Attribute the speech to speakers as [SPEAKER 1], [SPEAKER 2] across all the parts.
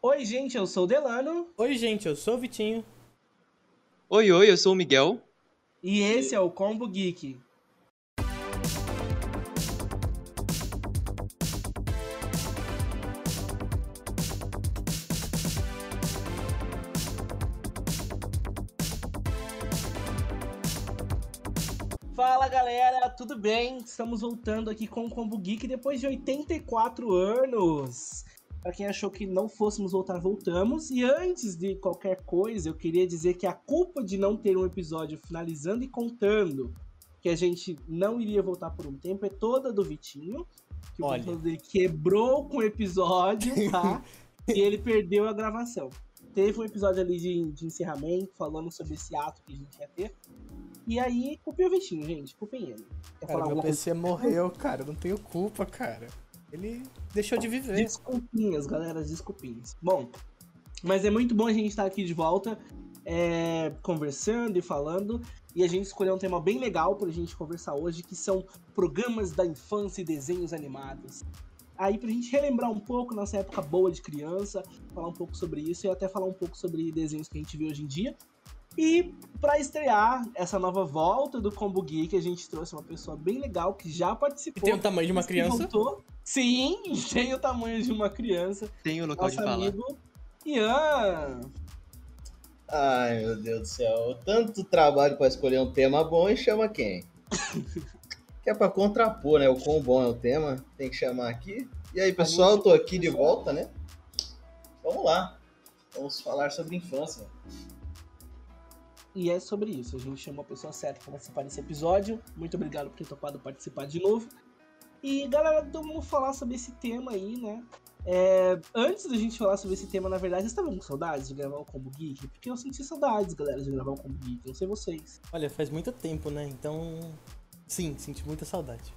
[SPEAKER 1] Oi, gente, eu sou o Delano.
[SPEAKER 2] Oi, gente, eu sou o Vitinho.
[SPEAKER 3] Oi, oi, eu sou o Miguel.
[SPEAKER 1] E esse é o Combo Geek. Fala galera, tudo bem? Estamos voltando aqui com o Combo Geek depois de 84 anos. Pra quem achou que não fôssemos voltar, voltamos. E antes de qualquer coisa, eu queria dizer que a culpa de não ter um episódio finalizando e contando que a gente não iria voltar por um tempo é toda do Vitinho. Que
[SPEAKER 2] Olha.
[SPEAKER 1] o computador dele quebrou com o episódio, tá? e ele perdeu a gravação. Teve um episódio ali de, de encerramento, falando sobre esse ato que a gente ia ter. E aí, culpei o Vitinho, gente. Culpem ele. Quer falar
[SPEAKER 2] Cara, meu
[SPEAKER 1] alguma coisa?
[SPEAKER 2] PC morreu, cara. Eu não tenho culpa, cara. Ele deixou de viver.
[SPEAKER 1] Desculpinhas, galera, desculpinhas. Bom, mas é muito bom a gente estar aqui de volta, é, conversando e falando. E a gente escolheu um tema bem legal pra gente conversar hoje, que são programas da infância e desenhos animados. Aí pra gente relembrar um pouco nossa época boa de criança, falar um pouco sobre isso e até falar um pouco sobre desenhos que a gente vê hoje em dia. E pra estrear essa nova volta do Combo Geek, a gente trouxe uma pessoa bem legal que já participou.
[SPEAKER 2] Tem um o tamanho de uma
[SPEAKER 1] Mas que
[SPEAKER 2] criança.
[SPEAKER 1] voltou. Sim, tem o tamanho de uma criança.
[SPEAKER 3] Tenho local
[SPEAKER 1] Nosso
[SPEAKER 3] de falar.
[SPEAKER 1] amigo Ian.
[SPEAKER 4] Ai, meu Deus do céu. Tanto trabalho pra escolher um tema bom e chama quem? que é pra contrapor, né? O quão bom é o tema. Tem que chamar aqui. E aí, pessoal, eu tô aqui de volta, né? Vamos lá. Vamos falar sobre infância.
[SPEAKER 1] E é sobre isso. A gente chamou a pessoa certa para participar desse episódio. Muito obrigado por ter topado participar de novo. E galera, então vamos falar sobre esse tema aí, né? É, antes da gente falar sobre esse tema, na verdade, vocês estavam com saudades de gravar o Combo Geek? Porque eu senti saudades, galera, de gravar o Combo Geek. Não sei vocês.
[SPEAKER 2] Olha, faz muito tempo, né? Então. Sim, senti muita saudade.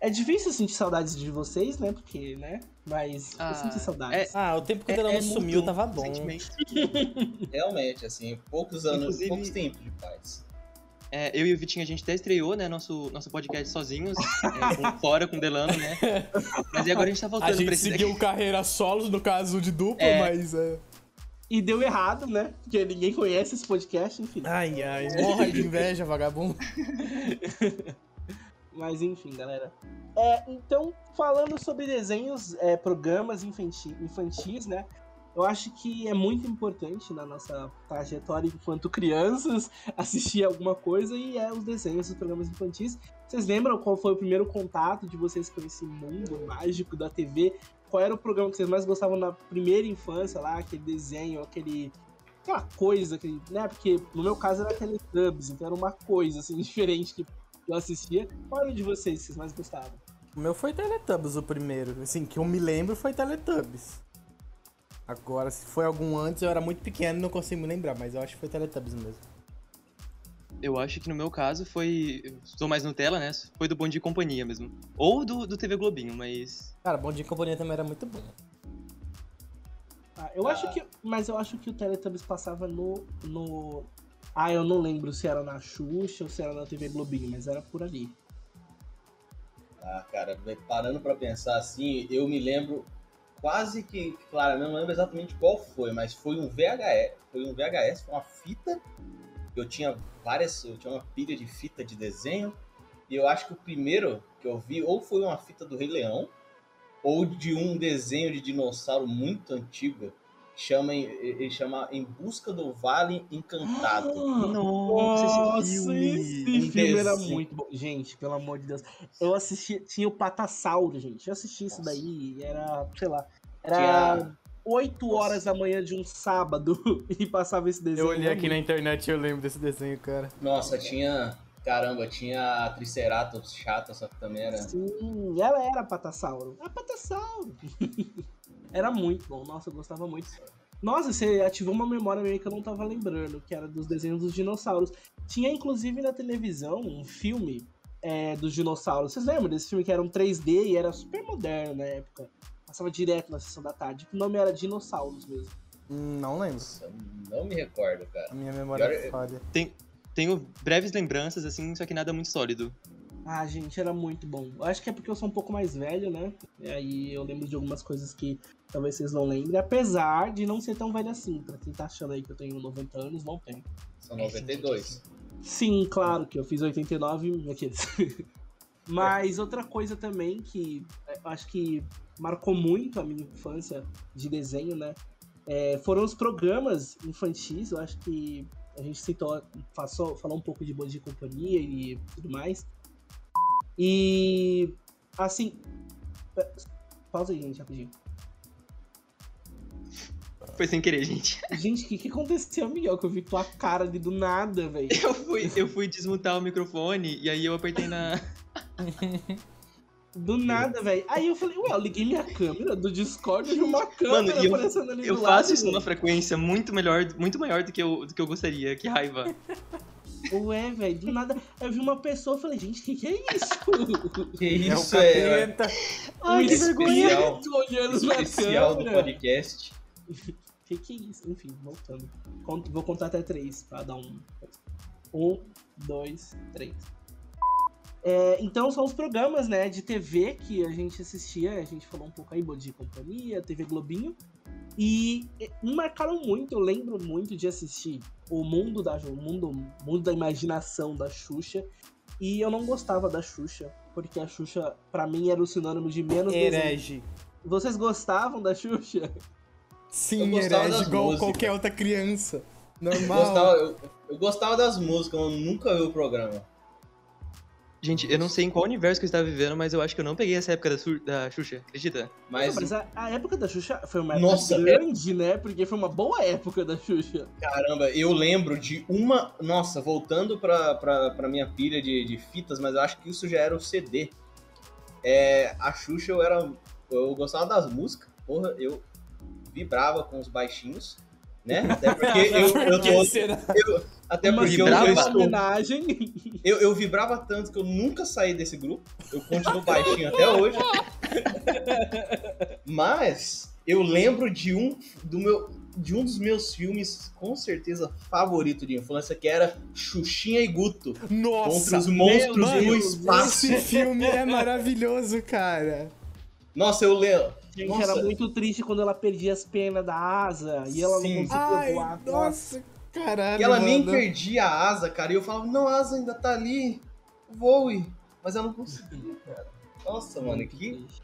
[SPEAKER 1] É difícil sentir saudades de vocês, né? Porque, né? Mas
[SPEAKER 3] Ah,
[SPEAKER 1] eu senti saudades.
[SPEAKER 2] Ah, o tempo que o Delano sumiu tava bom.
[SPEAKER 4] Realmente, assim, poucos anos,
[SPEAKER 3] Inclusive-
[SPEAKER 4] poucos tempos de paz.
[SPEAKER 3] É, eu e o Vitinho, a gente até estreou, né, nosso, nosso podcast sozinhos, é, com- fora com o Delano, né? Mas e agora a gente tá
[SPEAKER 2] A
[SPEAKER 3] voltando pra
[SPEAKER 2] gente
[SPEAKER 3] esse
[SPEAKER 2] seguiu carreira solos, no caso de dupla,
[SPEAKER 3] É.
[SPEAKER 2] mas. É...
[SPEAKER 1] E deu errado, né? Porque ninguém conhece esse podcast, enfim.
[SPEAKER 2] Ai, ai. Morra de inveja, vagabundo.
[SPEAKER 1] Mas enfim, galera. É, então, falando sobre desenhos, é, programas infanti- infantis, né? Eu acho que é muito importante na nossa trajetória enquanto crianças assistir alguma coisa e é os desenhos dos programas infantis. Vocês lembram qual foi o primeiro contato de vocês com esse mundo mágico da TV? Qual era o programa que vocês mais gostavam na primeira infância lá, aquele desenho, aquele aquela coisa, aquele, né? Porque no meu caso era Teletubbies, então era uma coisa assim diferente que eu assistia. Qual era o de vocês que vocês mais gostavam?
[SPEAKER 2] O meu foi Teletubbies o primeiro. Assim, que eu me lembro foi Teletubbies. Agora, se foi algum antes, eu era muito pequeno e não consigo me lembrar, mas eu acho que foi Teletubbies mesmo.
[SPEAKER 3] Eu acho que no meu caso foi. eu Sou mais Nutella, né? Foi do Bom Dia e Companhia mesmo. Ou do, do TV Globinho, mas.
[SPEAKER 2] Cara, Bom Dia e Companhia também era muito bom.
[SPEAKER 1] Ah, eu acho que. Mas eu acho que o Teletubbies passava no. no... Ah, eu não lembro se era na Xuxa ou se era na TV Globinho, mas era por ali.
[SPEAKER 4] Ah, cara, parando pra pensar assim, eu me lembro quase que, claro, eu não lembro exatamente qual foi, mas foi um VHS, foi um VHS, foi uma fita. Eu tinha várias, eu tinha uma pilha de fita de desenho, e eu acho que o primeiro que eu vi ou foi uma fita do Rei Leão, ou de um desenho de dinossauro muito antigo, chama em- ele chama Em Busca do Vale Encantado.
[SPEAKER 1] esse
[SPEAKER 4] filme.
[SPEAKER 1] filme era
[SPEAKER 4] Desse.
[SPEAKER 1] muito bom. Gente, pelo amor de Deus. Eu assisti. Tinha o Patassauro, gente. Eu assisti isso
[SPEAKER 4] Nossa.
[SPEAKER 1] daí. Era, sei lá. Era
[SPEAKER 4] Tinha-
[SPEAKER 1] 8 horas da manhã de um sábado e passava esse desenho.
[SPEAKER 2] na internet e eu lembro desse desenho, cara.
[SPEAKER 4] nossa, tinha, caramba, tinha a Triceratops chata, só que também era
[SPEAKER 1] Sim, ela era a Patassauro. A Patassauro! era muito bom, nossa, eu gostava muito. Nossa, você ativou uma memória minha que eu não tava lembrando, que era dos desenhos dos dinossauros. Tinha, inclusive, na televisão um filme é, dos dinossauros. Vocês lembram desse filme que era um 3D e era super moderno na época? Passava direto na sessão da tarde. O nome era Dinossauros mesmo.
[SPEAKER 2] Hum, Não lembro.
[SPEAKER 4] Nossa, não me recordo, cara.
[SPEAKER 2] A minha memória
[SPEAKER 4] Pior é-
[SPEAKER 2] é falha.
[SPEAKER 3] Tenho breves lembranças, assim, só que nada muito sólido.
[SPEAKER 1] Ah, gente, era muito bom. Eu acho que é porque eu sou um pouco mais velho, né? E aí eu lembro de algumas coisas que talvez vocês não lembrem, apesar de não ser tão velho assim. Pra quem tá achando aí que eu tenho 90 anos, não tenho.
[SPEAKER 4] São 92.
[SPEAKER 1] Sim, claro que eu fiz 89 aqueles. Mas outra coisa também que eh, acho que marcou muito a minha infância de desenho, né? eh, foram os programas infantis, eu acho que a gente citou, passou, falou um pouco de Bom Dia e Companhia e tudo mais. E assim. pa- Pausa aí, gente, rapidinho.
[SPEAKER 3] Foi sem querer, gente.
[SPEAKER 1] Gente, o que, que aconteceu, Miguel? Que eu vi tua cara ali do nada, velho.
[SPEAKER 3] Eu fui, eu fui desmutar o microfone e aí eu apertei na.
[SPEAKER 1] Do nada, velho. Aí eu falei, ué, eu liguei minha câmera do Discord e vi uma câmera
[SPEAKER 3] e eu-
[SPEAKER 1] aparecendo ali
[SPEAKER 3] Eu
[SPEAKER 1] do
[SPEAKER 3] faço
[SPEAKER 1] lado,
[SPEAKER 3] isso numa
[SPEAKER 1] velho.
[SPEAKER 3] frequência muito melhor, muito maior do que eu, do que eu gostaria. Que raiva.
[SPEAKER 1] Ué, velho, do nada. Eu vi uma pessoa e falei, gente, o que, que é isso?
[SPEAKER 4] Que
[SPEAKER 2] É o
[SPEAKER 4] isso é,
[SPEAKER 2] capeta.
[SPEAKER 1] Ai,
[SPEAKER 4] que vergonha.
[SPEAKER 1] Tô olhando na
[SPEAKER 4] especial do
[SPEAKER 1] câmera.
[SPEAKER 4] podcast.
[SPEAKER 1] O que, que é isso? Enfim, voltando. Conto- vou contar até três pra dar um. Um, dois, três. É, então são os programas, né, de TV que a gente assistia, a gente falou um pouco aí, Bom Dia e Companhia, TV Globinho, e é, me marcaram muito, eu lembro muito de assistir o Mundo da o Mundo, Mundo da Imaginação da Xuxa, e eu não gostava da Xuxa, porque a Xuxa, pra mim, era o sinônimo de menos desenho.
[SPEAKER 2] Herege.
[SPEAKER 1] Vocês gostavam da Xuxa?
[SPEAKER 4] Eu
[SPEAKER 2] Sim,
[SPEAKER 4] gostava
[SPEAKER 2] herege,
[SPEAKER 4] das
[SPEAKER 2] igual
[SPEAKER 4] músicas.
[SPEAKER 2] qualquer outra criança. Normal.
[SPEAKER 4] Gostava- eu, eu gostava das músicas, mas eu nunca vi o programa.
[SPEAKER 3] Gente, eu não sei em qual universo que eu estava vivendo, mas eu acho que eu não peguei essa época da, Sur- da Xuxa, acredita?
[SPEAKER 1] Não,
[SPEAKER 4] Mas,
[SPEAKER 1] mas a, a época da Xuxa foi uma época
[SPEAKER 4] Nossa, é
[SPEAKER 1] grande, né? Porque foi uma boa época da Xuxa.
[SPEAKER 4] caramba, eu lembro de uma. Nossa, voltando pra, pra, pra minha pilha de, de fitas, mas eu acho que isso já era o CD. É, a Xuxa, eu era. Eu gostava das músicas, porra, eu vibrava com os baixinhos, né? Até porque eu, eu
[SPEAKER 2] Por que
[SPEAKER 4] tô-
[SPEAKER 2] será?
[SPEAKER 4] eu- até
[SPEAKER 1] uma
[SPEAKER 4] É porque eu,
[SPEAKER 1] grande
[SPEAKER 4] eu
[SPEAKER 3] vibrava?
[SPEAKER 4] estou
[SPEAKER 1] homenagem.
[SPEAKER 4] Eu, eu vibrava tanto que eu nunca saí desse grupo. Eu continuo baixinho até hoje. Mas eu lembro de um do meu de um dos meus filmes com certeza favorito de infância que era Xuxinha e Guto contra
[SPEAKER 2] Nossa.
[SPEAKER 4] os monstros
[SPEAKER 2] Mano,
[SPEAKER 4] no espaço.
[SPEAKER 2] Esse filme é maravilhoso, cara.
[SPEAKER 4] Nossa, eu lembro.
[SPEAKER 1] Gente,
[SPEAKER 4] Nossa.
[SPEAKER 1] era muito triste quando ela perdia as pernas da asa e ela
[SPEAKER 4] Sim.
[SPEAKER 1] não conseguia
[SPEAKER 2] Ai,
[SPEAKER 1] voar.
[SPEAKER 2] nossa, caralho.
[SPEAKER 4] E ela
[SPEAKER 2] mano.
[SPEAKER 4] nem perdia a asa, cara. E eu falava, não, a asa ainda tá ali. Voe. Mas eu não conseguia, cara. Nossa, mano,
[SPEAKER 1] Muito
[SPEAKER 4] que.
[SPEAKER 1] triste.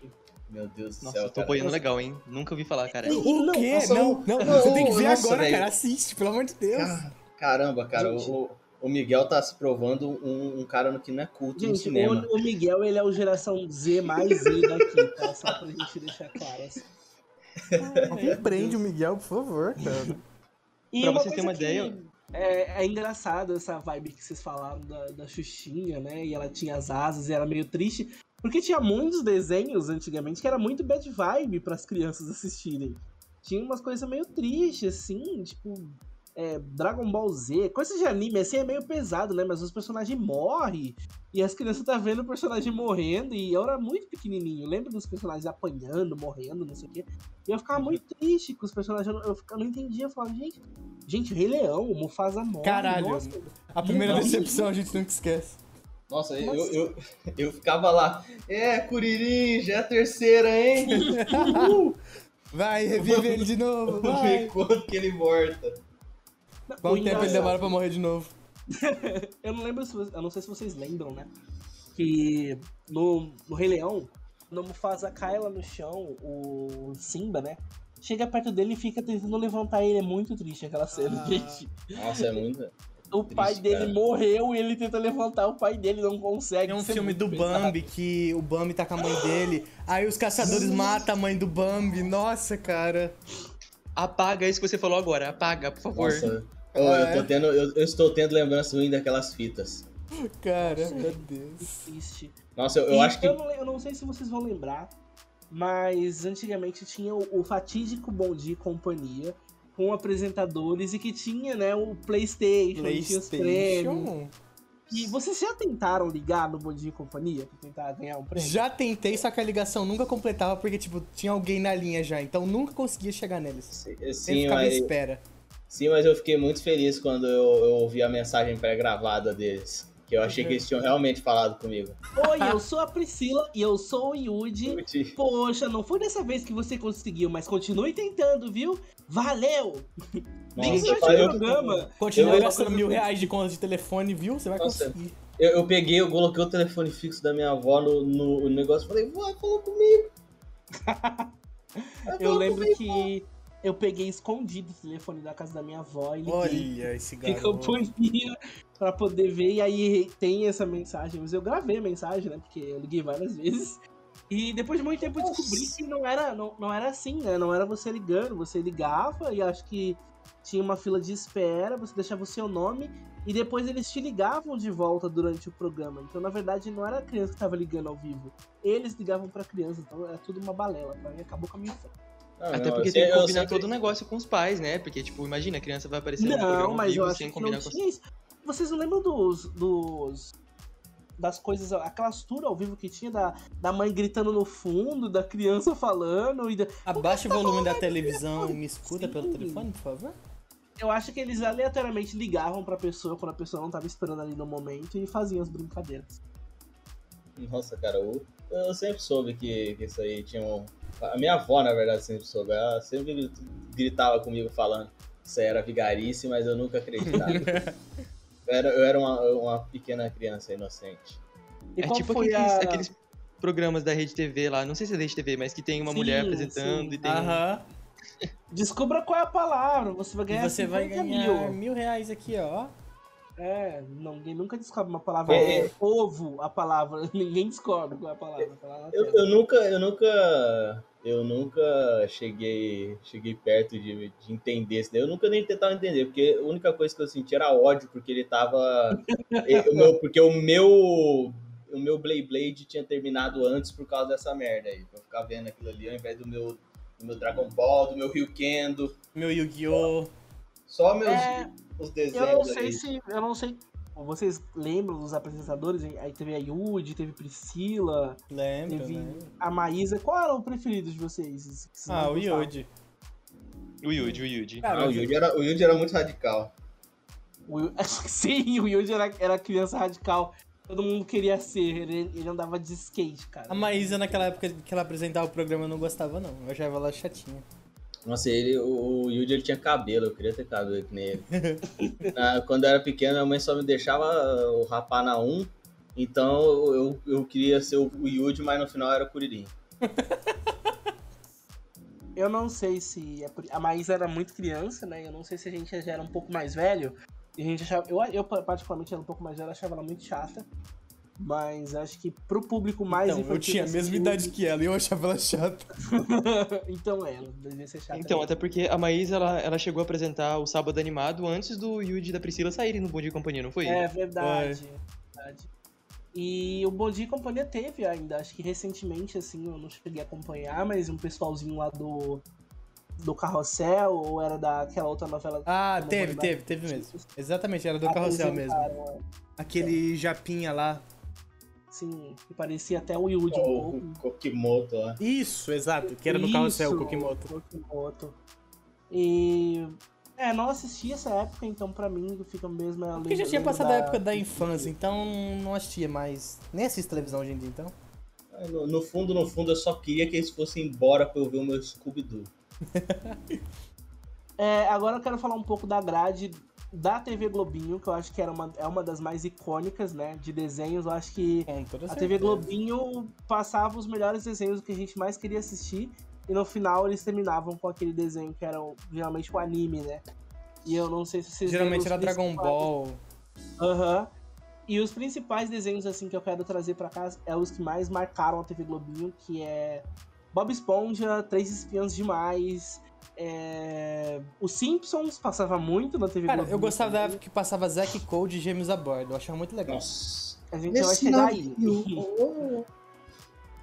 [SPEAKER 4] Meu Deus do
[SPEAKER 3] Nossa,
[SPEAKER 4] céu.
[SPEAKER 3] eu tô
[SPEAKER 4] cara.
[SPEAKER 3] apoiando legal, hein? Nunca ouvi falar, cara.
[SPEAKER 1] Não,
[SPEAKER 2] O quê?
[SPEAKER 4] nossa,
[SPEAKER 2] não,
[SPEAKER 4] o-
[SPEAKER 2] não,
[SPEAKER 4] não,
[SPEAKER 2] você tem que
[SPEAKER 4] o-
[SPEAKER 2] ver
[SPEAKER 4] nossa,
[SPEAKER 2] agora,
[SPEAKER 4] velho.
[SPEAKER 2] cara. Assiste, pelo amor de Deus.
[SPEAKER 4] Car- Caramba, cara,
[SPEAKER 1] Gente.
[SPEAKER 4] o, o Miguel tá se provando um, um cara no que não é culto no
[SPEAKER 1] Gente,
[SPEAKER 4] cinema.
[SPEAKER 1] o, o Miguel, ele é o geração Z mais Z daqui, tá? Só pra gente deixar claro. assim.
[SPEAKER 2] Alguém prende o Miguel, por favor, cara.
[SPEAKER 1] E
[SPEAKER 3] Pra
[SPEAKER 1] uma
[SPEAKER 3] vocês terem
[SPEAKER 1] coisa
[SPEAKER 3] uma
[SPEAKER 1] que É, é engraçado essa vibe que vocês falaram da, da Xuxinha, né? E ela tinha as asas e era meio triste. Porque tinha muitos desenhos antigamente que era muito bad vibe pras crianças assistirem. Tinha umas coisas meio tristes, assim, tipo. é, Dragon Ball Z, coisa de anime assim é meio pesado, né? Mas os personagens morrem e as crianças tá vendo o personagem morrendo. E eu era muito pequenininho, eu lembro dos personagens apanhando, morrendo, não sei o quê. E eu ficava muito
[SPEAKER 2] Uhum.
[SPEAKER 1] triste com os personagens, eu não, eu ficava- eu não entendia. Eu falava, gente, gente, Rei Leão, o Mufasa morre.
[SPEAKER 2] Caralho.
[SPEAKER 1] nossa,
[SPEAKER 2] A primeira
[SPEAKER 1] Não.
[SPEAKER 2] decepção a gente nunca esquece.
[SPEAKER 4] Nossa, eu,
[SPEAKER 1] Nossa.
[SPEAKER 4] eu, eu, ficava lá, é, Curirim, já é a terceira, hein?
[SPEAKER 2] Ah,
[SPEAKER 1] uh,
[SPEAKER 2] Vai, revive ele de novo.
[SPEAKER 4] Vamos ver
[SPEAKER 2] Vai.
[SPEAKER 4] quanto que ele volta.
[SPEAKER 2] Quanto
[SPEAKER 1] o
[SPEAKER 2] tempo ele
[SPEAKER 1] engraçado-
[SPEAKER 2] demora pra morrer de novo?
[SPEAKER 1] Eu não lembro se vo- eu não sei se vocês lembram, né? Que no, no Rei Leão, quando o Mufasa cai lá no chão, o Simba, né? Chega perto dele e fica tentando levantar ele. É muito triste aquela cena,
[SPEAKER 2] Ah.
[SPEAKER 1] gente.
[SPEAKER 4] Nossa, é muito.
[SPEAKER 1] O
[SPEAKER 4] Triste,
[SPEAKER 1] pai dele
[SPEAKER 4] cara.
[SPEAKER 1] morreu e ele tenta levantar o pai dele, não consegue.
[SPEAKER 2] É um
[SPEAKER 1] Isso
[SPEAKER 2] filme
[SPEAKER 1] muito
[SPEAKER 2] do
[SPEAKER 1] pesado.
[SPEAKER 2] Bambi que o Bambi tá com a mãe dele. Aí os caçadores matam a mãe do Bambi. Nossa, cara.
[SPEAKER 3] Apaga isso que você falou agora, apaga, por favor.
[SPEAKER 4] Nossa, eu, eu
[SPEAKER 2] É.
[SPEAKER 4] tô tendo, eu, eu estou tendo lembrança ruim daquelas fitas.
[SPEAKER 2] Cara, meu Deus.
[SPEAKER 1] Triste.
[SPEAKER 4] Nossa, eu, eu
[SPEAKER 1] E
[SPEAKER 4] acho que.
[SPEAKER 1] não, le- eu não sei se vocês vão lembrar, mas antigamente tinha o, o fatídico Bom Dia e Companhia com apresentadores e que tinha, né, o PlayStation, tinha os prêmios.
[SPEAKER 2] PlayStation?
[SPEAKER 1] E vocês já tentaram ligar no Bom Dia e Companhia pra tentar ganhar um prêmio?
[SPEAKER 2] Já tentei, só que a ligação nunca completava porque, tipo, tinha alguém na linha já. Então nunca conseguia chegar neles. Sempre
[SPEAKER 4] Sim
[SPEAKER 2] ficava à
[SPEAKER 4] mas,
[SPEAKER 2] espera.
[SPEAKER 4] sim, mas eu fiquei muito feliz quando eu, eu ouvi a mensagem pré-gravada deles. Que eu achei que eles tinham realmente falado comigo.
[SPEAKER 1] Oi, eu sou a Priscila e eu sou o Yudi.
[SPEAKER 4] Puti.
[SPEAKER 1] Poxa, não foi dessa vez que você conseguiu, mas continue tentando, viu? Valeu! Nem
[SPEAKER 4] Nossa,
[SPEAKER 1] sei onde
[SPEAKER 4] parou-
[SPEAKER 1] o programa.
[SPEAKER 2] Continua
[SPEAKER 4] Eu-
[SPEAKER 2] gastando mil reais de conta de telefone, viu? Você vai
[SPEAKER 4] Nossa.
[SPEAKER 2] conseguir.
[SPEAKER 4] Eu, eu peguei, eu coloquei o telefone fixo da minha avó no, no negócio e falei, vó, falou comigo.
[SPEAKER 1] Eu lembro que eu peguei escondido o telefone da casa da minha avó e liguei.
[SPEAKER 2] Olha esse
[SPEAKER 1] Fica
[SPEAKER 2] garoto.
[SPEAKER 1] companhia pra poder ver. E aí tem essa mensagem. Mas eu gravei a mensagem, né? Porque eu liguei várias vezes. E depois de muito tempo eu descobri que não era, não, não era assim, né? Não era você ligando. Você ligava e acho que tinha uma fila de espera, você deixava o seu nome e depois eles te ligavam de volta durante o programa. Então, na verdade, não era a criança que tava ligando ao vivo. Eles ligavam pra criança, então era tudo uma balela. Pra mim, acabou com a minha infância.
[SPEAKER 4] Não,
[SPEAKER 3] Até
[SPEAKER 4] não,
[SPEAKER 3] porque
[SPEAKER 4] eu
[SPEAKER 3] tem que
[SPEAKER 4] sei- eu
[SPEAKER 3] combinar
[SPEAKER 4] sei
[SPEAKER 3] todo o negócio com os pais, né? Porque, tipo, imagina, a criança vai aparecer no
[SPEAKER 1] Não,
[SPEAKER 3] é um programa ao
[SPEAKER 1] mas eu
[SPEAKER 3] vivo
[SPEAKER 1] acho
[SPEAKER 3] sem
[SPEAKER 1] que não
[SPEAKER 3] combinar com os
[SPEAKER 1] tinha isso. Vocês não lembram dos, dos- das coisas, aquelas tour ao vivo que tinha da, da mãe gritando no fundo, da criança falando e da-
[SPEAKER 2] Abaixa o volume da televisão e me escuta
[SPEAKER 1] Sim.
[SPEAKER 2] pelo telefone, por favor.
[SPEAKER 1] Eu acho que eles aleatoriamente ligavam pra pessoa quando a pessoa não tava esperando ali no momento e faziam as brincadeiras.
[SPEAKER 4] Nossa, cara, eu, eu sempre soube que, que isso aí tinha um. A minha avó, na verdade, sempre soube. Ela sempre grit- gritava comigo falando que isso aí era vigarice, mas eu nunca acreditava. eu era, eu era uma, uma pequena criança inocente.
[SPEAKER 1] E
[SPEAKER 3] É
[SPEAKER 1] qual
[SPEAKER 3] tipo
[SPEAKER 1] foi
[SPEAKER 3] aqueles,
[SPEAKER 1] a-
[SPEAKER 3] aqueles programas da Rede TV lá, não sei se é Rede TV, mas que tem uma
[SPEAKER 1] Sim,
[SPEAKER 3] mulher apresentando
[SPEAKER 1] sim.
[SPEAKER 3] e tem. um-
[SPEAKER 2] Aham.
[SPEAKER 1] Descubra qual é a palavra, você vai
[SPEAKER 2] E
[SPEAKER 1] ganhar
[SPEAKER 2] você vai
[SPEAKER 1] 50
[SPEAKER 2] ganhar
[SPEAKER 1] mil.
[SPEAKER 2] mil reais aqui, ó.
[SPEAKER 1] É, não, ninguém nunca descobre uma palavra.
[SPEAKER 4] É, é.
[SPEAKER 1] Ovo, a palavra. Ninguém descobre qual é a palavra. tá lá na
[SPEAKER 4] Eu,
[SPEAKER 1] tela.
[SPEAKER 4] eu nunca, eu nunca, eu nunca cheguei, cheguei perto de, de entender isso. daí. Eu nunca nem tentava entender, porque a única coisa que eu senti era ódio, porque ele tava, eu- o meu- porque o meu, o meu Blade Blade tinha terminado antes por causa dessa merda aí. Pra eu ficar vendo aquilo ali ao invés do meu, do meu Dragon Ball, do meu Ryukendo,
[SPEAKER 2] Meu Yu-Gi-Oh!
[SPEAKER 4] só meus
[SPEAKER 1] É, Eu não
[SPEAKER 4] os desenhos
[SPEAKER 1] sei
[SPEAKER 4] aí.
[SPEAKER 1] se. Eu não sei. Vocês lembram dos apresentadores? Aí teve a Yudi, teve Priscila,
[SPEAKER 2] Lembro,
[SPEAKER 1] Teve-
[SPEAKER 2] né?
[SPEAKER 1] a Maísa. Qual era o preferido de vocês? Vocês
[SPEAKER 2] Ah,
[SPEAKER 1] não
[SPEAKER 2] o
[SPEAKER 1] gostavam?
[SPEAKER 2] Yudi.
[SPEAKER 3] O Yudi, o Yudi.
[SPEAKER 2] Cara,
[SPEAKER 4] Ah, o Yuji era, o Yuji era muito radical.
[SPEAKER 1] O Yu- Sim, o Yudi era, era criança radical. Todo mundo queria ser. Ele, ele andava de skate, cara.
[SPEAKER 2] A Maísa, naquela época que ela apresentava o programa, eu não gostava, não. Eu achava ela chatinha.
[SPEAKER 4] Nossa, ele, o, o Yuji ele tinha cabelo, eu queria ter cabelo que nem ele. Na- quando eu era pequeno, minha mãe só me deixava o rapar na 1, então eu, eu queria ser o, o Yuji, mas no final era o Kuririn.
[SPEAKER 3] Tá
[SPEAKER 1] Eu não sei se. é por- A Maísa era muito criança, né? Eu não sei se a gente já era um pouco mais velho. E a gente achava. Eu, eu particularmente, era um pouco mais velho, achava ela muito chata. Mas acho que pro público mais
[SPEAKER 2] então, eu
[SPEAKER 1] infantil
[SPEAKER 2] tinha a mesma
[SPEAKER 1] assistiu-
[SPEAKER 2] idade que ela e eu achava ela chata.
[SPEAKER 1] então é, ela devia ser chata.
[SPEAKER 3] Então,
[SPEAKER 1] mesmo.
[SPEAKER 3] até porque a Maísa, ela, ela chegou a apresentar o Sábado Animado antes do Yudi e da Priscila saírem no Bom Dia e Companhia, não foi?
[SPEAKER 1] É verdade, verdade. E o Bom Dia e Companhia teve ainda, acho que recentemente, assim, eu não cheguei a acompanhar, mas um pessoalzinho lá do, do Carrossel, ou era daquela outra novela.
[SPEAKER 2] Ah,
[SPEAKER 1] Não
[SPEAKER 2] teve,
[SPEAKER 1] vou
[SPEAKER 2] teve,
[SPEAKER 1] lembrar.
[SPEAKER 2] teve mesmo. Exatamente, era do carrossel mesmo.
[SPEAKER 1] Apresentaram,
[SPEAKER 2] Aquele japinha lá.
[SPEAKER 1] Sim, que assim, parecia até o Yudi um
[SPEAKER 4] Ou
[SPEAKER 1] pouco.
[SPEAKER 4] Tipo, o Kokimoto lá.
[SPEAKER 2] Isso, exato, que era no carrossel, o
[SPEAKER 1] Isso,
[SPEAKER 2] Kokimoto.
[SPEAKER 1] Kokimoto. E. É, não assisti essa época, então pra mim fica mesmo. a
[SPEAKER 2] Porque
[SPEAKER 1] lembra-
[SPEAKER 2] já tinha
[SPEAKER 1] lembro
[SPEAKER 2] passado a época da infância, então não assistia mais. Nem assisto televisão hoje em dia, então.
[SPEAKER 4] Ai, No, no fundo, no fundo, eu só queria que eles fossem embora pra eu ver o meu Scooby-Doo.
[SPEAKER 1] É, agora eu quero falar um pouco da grade da TV Globinho, que eu acho que era uma, é uma das mais icônicas, né? De desenhos. Eu acho que
[SPEAKER 2] Com toda
[SPEAKER 1] a
[SPEAKER 2] certeza.
[SPEAKER 1] TV Globinho passava os melhores desenhos que a gente mais queria assistir. E no final eles terminavam com aquele desenho que era o- geralmente o anime, né? E eu não sei se vocês
[SPEAKER 2] Geralmente
[SPEAKER 1] lembram
[SPEAKER 2] era
[SPEAKER 1] os
[SPEAKER 2] Dragon
[SPEAKER 1] principais-
[SPEAKER 2] Ball.
[SPEAKER 1] Aham. E os principais desenhos assim que eu quero trazer pra casa é os que mais marcaram a TV Globinho, que é Bob Esponja, Três Espiãs Demais, é... os Simpsons passava muito na TV
[SPEAKER 2] Cara,
[SPEAKER 1] Globinho.
[SPEAKER 2] eu gostava da
[SPEAKER 1] também.
[SPEAKER 2] época que passava Zack Code e Gêmeos a Bordo. Eu achava muito legal. Então,
[SPEAKER 4] Nossa.
[SPEAKER 1] A gente vai
[SPEAKER 2] é
[SPEAKER 1] chegar aí.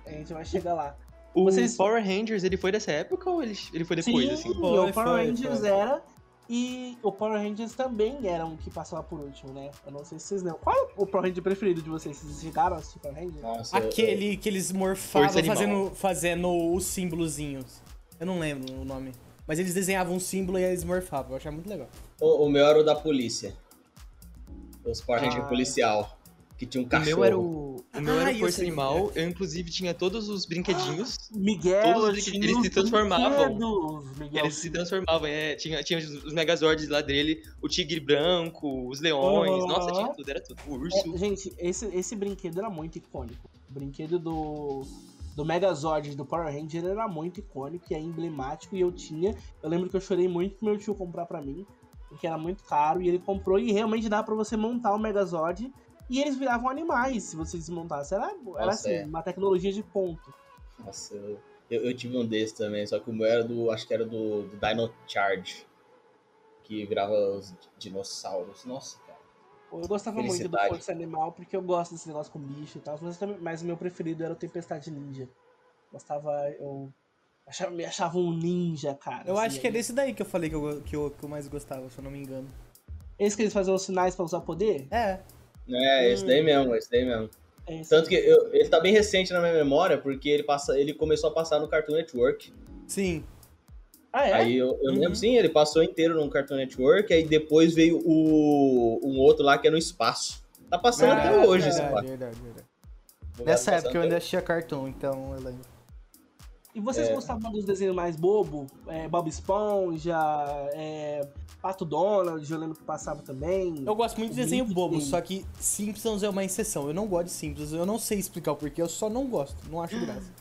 [SPEAKER 1] a gente vai chegar lá.
[SPEAKER 3] O
[SPEAKER 1] Vocês-
[SPEAKER 3] Power Rangers, ele foi dessa época ou ele, ele foi depois,
[SPEAKER 1] Sim,
[SPEAKER 2] Foi,
[SPEAKER 3] assim?
[SPEAKER 1] o Power
[SPEAKER 2] foi,
[SPEAKER 1] Rangers
[SPEAKER 2] foi.
[SPEAKER 1] era e o Power Rangers também era um que passava por último, né? Eu não sei se vocês lembram. Qual é o Power Ranger preferido de vocês? Vocês chegaram a assistir Power Ranger?
[SPEAKER 4] Nossa, eu-
[SPEAKER 2] Aquele que eles morfavam
[SPEAKER 3] Força Animal.
[SPEAKER 2] fazendo, fazendo os símbolozinhos. Eu não lembro o nome. Mas eles desenhavam um símbolo e eles morfavam. Eu achava muito legal.
[SPEAKER 4] O, o meu era o da polícia. Os Power Ranger
[SPEAKER 1] Ah.
[SPEAKER 4] policial. que tinha um
[SPEAKER 3] O
[SPEAKER 4] cachorro.
[SPEAKER 3] meu era o, o meu
[SPEAKER 2] Ah,
[SPEAKER 3] era
[SPEAKER 2] eu
[SPEAKER 3] o Força
[SPEAKER 2] sei.
[SPEAKER 3] Animal. Eu, inclusive, tinha todos os brinquedinhos.
[SPEAKER 1] Miguel,
[SPEAKER 3] Todos eles-
[SPEAKER 1] tinha
[SPEAKER 3] eles
[SPEAKER 1] os
[SPEAKER 3] se transformavam.
[SPEAKER 1] brinquedos, Miguel.
[SPEAKER 3] Eles se transformavam. é, tinha, tinha os os Megazords lá dele, o tigre branco, os leões.
[SPEAKER 1] Aham.
[SPEAKER 3] Nossa, tinha tudo, era tudo. O urso.
[SPEAKER 1] É, gente, esse, esse brinquedo era muito icônico. O brinquedo do, do Megazord do Power Ranger era muito icônico e é emblemático. E eu tinha. Eu lembro que eu chorei muito pro meu tio comprar pra mim, porque era muito caro. E ele comprou e realmente dava pra você montar o Megazord. E eles viravam animais se você desmontasse. Era, era
[SPEAKER 4] Nossa,
[SPEAKER 1] assim,
[SPEAKER 4] é.
[SPEAKER 1] uma tecnologia de ponto.
[SPEAKER 4] Nossa, eu, eu- eu tive um desse também, só que o meu era do. Acho que era do, do Dino Charge. Que virava os dinossauros. Nossa, cara.
[SPEAKER 1] Eu gostava muito do
[SPEAKER 4] Felicidade.
[SPEAKER 1] Força Animal, porque eu gosto desse negócio com bicho e tal, mas, eu também- mas o meu preferido era o Tempestade Ninja. Gostava, eu achava, me achava um ninja, cara.
[SPEAKER 2] Eu
[SPEAKER 1] assim,
[SPEAKER 2] acho que é
[SPEAKER 1] aí.
[SPEAKER 2] desse daí que eu falei que eu, go- que eu, que eu mais gostava, se eu não me engano.
[SPEAKER 1] Esse que eles faziam os sinais pra usar poder?
[SPEAKER 2] É.
[SPEAKER 4] É, esse
[SPEAKER 1] Hum.
[SPEAKER 4] daí mesmo, esse daí mesmo.
[SPEAKER 1] É esse.
[SPEAKER 4] Tanto que eu- ele tá bem recente na minha memória, porque ele, passa, ele começou a passar no Cartoon Network.
[SPEAKER 2] Sim.
[SPEAKER 1] Ah, é?
[SPEAKER 4] Aí eu, eu
[SPEAKER 2] Uhum.
[SPEAKER 4] lembro sim, ele passou inteiro no Cartoon Network, aí depois veio o, um outro lá que é no espaço. Tá passando
[SPEAKER 2] Verdade,
[SPEAKER 4] até hoje esse
[SPEAKER 2] Ah, verdade,
[SPEAKER 4] pá.
[SPEAKER 2] verdade, verdade. Nessa
[SPEAKER 4] Tá
[SPEAKER 2] época eu
[SPEAKER 4] passando
[SPEAKER 2] ainda assistia cartão, então eu lembro.
[SPEAKER 1] E vocês
[SPEAKER 4] É.
[SPEAKER 1] gostavam dos desenhos mais bobo? É, Bob Esponja, é, Pato Donald, eu lembro que passava também.
[SPEAKER 2] Eu gosto muito de desenho bobo,
[SPEAKER 1] Sim.
[SPEAKER 2] só que Simpsons é uma exceção. Eu não gosto de Simpsons, eu não sei explicar o porquê, eu só não gosto, não acho graça.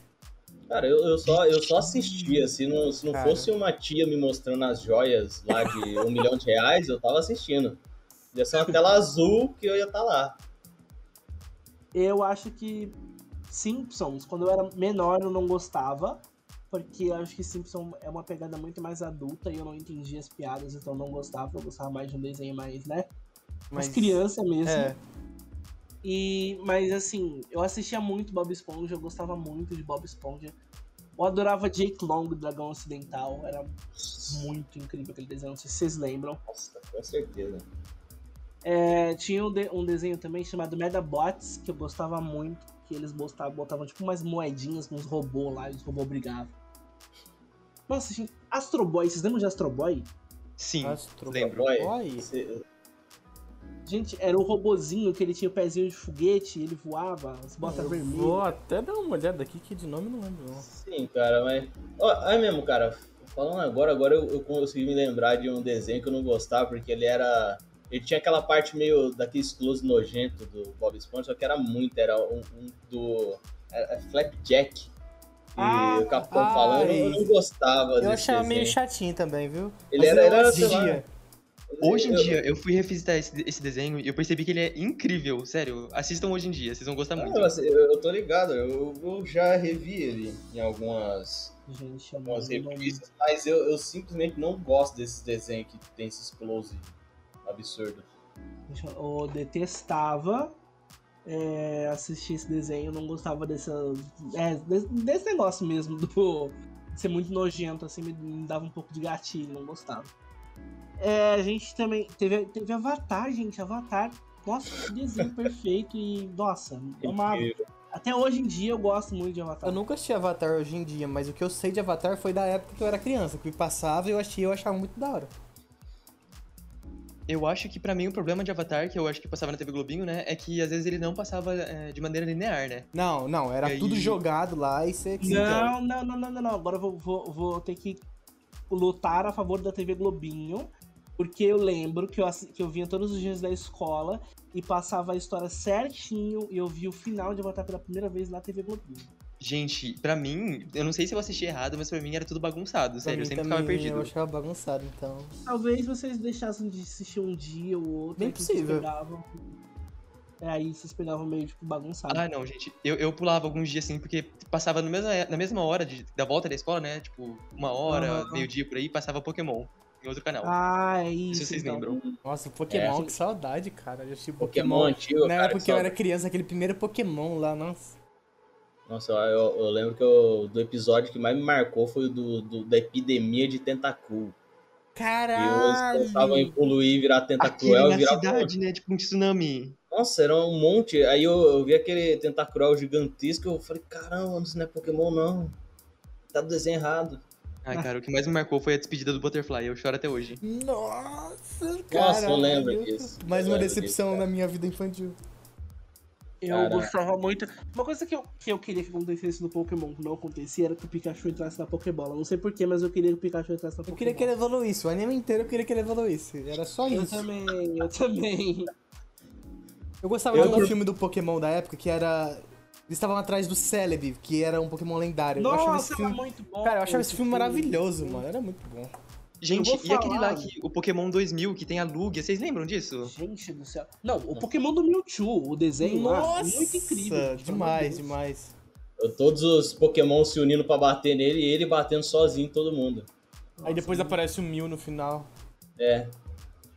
[SPEAKER 4] Cara, eu, eu só, eu só assistia. Se não, se não
[SPEAKER 2] Cara.
[SPEAKER 4] fosse uma tia me mostrando as joias lá de um milhão de reais, eu tava assistindo. Ia ser uma tela azul que eu ia estar lá.
[SPEAKER 1] Eu acho que Simpsons, quando eu era menor, eu não gostava. Porque eu acho que Simpsons é uma pegada muito mais adulta e eu não entendia as piadas, então eu não gostava. Eu gostava mais de um desenho mais, né? Mais criança mesmo.
[SPEAKER 2] É,
[SPEAKER 1] E, mas assim, eu assistia muito Bob Esponja, eu gostava muito de Bob Esponja. Eu adorava Jake Long, do Dragão Ocidental. Era muito incrível aquele desenho, não sei se vocês lembram.
[SPEAKER 4] Nossa, com certeza.
[SPEAKER 1] É, tinha um, de- um desenho também chamado Medabots, que eu gostava muito, que eles botavam, botavam tipo umas moedinhas com uns robôs lá, e os robôs brigavam. Nossa, gente, Astro Boy, vocês lembram de Astro Boy?
[SPEAKER 3] Sim.
[SPEAKER 2] Astro
[SPEAKER 3] lembro.
[SPEAKER 4] Boy.
[SPEAKER 2] Boy.
[SPEAKER 4] Esse-
[SPEAKER 1] Gente, era o robozinho que ele tinha o pezinho de foguete, ele voava, as botas
[SPEAKER 2] Eu
[SPEAKER 1] vermelhas.
[SPEAKER 2] Vou até dar uma olhada aqui que de nome eu não lembro. não.
[SPEAKER 4] Sim, cara, mas. Ó, é mesmo, cara. Falando agora, agora eu, eu consegui me lembrar de um desenho que eu não gostava, porque ele era. Ele tinha aquela parte meio daquele close nojento do Bob Esponja, só que era muito, era um, um do. Era Flapjack. E
[SPEAKER 1] Ah,
[SPEAKER 4] o Capitão falando, eu
[SPEAKER 2] ai.
[SPEAKER 4] não gostava
[SPEAKER 2] Eu
[SPEAKER 4] desse
[SPEAKER 2] achava
[SPEAKER 4] desenho.
[SPEAKER 2] meio chatinho também, viu?
[SPEAKER 4] Ele era,
[SPEAKER 2] eu
[SPEAKER 4] era sei lá,
[SPEAKER 2] assistia.
[SPEAKER 3] Hoje em
[SPEAKER 4] eu-
[SPEAKER 3] dia, eu fui revisitar esse, esse desenho e eu percebi que ele é incrível. Sério, assistam hoje em dia, vocês vão gostar
[SPEAKER 4] Ah,
[SPEAKER 3] muito.
[SPEAKER 4] eu, assi- eu- eu tô ligado, eu, eu já revi ele em algumas,
[SPEAKER 1] Gente, é eu não,
[SPEAKER 4] algumas
[SPEAKER 2] Uhum.
[SPEAKER 1] não,
[SPEAKER 4] revistas, mas eu, eu simplesmente não gosto desse desenho que tem esses close absurdos.
[SPEAKER 1] Gente, Eu detestava é, assistir esse desenho, não gostava dessa, é, desse, desse negócio mesmo do de ser muito nojento, assim, me, me dava um pouco de gatilho, não gostava. É, a gente também teve, teve Avatar, gente, Avatar. Nossa, que desenho perfeito e, nossa, é uma- até hoje em dia eu gosto muito de Avatar.
[SPEAKER 3] Tá.
[SPEAKER 2] Eu nunca assisti Avatar hoje em dia, mas o que eu sei de Avatar foi da época que eu era criança, que me passava e eu achei, eu achava muito da hora.
[SPEAKER 3] Eu acho que pra mim o problema de Avatar, que eu acho que passava na TV Globinho, né, é que às vezes ele não passava é, de maneira linear, né?
[SPEAKER 2] Não, não, era
[SPEAKER 3] E aí-
[SPEAKER 2] tudo jogado lá e você...
[SPEAKER 1] Não, não, não, não, não, não. Agora eu vou, vou, vou ter que lutar a favor da TV Globinho. Porque eu lembro que eu, assi- que eu vinha todos os dias da escola e passava a história certinho e eu vi o final de Avatar pela primeira vez na TV Globinho.
[SPEAKER 3] Gente, pra mim, eu não sei se eu assisti errado, mas pra mim era tudo bagunçado,
[SPEAKER 2] Pra
[SPEAKER 3] sério, eu
[SPEAKER 2] mim
[SPEAKER 3] sempre
[SPEAKER 2] também,
[SPEAKER 3] ficava perdido.
[SPEAKER 2] Eu achava bagunçado, então...
[SPEAKER 1] Talvez vocês deixassem de assistir um dia ou outro.
[SPEAKER 2] Bem
[SPEAKER 1] aí vocês
[SPEAKER 2] possível.
[SPEAKER 1] pegavam- É, aí vocês pegavam meio tipo bagunçado.
[SPEAKER 3] Ah, não, gente, eu, eu pulava alguns dias assim, porque passava no mesma, na mesma hora de- da volta da escola, né, tipo, uma hora, meio-dia por aí, passava Pokémon em outro canal.
[SPEAKER 1] Ah, é
[SPEAKER 3] Não sei
[SPEAKER 1] isso.
[SPEAKER 3] se vocês
[SPEAKER 1] então.
[SPEAKER 3] lembram.
[SPEAKER 2] Nossa, Pokémon,
[SPEAKER 1] É.
[SPEAKER 2] que saudade, cara. Eu assisti
[SPEAKER 4] Pokémon
[SPEAKER 2] Pokémon.
[SPEAKER 4] antigo,
[SPEAKER 2] Na
[SPEAKER 4] cara.
[SPEAKER 2] época
[SPEAKER 4] que
[SPEAKER 2] que eu
[SPEAKER 4] só-
[SPEAKER 2] era criança, aquele primeiro Pokémon lá, nossa.
[SPEAKER 4] Nossa, eu, eu lembro que eu- do episódio que mais me marcou foi o do, do- da epidemia de tentacul. E eles pensavam em
[SPEAKER 2] Caralho!
[SPEAKER 4] poluir, virar
[SPEAKER 3] Aquele
[SPEAKER 4] tentacruel e
[SPEAKER 3] na
[SPEAKER 4] virar.
[SPEAKER 3] cidade, né, tipo um tsunami.
[SPEAKER 4] Nossa, era um monte. Aí eu, eu vi aquele tentacruel gigantesco eu falei, caramba, isso não é Pokémon não. Tá do desenho errado.
[SPEAKER 3] Ai, cara, o que mais me marcou foi a despedida do Butterfly, eu choro até hoje.
[SPEAKER 2] Nossa, cara.
[SPEAKER 4] Nossa, eu lembro disso.
[SPEAKER 2] Mais
[SPEAKER 4] Eu
[SPEAKER 2] uma
[SPEAKER 4] lembro
[SPEAKER 2] decepção
[SPEAKER 4] disso,
[SPEAKER 2] na minha vida infantil.
[SPEAKER 1] Eu
[SPEAKER 4] Cara.
[SPEAKER 1] gostava muito. Uma coisa que eu, que eu queria que acontecesse no Pokémon, que não acontecia, era que o Pikachu entrasse na Pokébola. Não sei porquê, mas eu queria que o Pikachu entrasse na
[SPEAKER 2] Eu
[SPEAKER 1] Pokébola.
[SPEAKER 2] queria que ele evoluísse, o anime inteiro eu queria que ele evoluísse. Era só
[SPEAKER 1] Eu
[SPEAKER 2] isso.
[SPEAKER 1] também, eu também.
[SPEAKER 2] Eu gostava
[SPEAKER 4] Eu
[SPEAKER 2] muito do
[SPEAKER 4] curto.
[SPEAKER 2] filme do Pokémon da época, que era. Eles estavam atrás do Celebi, que era um Pokémon lendário. eu achava
[SPEAKER 1] Nossa,
[SPEAKER 2] esse
[SPEAKER 1] era
[SPEAKER 2] filme.
[SPEAKER 1] muito bom.
[SPEAKER 2] Cara, eu achava esse filme maravilhoso, mano. Era muito bom.
[SPEAKER 3] Gente,
[SPEAKER 1] Eu vou
[SPEAKER 3] e aquele
[SPEAKER 1] falar-
[SPEAKER 3] lá que o Pokémon 2000 que tem a Lugia, vocês lembram disso?
[SPEAKER 1] Gente do céu. Não, o Pokémon do Mewtwo, o desenho lá, muito incrível. gente, pelo amor
[SPEAKER 2] Demais,
[SPEAKER 1] de Deus.
[SPEAKER 2] demais.
[SPEAKER 4] Eu- Todos os Pokémon se unindo pra bater nele e ele batendo sozinho em todo mundo.
[SPEAKER 2] Aí depois
[SPEAKER 1] Nossa,
[SPEAKER 2] aparece o Mil no final.
[SPEAKER 4] É.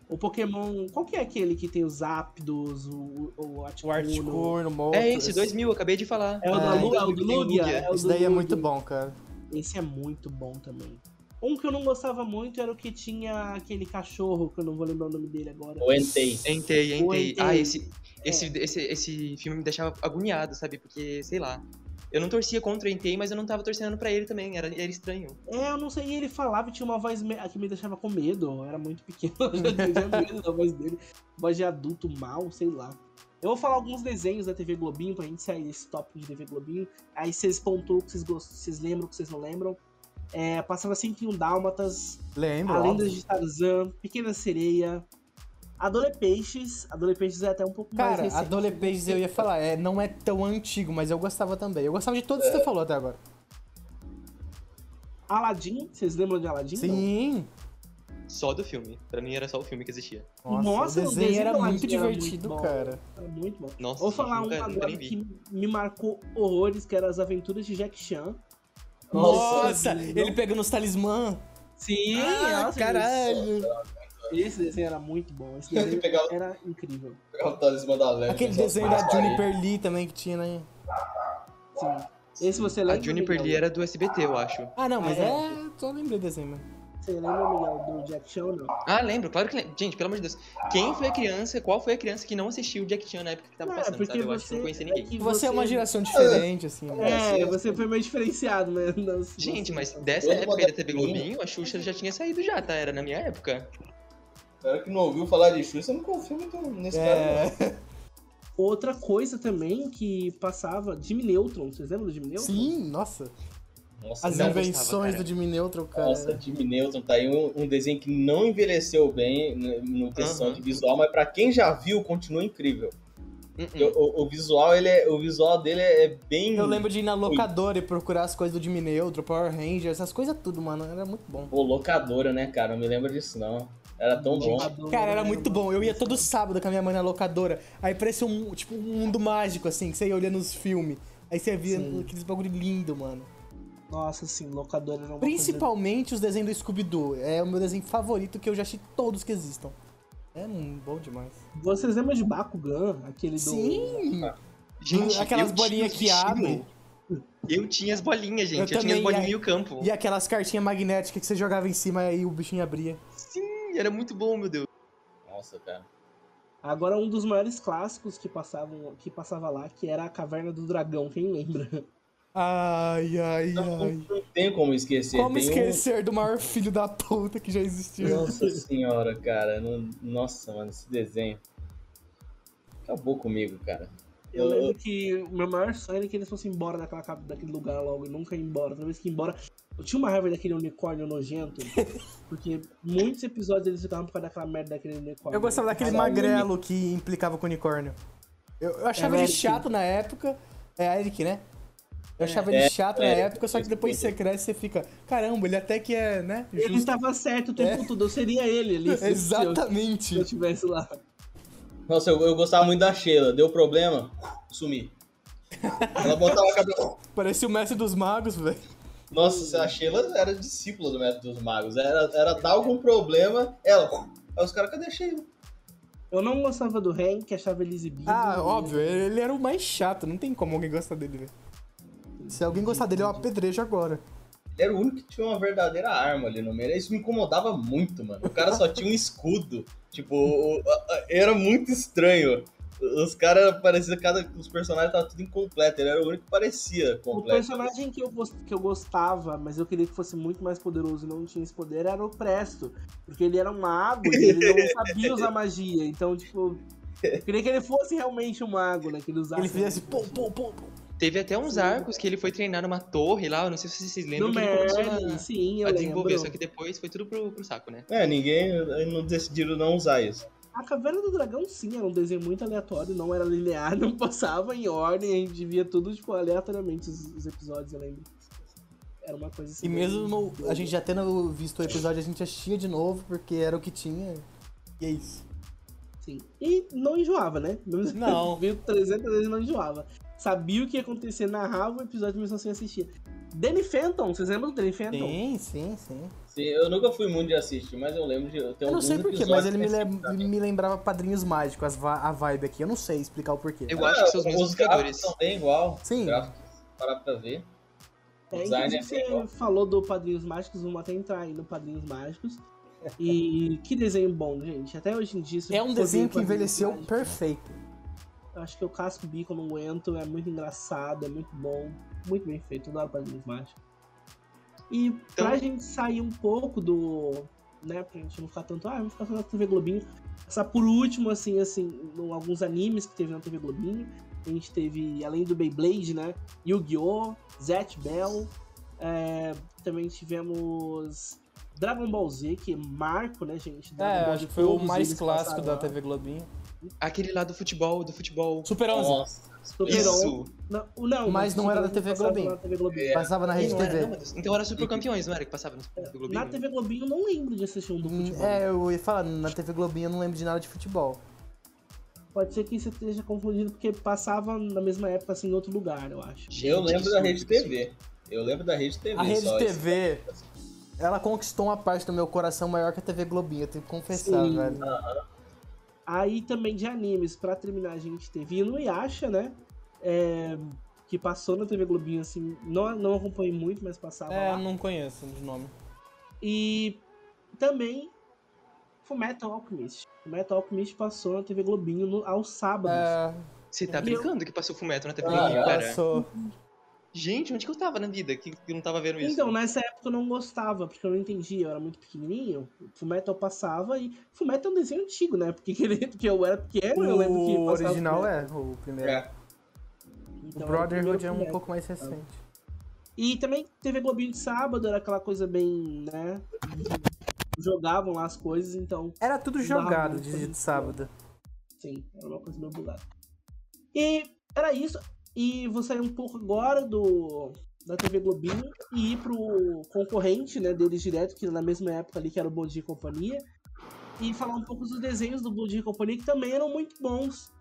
[SPEAKER 1] O Pokémon. Qual que é aquele que tem os Zapdos, o, o
[SPEAKER 2] O
[SPEAKER 1] Articuno?
[SPEAKER 2] Articuno, o Moltres.
[SPEAKER 3] É esse, 2000, eu acabei de falar.
[SPEAKER 1] É o da
[SPEAKER 2] Ah,
[SPEAKER 1] Luga, é o do
[SPEAKER 3] então tem o
[SPEAKER 1] Lugia.
[SPEAKER 3] Lugia.
[SPEAKER 1] o
[SPEAKER 2] Esse
[SPEAKER 1] do
[SPEAKER 2] daí é
[SPEAKER 1] Lugia.
[SPEAKER 2] muito bom, cara.
[SPEAKER 1] Esse é muito bom também. Um que eu não gostava muito era o que tinha aquele cachorro, que eu não vou lembrar o nome dele agora.
[SPEAKER 4] O Entei.
[SPEAKER 3] Entei,
[SPEAKER 1] O
[SPEAKER 3] entei.
[SPEAKER 1] Entei. É.
[SPEAKER 3] Ah, esse, esse, esse, esse filme me deixava agoniado, sabe? Porque, sei lá. Eu não torcia contra o Entei, mas eu não tava torcendo pra ele também. Era, era estranho.
[SPEAKER 1] É, eu não sei, e ele falava, e tinha uma voz me- que me deixava com medo. Eu era muito pequeno, eu já tinha medo da voz dele. Voz de adulto mal, sei lá. Eu vou falar alguns desenhos da TV Globinho pra gente sair desse tópico de TV Globinho. Aí vocês pontuam o que vocês gostam, vocês lembram, o que vocês não lembram. É, passava 101 Dálmatas,
[SPEAKER 2] Lembro.
[SPEAKER 1] A Lenda
[SPEAKER 2] óbvio.
[SPEAKER 1] de Tarzan, Pequena Sereia, Adolescentes. Adolescentes é até um pouco mais
[SPEAKER 2] Cara,
[SPEAKER 1] recente.
[SPEAKER 2] Adolepages eu ia falar, é, não é tão antigo, mas eu gostava também. Eu gostava de todos que você falou até agora.
[SPEAKER 1] Aladdin, vocês lembram de Aladdin?
[SPEAKER 2] Sim!
[SPEAKER 3] Só do filme. Pra mim era só o filme que existia.
[SPEAKER 1] Nossa,
[SPEAKER 2] Nossa, o
[SPEAKER 1] o
[SPEAKER 2] desenho é
[SPEAKER 1] desenho
[SPEAKER 2] era muito
[SPEAKER 1] era muito
[SPEAKER 2] divertido,
[SPEAKER 1] bom.
[SPEAKER 2] cara.
[SPEAKER 1] Não? Era muito bom.
[SPEAKER 3] Nossa, é
[SPEAKER 1] Vou falar um
[SPEAKER 3] nunca, nunca
[SPEAKER 1] agora
[SPEAKER 3] nem vi.
[SPEAKER 1] que me marcou horrores, que era As Aventuras de Jack Chan.
[SPEAKER 2] Nossa,
[SPEAKER 1] não-
[SPEAKER 2] ele pegando os talismã.
[SPEAKER 1] Sim,
[SPEAKER 2] Ah,
[SPEAKER 1] nossa,
[SPEAKER 2] caralho.
[SPEAKER 1] Esse, esse desenho era muito bom. Esse
[SPEAKER 4] Ele
[SPEAKER 1] desenho
[SPEAKER 4] pegava,
[SPEAKER 1] era incrível.
[SPEAKER 4] pegava o talismã da lenda.
[SPEAKER 2] Aquele
[SPEAKER 4] só
[SPEAKER 2] desenho
[SPEAKER 4] pra
[SPEAKER 2] da
[SPEAKER 4] parede.
[SPEAKER 2] Juniper Lee também que tinha, né?
[SPEAKER 1] Sim. Esse você lembra?
[SPEAKER 3] A Juniper
[SPEAKER 1] Miguel?
[SPEAKER 3] Lee era do SBT, eu acho.
[SPEAKER 2] Ah, não, mas
[SPEAKER 1] Ah, é.
[SPEAKER 2] é. eu Só lembrei do desenho, mano.
[SPEAKER 1] Você lembra, Miguel, do Jack Chan ou não?
[SPEAKER 3] Ah, lembro, claro que lembro. Gente, pelo amor de Deus. Quem foi a criança, qual foi a criança que não assistiu o Jack Chan na época que tava
[SPEAKER 1] Não, é
[SPEAKER 3] passando, sabe?
[SPEAKER 1] porque
[SPEAKER 3] Eu acho que
[SPEAKER 1] você...
[SPEAKER 3] não conhecia ninguém.
[SPEAKER 1] que
[SPEAKER 2] E você é uma geração diferente, assim. né?
[SPEAKER 1] É, você foi meio diferenciado, né? Não,
[SPEAKER 3] Gente,
[SPEAKER 1] não-
[SPEAKER 3] mas dessa
[SPEAKER 4] Todo
[SPEAKER 3] época aí da TV
[SPEAKER 4] moderninho.
[SPEAKER 3] Globinho, a Xuxa já tinha saído já, tá? Era na minha época.
[SPEAKER 4] Cara que não ouviu falar de Xuxa, eu não confio muito nesse cara. né?
[SPEAKER 2] É.
[SPEAKER 1] Outra coisa também que passava, Jimmy Neutron, vocês lembram do Jimmy Neutron?
[SPEAKER 2] Sim, nossa.
[SPEAKER 4] não. Nossa,
[SPEAKER 2] As
[SPEAKER 4] não.
[SPEAKER 3] gostava,
[SPEAKER 2] invenções
[SPEAKER 3] cara.
[SPEAKER 2] do Jimmy Neutron, cara.
[SPEAKER 4] Nossa, Jimmy Neutron tá aí um, um desenho que não envelheceu bem no, no questão
[SPEAKER 3] Aham.
[SPEAKER 4] de visual, mas pra quem já viu, continua incrível.
[SPEAKER 3] Hum, hum.
[SPEAKER 4] Porque O, o- o visual, ele é, o visual dele é é bem.
[SPEAKER 2] Eu lembro de ir na locadora e procurar as coisas do Jimmy Neutron, Power Rangers, essas coisas tudo, mano. Era muito bom.
[SPEAKER 4] Pô, locadora, né, cara? Não me lembro disso, não. Era tão bom.
[SPEAKER 1] Locadora,
[SPEAKER 2] Cara, era
[SPEAKER 1] né?
[SPEAKER 2] muito bom. Eu ia todo sábado com a minha mãe na locadora. Aí parecia um, tipo, um mundo mágico, assim, que você ia olhando os filmes. Aí você via
[SPEAKER 1] Sim.
[SPEAKER 2] aqueles bagulho lindo, mano.
[SPEAKER 1] Nossa, sim, locadora era uma
[SPEAKER 2] Principalmente os desenhos do Scooby-Doo. É o meu desenho favorito que eu já achei todos que existam. É hum, bom demais.
[SPEAKER 1] coisa- Vocês lembram de Bakugan? Aquele do...
[SPEAKER 2] Sim!
[SPEAKER 3] Gente,
[SPEAKER 2] aquelas
[SPEAKER 3] eu tinha
[SPEAKER 2] bolinhas
[SPEAKER 3] os
[SPEAKER 2] que
[SPEAKER 3] bichinhos.
[SPEAKER 2] abrem.
[SPEAKER 3] Eu tinha as bolinhas, gente.
[SPEAKER 2] Eu
[SPEAKER 3] Eu, tinha
[SPEAKER 2] também,
[SPEAKER 3] as bolinhas
[SPEAKER 2] e
[SPEAKER 3] e o campo.
[SPEAKER 2] E aquelas cartinhas magnéticas que você jogava em cima e aí o bichinho abria.
[SPEAKER 3] Sim, era muito bom, meu Deus.
[SPEAKER 4] Nossa, cara.
[SPEAKER 1] Agora um dos maiores clássicos que, passavam, que passava lá, que era a Caverna do Dragão, quem lembra?
[SPEAKER 2] Ai, ai,
[SPEAKER 1] Tá
[SPEAKER 2] ai.
[SPEAKER 4] Não tem como esquecer.
[SPEAKER 2] Como
[SPEAKER 4] tem um-
[SPEAKER 2] esquecer do maior filho da puta que já existiu?
[SPEAKER 4] Nossa senhora, cara. não- Nossa, mano, esse desenho. Acabou comigo, cara.
[SPEAKER 1] Eu
[SPEAKER 4] Eu-
[SPEAKER 1] lembro que o meu maior sonho era que eles fossem embora daquela, ca- daquele lugar logo e nunca ir embora. Toda vez que ia embora. Eu tinha uma raiva daquele unicórnio nojento. porque muitos episódios eles ficavam por causa daquela merda daquele unicórnio.
[SPEAKER 2] Eu gostava daquele
[SPEAKER 1] Cada um-
[SPEAKER 2] magrelo que implicava com unicórnio. Eu, eu achava
[SPEAKER 1] Era
[SPEAKER 2] ele
[SPEAKER 1] Eric.
[SPEAKER 2] chato na época. É Eric, né? Eu
[SPEAKER 1] É,
[SPEAKER 2] achava ele chato na
[SPEAKER 4] Eric.
[SPEAKER 2] época, só que depois você cresce e você fica, caramba, ele até que é, né?
[SPEAKER 1] Ele
[SPEAKER 2] justo." É.
[SPEAKER 1] estava certo o tempo todo, eu seria ele ali. se- se eu- Se eu
[SPEAKER 2] Exatamente.
[SPEAKER 1] estivesse lá.
[SPEAKER 4] Nossa, eu, eu gostava muito da Sheila. Deu problema, sumi. Ela botava a cabeça.
[SPEAKER 2] Parecia o mestre dos magos, velho.
[SPEAKER 4] Nossa, a Sheila era discípula do Método dos Magos. Era, era dar algum problema, ela. Aí os caras, cadê a Sheila?
[SPEAKER 1] Eu não gostava do Ren, que achava ele exibido.
[SPEAKER 2] Ah,
[SPEAKER 1] e-
[SPEAKER 2] óbvio, ele era o mais chato, não tem como alguém gostar dele, velho. Se alguém gostar dele, eu apedrejo agora.
[SPEAKER 4] Ele era o único que tinha uma verdadeira arma ali no meio. né? Isso me incomodava muito, mano. O cara só tinha um escudo. Tipo, o- o- a- a- era muito estranho. Os caras pareciam, cada. Os personagens estavam tudo incompleto. Ele era o único que parecia
[SPEAKER 1] O
[SPEAKER 4] completo.
[SPEAKER 1] personagem que eu, gos- que eu gostava, mas eu queria que fosse muito mais poderoso e não tinha esse poder, era o Presto. Porque ele era um mago e ele não sabia usar magia. Então, tipo, Queria que ele fosse realmente um mago, né? Que ele usasse.
[SPEAKER 2] Ele fizesse pum, pum, pum, pum.
[SPEAKER 3] Teve até uns arcos que ele foi treinar numa torre lá, eu não sei se vocês lembram.
[SPEAKER 1] No
[SPEAKER 3] que ele começou
[SPEAKER 1] Merlin, sim,
[SPEAKER 3] a,
[SPEAKER 1] eu
[SPEAKER 3] a desenvolver,
[SPEAKER 1] lembro.
[SPEAKER 3] só que depois foi tudo pro, pro saco, né?
[SPEAKER 4] É, ninguém não decidiram não usar isso.
[SPEAKER 1] A Caverna do Dragão, sim, era um desenho muito aleatório, não era linear, não passava em ordem, a gente via tudo, tipo, aleatoriamente os, os episódios, eu lembro. Era uma coisa assim.
[SPEAKER 2] E
[SPEAKER 1] bem-
[SPEAKER 2] mesmo no- a gente já tendo visto o episódio, a gente assistia de novo, porque era o que tinha. E é isso.
[SPEAKER 1] Sim. E não enjoava, né?
[SPEAKER 2] Não.
[SPEAKER 1] Viu 300 vezes e não enjoava. Sabia o que ia acontecer, narrava o episódio mesmo assim assistia. Danny Phantom, vocês lembram do Danny Phantom?
[SPEAKER 2] Sim, sim, sim.
[SPEAKER 4] Sim, eu nunca fui muito de assistir, mas eu lembro de. Eu, tenho
[SPEAKER 2] Eu não sei
[SPEAKER 4] alguns
[SPEAKER 2] porquê, mas
[SPEAKER 4] episódios
[SPEAKER 2] ele me,
[SPEAKER 4] que é
[SPEAKER 2] lem-
[SPEAKER 4] assisti também.
[SPEAKER 2] me lembrava Padrinhos Mágicos, as va- a vibe aqui. Eu não sei explicar o porquê.
[SPEAKER 3] Eu acho que são os mesmos
[SPEAKER 4] Ah,
[SPEAKER 3] criadores.
[SPEAKER 4] gráficos são bem igual.
[SPEAKER 2] Sim.
[SPEAKER 4] Os gráficos, parar pra ver.
[SPEAKER 1] É,
[SPEAKER 4] Design
[SPEAKER 1] inclusive,
[SPEAKER 4] é bem bom.
[SPEAKER 1] você falou do Padrinhos Mágicos, vamos até entrar aí no Padrinhos Mágicos. E que desenho bom, gente. Até hoje em dia. se
[SPEAKER 2] É um
[SPEAKER 1] for
[SPEAKER 2] desenho
[SPEAKER 1] ver
[SPEAKER 2] que
[SPEAKER 1] Padrinhos
[SPEAKER 2] envelheceu
[SPEAKER 1] Mágicos,
[SPEAKER 2] perfeito.
[SPEAKER 1] Eu acho que eu casco o bico, eu não aguento, é muito engraçado, é muito bom, muito bem feito, eu adoro Padrinhos Mágicos. E pra gente sair um pouco do. né, pra gente não ficar tanto, ah, vamos ficar só na TV Globinho, passar por último, assim, assim, no- alguns animes que teve na TV Globinho. A gente teve, além do Beyblade, né? Yu-Gi-Oh! Zet Bell. é, também tivemos Dragon Ball Z, que é marco, né, gente?
[SPEAKER 2] É,
[SPEAKER 1] Dragon Ball Z, todos eles passaram lá.
[SPEAKER 2] Globinho.
[SPEAKER 3] Aquele lá do futebol, do futebol.
[SPEAKER 2] Super 11.
[SPEAKER 4] Nossa,
[SPEAKER 1] Super
[SPEAKER 3] Isso.
[SPEAKER 1] 11. Não, não,
[SPEAKER 2] Mas não era da TV
[SPEAKER 1] passava
[SPEAKER 2] Globinho.
[SPEAKER 1] na TV Globinho.
[SPEAKER 4] É.
[SPEAKER 2] Passava na Rede
[SPEAKER 3] Não era, não,
[SPEAKER 2] TV.
[SPEAKER 3] meu Deus. então era super campeões, não era? Que passava no Super Globinho.
[SPEAKER 1] Na TV Globinho eu não lembro de assistir um do
[SPEAKER 2] Hum,
[SPEAKER 1] futebol.
[SPEAKER 2] É, eu ia falar, na TV Globinho eu não lembro de nada de futebol.
[SPEAKER 1] Pode ser que você esteja confundido porque passava na mesma época assim em outro lugar, eu acho.
[SPEAKER 3] Gente,
[SPEAKER 4] eu lembro da
[SPEAKER 3] absurdo,
[SPEAKER 4] Rede
[SPEAKER 3] absurdo.
[SPEAKER 4] TV. Eu lembro da Rede TV.
[SPEAKER 2] A Rede
[SPEAKER 4] só, isso.
[SPEAKER 2] TV, ela conquistou uma parte do meu coração maior que a TV Globinho, eu tenho que confessar,
[SPEAKER 1] Sim.
[SPEAKER 2] velho.
[SPEAKER 1] Aí também de animes, pra terminar a gente teve Inuyasha, né? É, que passou na TV Globinho assim, não, não acompanhei muito, mas passava lá.
[SPEAKER 2] É, não conheço de nome.
[SPEAKER 1] E também Fullmetal Alchemist. Fullmetal Alchemist passou na TV Globinho no- aos sábados.
[SPEAKER 2] É,
[SPEAKER 3] Você tá
[SPEAKER 1] Eu-
[SPEAKER 3] brincando que passou fumeto na TV
[SPEAKER 4] Ah,
[SPEAKER 3] Globinho, cara?
[SPEAKER 2] passou.
[SPEAKER 3] Gente, onde que eu tava na vida que que eu não tava vendo isso?
[SPEAKER 1] Então,
[SPEAKER 2] né?
[SPEAKER 1] nessa época eu não gostava, porque eu não entendia, eu era muito pequenininho. Fullmetal passava e. Fullmetal é um desenho antigo, né? Porque, ele- porque eu era pequeno, eu lembro que.
[SPEAKER 2] O
[SPEAKER 1] passava
[SPEAKER 2] original
[SPEAKER 1] Fullmetal.
[SPEAKER 2] é o primeiro.
[SPEAKER 4] É.
[SPEAKER 1] Então, era
[SPEAKER 2] O
[SPEAKER 1] o
[SPEAKER 2] Brotherhood é
[SPEAKER 1] primeiro
[SPEAKER 2] um
[SPEAKER 1] Fullmetal.
[SPEAKER 2] pouco mais recente.
[SPEAKER 1] E também teve Globinho de sábado, era aquela coisa bem, né? Jogavam lá as coisas, então,
[SPEAKER 2] Era tudo
[SPEAKER 1] Barra
[SPEAKER 2] jogado
[SPEAKER 1] muito
[SPEAKER 2] de, de
[SPEAKER 1] bonito.
[SPEAKER 2] sábado.
[SPEAKER 1] sim, era uma coisa meio bugada. E era isso. E vou sair um pouco agora do da TV Globinho e ir pro concorrente, né, deles direto, que na mesma época ali que era o Bom Dia e Companhia, e falar um pouco dos desenhos do Bom Dia e Companhia, que também eram muito bons.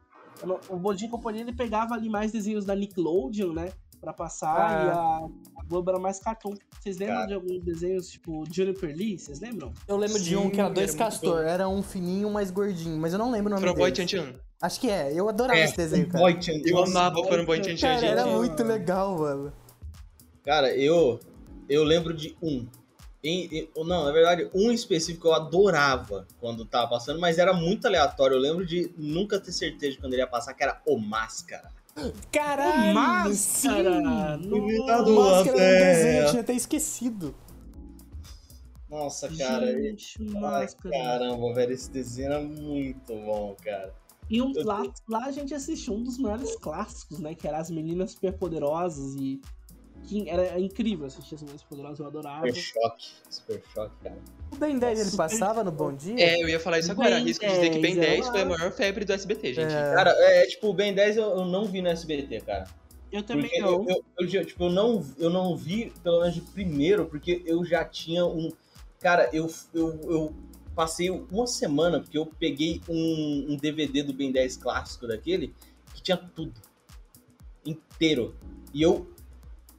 [SPEAKER 1] O Bom Dia e Companhia, ele pegava ali mais desenhos da Nickelodeon, né, pra passar,
[SPEAKER 2] Ah.
[SPEAKER 1] e a, a Globo era mais cartoon. Vocês lembram
[SPEAKER 4] Cara.
[SPEAKER 1] de alguns desenhos, tipo Juniper Lee, vocês lembram?
[SPEAKER 2] Eu lembro de um que era dois
[SPEAKER 3] era muito
[SPEAKER 2] castor, era um fininho, mais gordinho, mas eu não lembro o nome
[SPEAKER 3] Fanboy Chan
[SPEAKER 2] dele.
[SPEAKER 3] Chan.
[SPEAKER 2] Acho que é, eu adorava esse desenho, cara.
[SPEAKER 4] Boy Chan-
[SPEAKER 3] Eu
[SPEAKER 4] Nossa,
[SPEAKER 3] amava o Fanboy Chan Chan,
[SPEAKER 2] Cara,
[SPEAKER 3] gente.
[SPEAKER 2] era muito legal, mano.
[SPEAKER 4] Cara, eu, eu lembro de um. Em- em- ou não, na verdade, um específico eu adorava quando tava passando, mas era muito aleatório. Eu lembro de nunca ter certeza de quando ele ia passar, que era o Máscara.
[SPEAKER 2] Caralho,
[SPEAKER 1] Máscara!
[SPEAKER 4] Imitador.
[SPEAKER 1] Nossa,
[SPEAKER 2] Máscara era um
[SPEAKER 4] É.
[SPEAKER 2] desenho, eu tinha até esquecido.
[SPEAKER 4] Nossa, cara. ele-
[SPEAKER 1] Gente,
[SPEAKER 4] Ai,
[SPEAKER 1] máscara.
[SPEAKER 4] caramba, velho, esse desenho era muito bom, cara.
[SPEAKER 1] E um,
[SPEAKER 4] Eu-
[SPEAKER 1] lá, lá a gente assistiu um dos maiores clássicos, né? Que era As Meninas Superpoderosas e. Que era incrível assistir As Meninas Superpoderosas, eu adorava.
[SPEAKER 4] Super choque, super choque, cara.
[SPEAKER 2] O Ben 10 ele
[SPEAKER 1] Super
[SPEAKER 2] passava no Bom Dia?
[SPEAKER 3] É, eu ia falar isso agora.
[SPEAKER 1] Ben
[SPEAKER 3] Risco de dizer que Ben
[SPEAKER 1] 10,
[SPEAKER 3] 10
[SPEAKER 1] ela-
[SPEAKER 3] foi a maior febre do SBT, gente.
[SPEAKER 4] Cara, é, é, tipo, o Ben 10 eu, eu não vi no SBT, cara.
[SPEAKER 1] Eu também
[SPEAKER 4] porque
[SPEAKER 1] não.
[SPEAKER 4] Eu, eu, eu já- tipo, eu, não, eu não vi, pelo menos de primeiro, porque eu já tinha um. Cara, eu, eu, eu passei uma semana, porque eu peguei um, um DVD do Ben 10 clássico daquele, que tinha tudo. Inteiro. E eu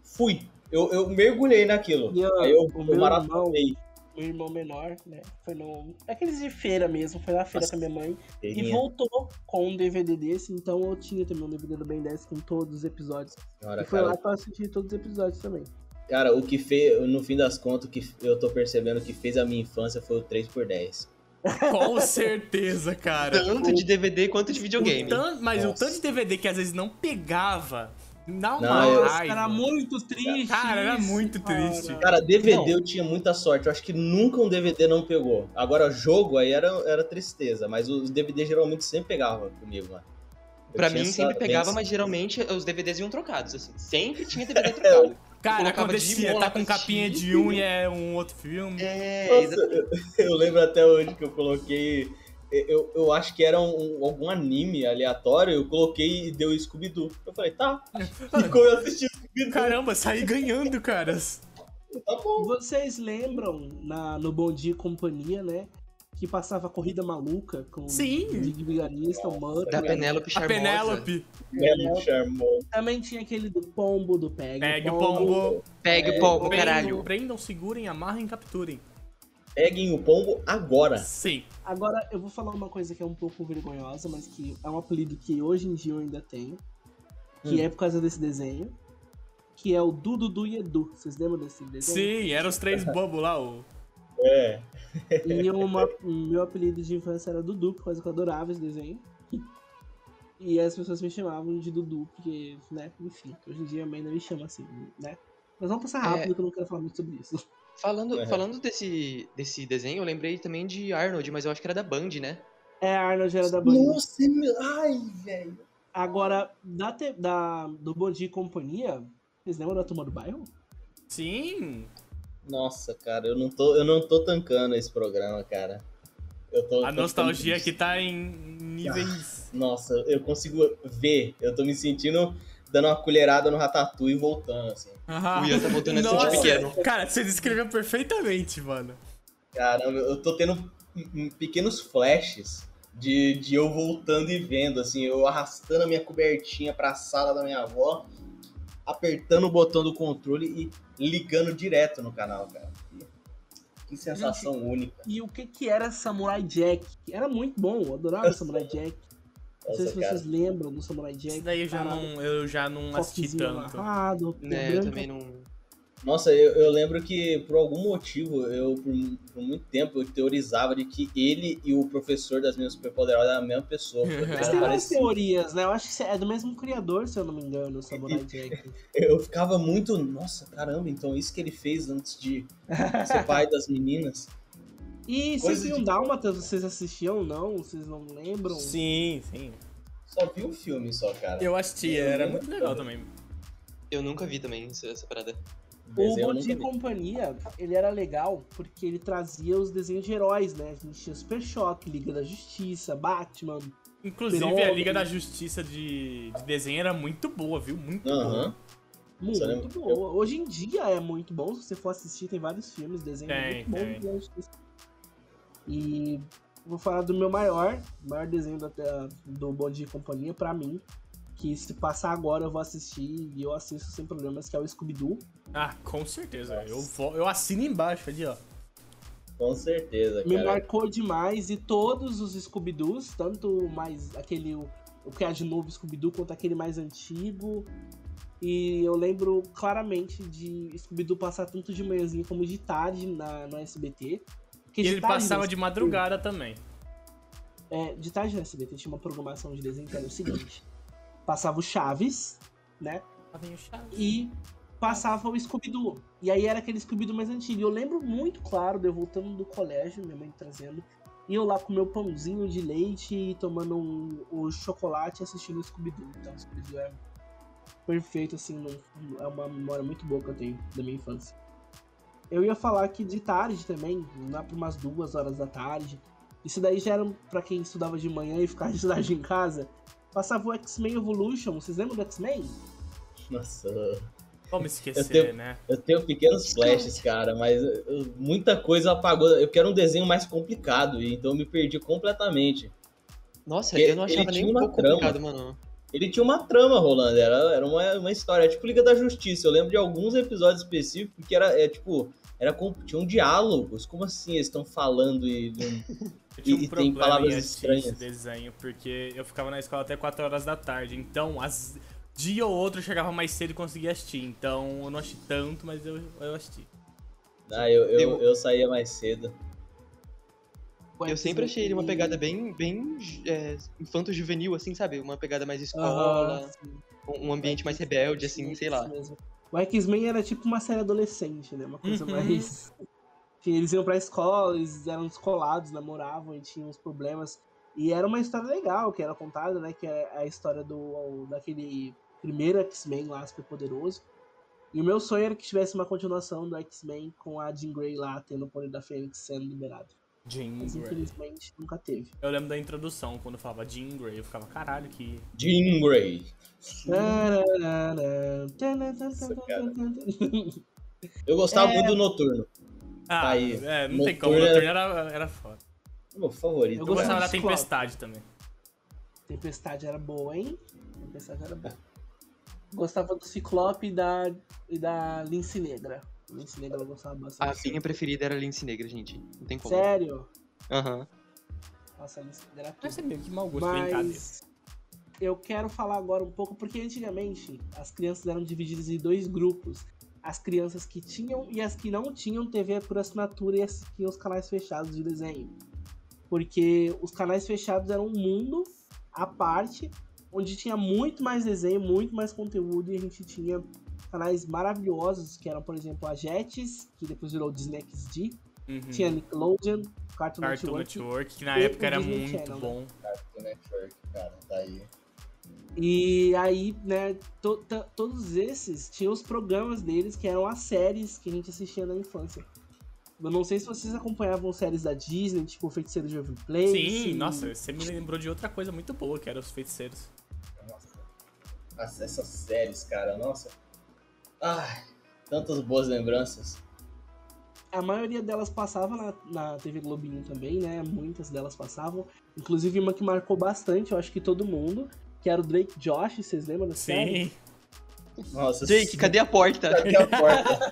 [SPEAKER 4] fui. Eu, eu mergulhei naquilo.
[SPEAKER 1] E, ó,
[SPEAKER 4] Aí eu,
[SPEAKER 1] o
[SPEAKER 4] eu
[SPEAKER 1] meu
[SPEAKER 4] maratonei.
[SPEAKER 1] Meu irmão menor, né? Foi no. Aqueles de feira mesmo, foi na feira
[SPEAKER 4] Nossa.
[SPEAKER 1] com a minha mãe. E voltou com um DVD desse, então eu tinha também um DVD do Ben 10 com todos os episódios.
[SPEAKER 4] é, Senhora,
[SPEAKER 1] e foi
[SPEAKER 4] cara,
[SPEAKER 1] lá que eu assisti todos os episódios também.
[SPEAKER 4] Cara, o que fez, no fim das contas, o que eu tô percebendo que fez a minha infância foi o 3x10.
[SPEAKER 2] É, Com certeza, cara.
[SPEAKER 3] Tanto de DVD quanto de videogame.
[SPEAKER 2] mas
[SPEAKER 4] o Nossa. tanto
[SPEAKER 2] de DVD que às vezes não pegava, Não,
[SPEAKER 4] Não,
[SPEAKER 2] mas-
[SPEAKER 4] eu-
[SPEAKER 1] Nossa,
[SPEAKER 2] ai,
[SPEAKER 1] era
[SPEAKER 2] mano.
[SPEAKER 1] muito triste.
[SPEAKER 2] Cara, era
[SPEAKER 1] isso,
[SPEAKER 2] muito triste.
[SPEAKER 4] Cara, DVD
[SPEAKER 3] Não.
[SPEAKER 4] eu tinha muita sorte. Eu acho que nunca um DVD não pegou. Agora, jogo aí era, era tristeza, mas os DVD geralmente sempre pegavam comigo, mano. Eu
[SPEAKER 3] Pra
[SPEAKER 4] tinha
[SPEAKER 3] mim
[SPEAKER 4] essa
[SPEAKER 3] sempre pegava,
[SPEAKER 4] benção.
[SPEAKER 3] mas geralmente os DVDs iam trocados, assim. Sempre tinha
[SPEAKER 4] É,
[SPEAKER 3] DVD trocado.
[SPEAKER 2] Cara,
[SPEAKER 3] colocava de
[SPEAKER 2] acontecia,
[SPEAKER 3] boa
[SPEAKER 2] tá
[SPEAKER 3] lá
[SPEAKER 2] com
[SPEAKER 3] pra
[SPEAKER 2] capinha
[SPEAKER 3] assistir.
[SPEAKER 2] de um e é um outro filme.
[SPEAKER 3] É,
[SPEAKER 4] Nossa,
[SPEAKER 3] exatamente.
[SPEAKER 4] eu, eu lembro até hoje que eu coloquei. Eu, eu acho que era um- algum anime aleatório, eu coloquei e deu Scooby-Doo. Eu falei, tá. E como eu assisti Scooby-Doo,
[SPEAKER 2] Caramba, saí ganhando, caras.
[SPEAKER 4] tá bom.
[SPEAKER 1] Vocês lembram na, no Bom Dia e Companhia, né? Que passava corrida maluca com
[SPEAKER 2] Sim.
[SPEAKER 1] o Big Vigarista, o né? Mano.
[SPEAKER 3] Da Penélope
[SPEAKER 2] A
[SPEAKER 3] Charmosa.
[SPEAKER 2] Penélope.
[SPEAKER 4] Melo charmoso.
[SPEAKER 1] Também tinha aquele do pombo, do pegue.
[SPEAKER 2] Pegue o pombo.
[SPEAKER 3] Pegue
[SPEAKER 4] É,
[SPEAKER 3] o pombo,
[SPEAKER 2] prendam-
[SPEAKER 3] caralho.
[SPEAKER 2] Prendam, segurem, amarrem, capturem.
[SPEAKER 4] Peguem o pombo
[SPEAKER 3] É.
[SPEAKER 4] agora.
[SPEAKER 2] Sim.
[SPEAKER 1] Agora, eu vou falar uma coisa que é um pouco vergonhosa, mas que é um apelido que hoje em dia eu ainda tenho. Que
[SPEAKER 4] Hum.
[SPEAKER 1] é por causa desse desenho. Que é o Dudu Dudu e Edu. Vocês lembram desse desenho?
[SPEAKER 2] Sim, eram os três bobos lá, o.
[SPEAKER 4] É.
[SPEAKER 1] E uma- meu apelido de infância era Dudu, por causa que eu adorava esse desenho. E as pessoas me chamavam de Dudu, porque, né, enfim, hoje em dia a mãe ainda me chama assim, né? Mas vamos passar rápido
[SPEAKER 3] É.
[SPEAKER 1] que eu não quero falar muito sobre isso.
[SPEAKER 3] Falando,
[SPEAKER 4] É.
[SPEAKER 3] falando desse, desse desenho, eu lembrei também de Arnold, mas eu acho que era da Band, né?
[SPEAKER 1] É, a Arnold era da Band.
[SPEAKER 4] Nossa, é meu. Ai, velho.
[SPEAKER 1] Agora, da, te- da- do Bom Dia e Companhia, vocês lembram da Turma do Bairro?
[SPEAKER 2] Sim.
[SPEAKER 4] Nossa, cara, eu não tô, eu não tô tancando esse programa, cara. Eu tô,
[SPEAKER 2] A
[SPEAKER 4] tô ficando
[SPEAKER 2] nostalgia
[SPEAKER 4] triste.
[SPEAKER 2] aqui tá em níveis.
[SPEAKER 4] Nossa, eu consigo ver. Eu tô me sentindo dando uma colherada no ratatouille e voltando, assim.
[SPEAKER 2] Ah.
[SPEAKER 3] O Ian tá voltando a se
[SPEAKER 2] Nossa.
[SPEAKER 3] sentir pequeno.
[SPEAKER 2] Cara, você descreveu perfeitamente, mano.
[SPEAKER 4] Caramba, eu tô tendo hum, hum, pequenos flashes de, de eu voltando e vendo, assim, eu arrastando a minha cobertinha pra sala da minha avó, apertando o botão do controle e ligando direto no canal, cara. Que sensação única.
[SPEAKER 1] E o que que era Samurai Jack? Era muito bom, eu adorava Samurai Jack. Não sei
[SPEAKER 4] Nossa,
[SPEAKER 1] se
[SPEAKER 4] cara.
[SPEAKER 1] vocês lembram do Samurai Jack.
[SPEAKER 2] Isso daí eu já não, eu já não assisti
[SPEAKER 1] Foquezinho
[SPEAKER 2] tanto.
[SPEAKER 1] amarrado,
[SPEAKER 4] é
[SPEAKER 3] Né, eu
[SPEAKER 1] branca.
[SPEAKER 3] também não.
[SPEAKER 4] Nossa, eu, eu lembro que por algum motivo, eu por, por muito tempo, eu teorizava de que ele e o professor das minhas superpoderosas eram a mesma pessoa. porque eles
[SPEAKER 1] Mas
[SPEAKER 4] eram
[SPEAKER 1] tem umas
[SPEAKER 4] parecidos.
[SPEAKER 1] teorias, né? Eu acho que é do mesmo criador, se eu não me engano, o Samurai Jack.
[SPEAKER 4] Eu ficava muito, nossa, caramba, então isso que ele fez antes de ser pai das meninas.
[SPEAKER 1] E
[SPEAKER 4] Coisa
[SPEAKER 1] sempre um
[SPEAKER 4] de-
[SPEAKER 1] Dálmatas, vocês assistiam ou não? Vocês não lembram?
[SPEAKER 2] Sim, sim.
[SPEAKER 4] Só vi o filme só, cara.
[SPEAKER 2] Eu assisti, era muito legal também.
[SPEAKER 3] Eu nunca vi também essa, essa parada.
[SPEAKER 1] O
[SPEAKER 4] Desenho eu
[SPEAKER 1] Bom
[SPEAKER 4] nunca
[SPEAKER 1] Dia e
[SPEAKER 4] vi.
[SPEAKER 1] Companhia, ele era legal porque ele trazia os desenhos de heróis, né? A gente tinha Super Choque, Liga da Justiça, Batman.
[SPEAKER 2] Inclusive,
[SPEAKER 1] Pirou-
[SPEAKER 2] a Liga da Justiça de, de desenho era muito boa, viu? Muito
[SPEAKER 4] Aham.
[SPEAKER 1] Muito
[SPEAKER 4] lembra?
[SPEAKER 1] boa. Hoje em dia é muito bom. Se você for assistir, tem vários filmes, desenhos
[SPEAKER 2] Tem,
[SPEAKER 1] muito bons.
[SPEAKER 2] tem.
[SPEAKER 1] de Liga da Justiça. E vou falar do meu maior, maior desenho da- da- do Bom Dia e Companhia, pra mim. Que se passar agora eu vou assistir e eu assisto sem problemas, que é o Scooby-Doo.
[SPEAKER 2] boa. Ah, com certeza.
[SPEAKER 4] Nossa.
[SPEAKER 2] Eu, vou- eu assino embaixo ali, ó.
[SPEAKER 4] Com certeza,
[SPEAKER 1] Me
[SPEAKER 4] cara.
[SPEAKER 1] marcou demais e todos os Scooby-Doos, tanto o mais aquele o o que é de novo Scooby-Doo quanto aquele mais antigo. E eu lembro claramente de Scooby-Doo passar tanto de manhãzinha como de tarde na, no SBT. Porque
[SPEAKER 2] E ele
[SPEAKER 1] tarde
[SPEAKER 2] passava
[SPEAKER 1] no-
[SPEAKER 2] de madrugada também.
[SPEAKER 1] é, de tarde no SBT tinha uma programação de desenho que era o seguinte: passava o Chaves, né? e passava o Scooby-Doo. E aí era aquele Scooby-Doo mais antigo. E Eu lembro muito claro de eu voltando do colégio, minha mãe trazendo, e eu lá com meu pãozinho de leite e tomando um- o chocolate e assistindo o Scooby-Doo. Então o Scooby-Doo é perfeito, assim, não- é uma memória muito boa que eu tenho da minha infância. Eu ia falar que de tarde também, lá por umas duas horas da tarde, isso daí já era pra quem estudava de manhã e ficava de tarde em casa, passava o X-Men Evolution. Vocês lembram do X-Men?
[SPEAKER 4] Nossa,
[SPEAKER 2] Vamos esquecer,
[SPEAKER 4] tenho-
[SPEAKER 2] né?
[SPEAKER 4] eu tenho pequenos flashes, cara, mas eu- muita coisa apagou. Eu quero um desenho mais complicado, e então eu me perdi completamente.
[SPEAKER 3] Nossa,
[SPEAKER 4] Ele-
[SPEAKER 3] eu não
[SPEAKER 4] ele
[SPEAKER 3] achava
[SPEAKER 4] tinha
[SPEAKER 3] nem um
[SPEAKER 4] uma
[SPEAKER 3] pouco
[SPEAKER 4] trama.
[SPEAKER 3] complicado, mano.
[SPEAKER 4] Ele tinha uma trama rolando, era, era uma, uma história, tipo Liga da Justiça. Eu lembro de alguns episódios específicos que era, é, tipo, era com, tinha um diálogos. Como assim eles estão falando e não
[SPEAKER 2] Eu tinha um
[SPEAKER 4] e- e tem
[SPEAKER 2] problema
[SPEAKER 4] palavras
[SPEAKER 2] em assistir esse
[SPEAKER 4] estranhas.
[SPEAKER 2] desenho, porque eu ficava na escola até 4 horas da tarde. Então, às- dia ou outro eu chegava mais cedo e conseguia assistir. Então, eu não assisti tanto, mas eu, eu assisti.
[SPEAKER 4] Ah, eu, eu,
[SPEAKER 3] Eu-
[SPEAKER 4] eu saía mais cedo.
[SPEAKER 3] Eu sempre achei ele uma pegada bem, bem é, infanto-juvenil, assim, sabe? Uma pegada mais escola, um um ambiente mais rebelde, assim, sei lá.
[SPEAKER 1] O X-Men era tipo uma série adolescente, né? Uma coisa
[SPEAKER 2] Uhum.
[SPEAKER 1] mais. Que eles iam pra escola, eles eram descolados, namoravam e tinham uns problemas. E era uma história legal que era contada, né? Que é a história do daquele primeiro X-Men lá, super poderoso. E o meu sonho era que tivesse uma continuação do X-Men com a Jean Grey lá tendo o poder da Fênix sendo liberado.
[SPEAKER 5] Jean
[SPEAKER 3] é.
[SPEAKER 1] Mas
[SPEAKER 5] Grey.
[SPEAKER 1] infelizmente nunca teve.
[SPEAKER 5] Eu lembro da introdução, quando falava Jean Grey, eu ficava, caralho, que.
[SPEAKER 4] Jean Grey. Eu gostava muito do Noturno.
[SPEAKER 5] Ah,
[SPEAKER 4] Aí,
[SPEAKER 5] é, não tem como, o
[SPEAKER 4] Noturno
[SPEAKER 5] Noturno era, era foda.
[SPEAKER 4] Meu favorito. né?
[SPEAKER 1] Eu
[SPEAKER 5] Eu gostava
[SPEAKER 1] de
[SPEAKER 5] da
[SPEAKER 1] Scott.
[SPEAKER 5] Tempestade também.
[SPEAKER 1] Tempestade era boa, hein? Tempestade era boa. Gostava do Ciclope e da, e da Lince Negra. Lince Negra eu gostava
[SPEAKER 3] A
[SPEAKER 1] bastante.
[SPEAKER 3] minha preferida era a Lince Negra, gente. Não tem como.
[SPEAKER 1] Sério?
[SPEAKER 3] Aham.
[SPEAKER 1] Nossa, a Lince Negra era tudo.
[SPEAKER 5] Mas é meio que mau gosto, brincadeira.
[SPEAKER 1] Mas eu quero falar agora um pouco, porque antigamente as crianças eram divididas em dois grupos. As crianças que tinham e as que não tinham TV por assinatura e as que tinham os canais fechados de desenho. Porque os canais fechados eram um mundo à parte, onde tinha muito mais desenho, muito mais conteúdo, e a gente tinha canais maravilhosos, que eram, por exemplo, a Jetix, que depois virou Disney XD,
[SPEAKER 5] Uhum.
[SPEAKER 1] tinha Nickelodeon, Cartoon,
[SPEAKER 5] Cartoon
[SPEAKER 1] Network,
[SPEAKER 5] Network, que na
[SPEAKER 1] e
[SPEAKER 5] época
[SPEAKER 1] o
[SPEAKER 5] era
[SPEAKER 1] Disney
[SPEAKER 5] muito
[SPEAKER 1] Channel, né?
[SPEAKER 5] bom.
[SPEAKER 4] do Network, cara. Tá aí.
[SPEAKER 1] E aí, né, to- to- todos esses tinham os programas deles, que eram as séries que a gente assistia na infância. Eu não sei se vocês acompanhavam séries da Disney, tipo Feiticeiro de Overplay.
[SPEAKER 5] Sim, nossa, você me lembrou de outra coisa muito boa, que era os feiticeiros.
[SPEAKER 4] Nossa. As- Essas séries, cara. Nossa. Ai, tantas boas lembranças.
[SPEAKER 1] A maioria delas passava na, na TV Globinho também, né? Muitas delas passavam. Inclusive uma que marcou bastante, eu acho que todo mundo, que era o Drake Josh, vocês lembram da série?
[SPEAKER 5] Sim.
[SPEAKER 4] Nossa.
[SPEAKER 3] Jake, cadê a porta?
[SPEAKER 4] Cadê a porta?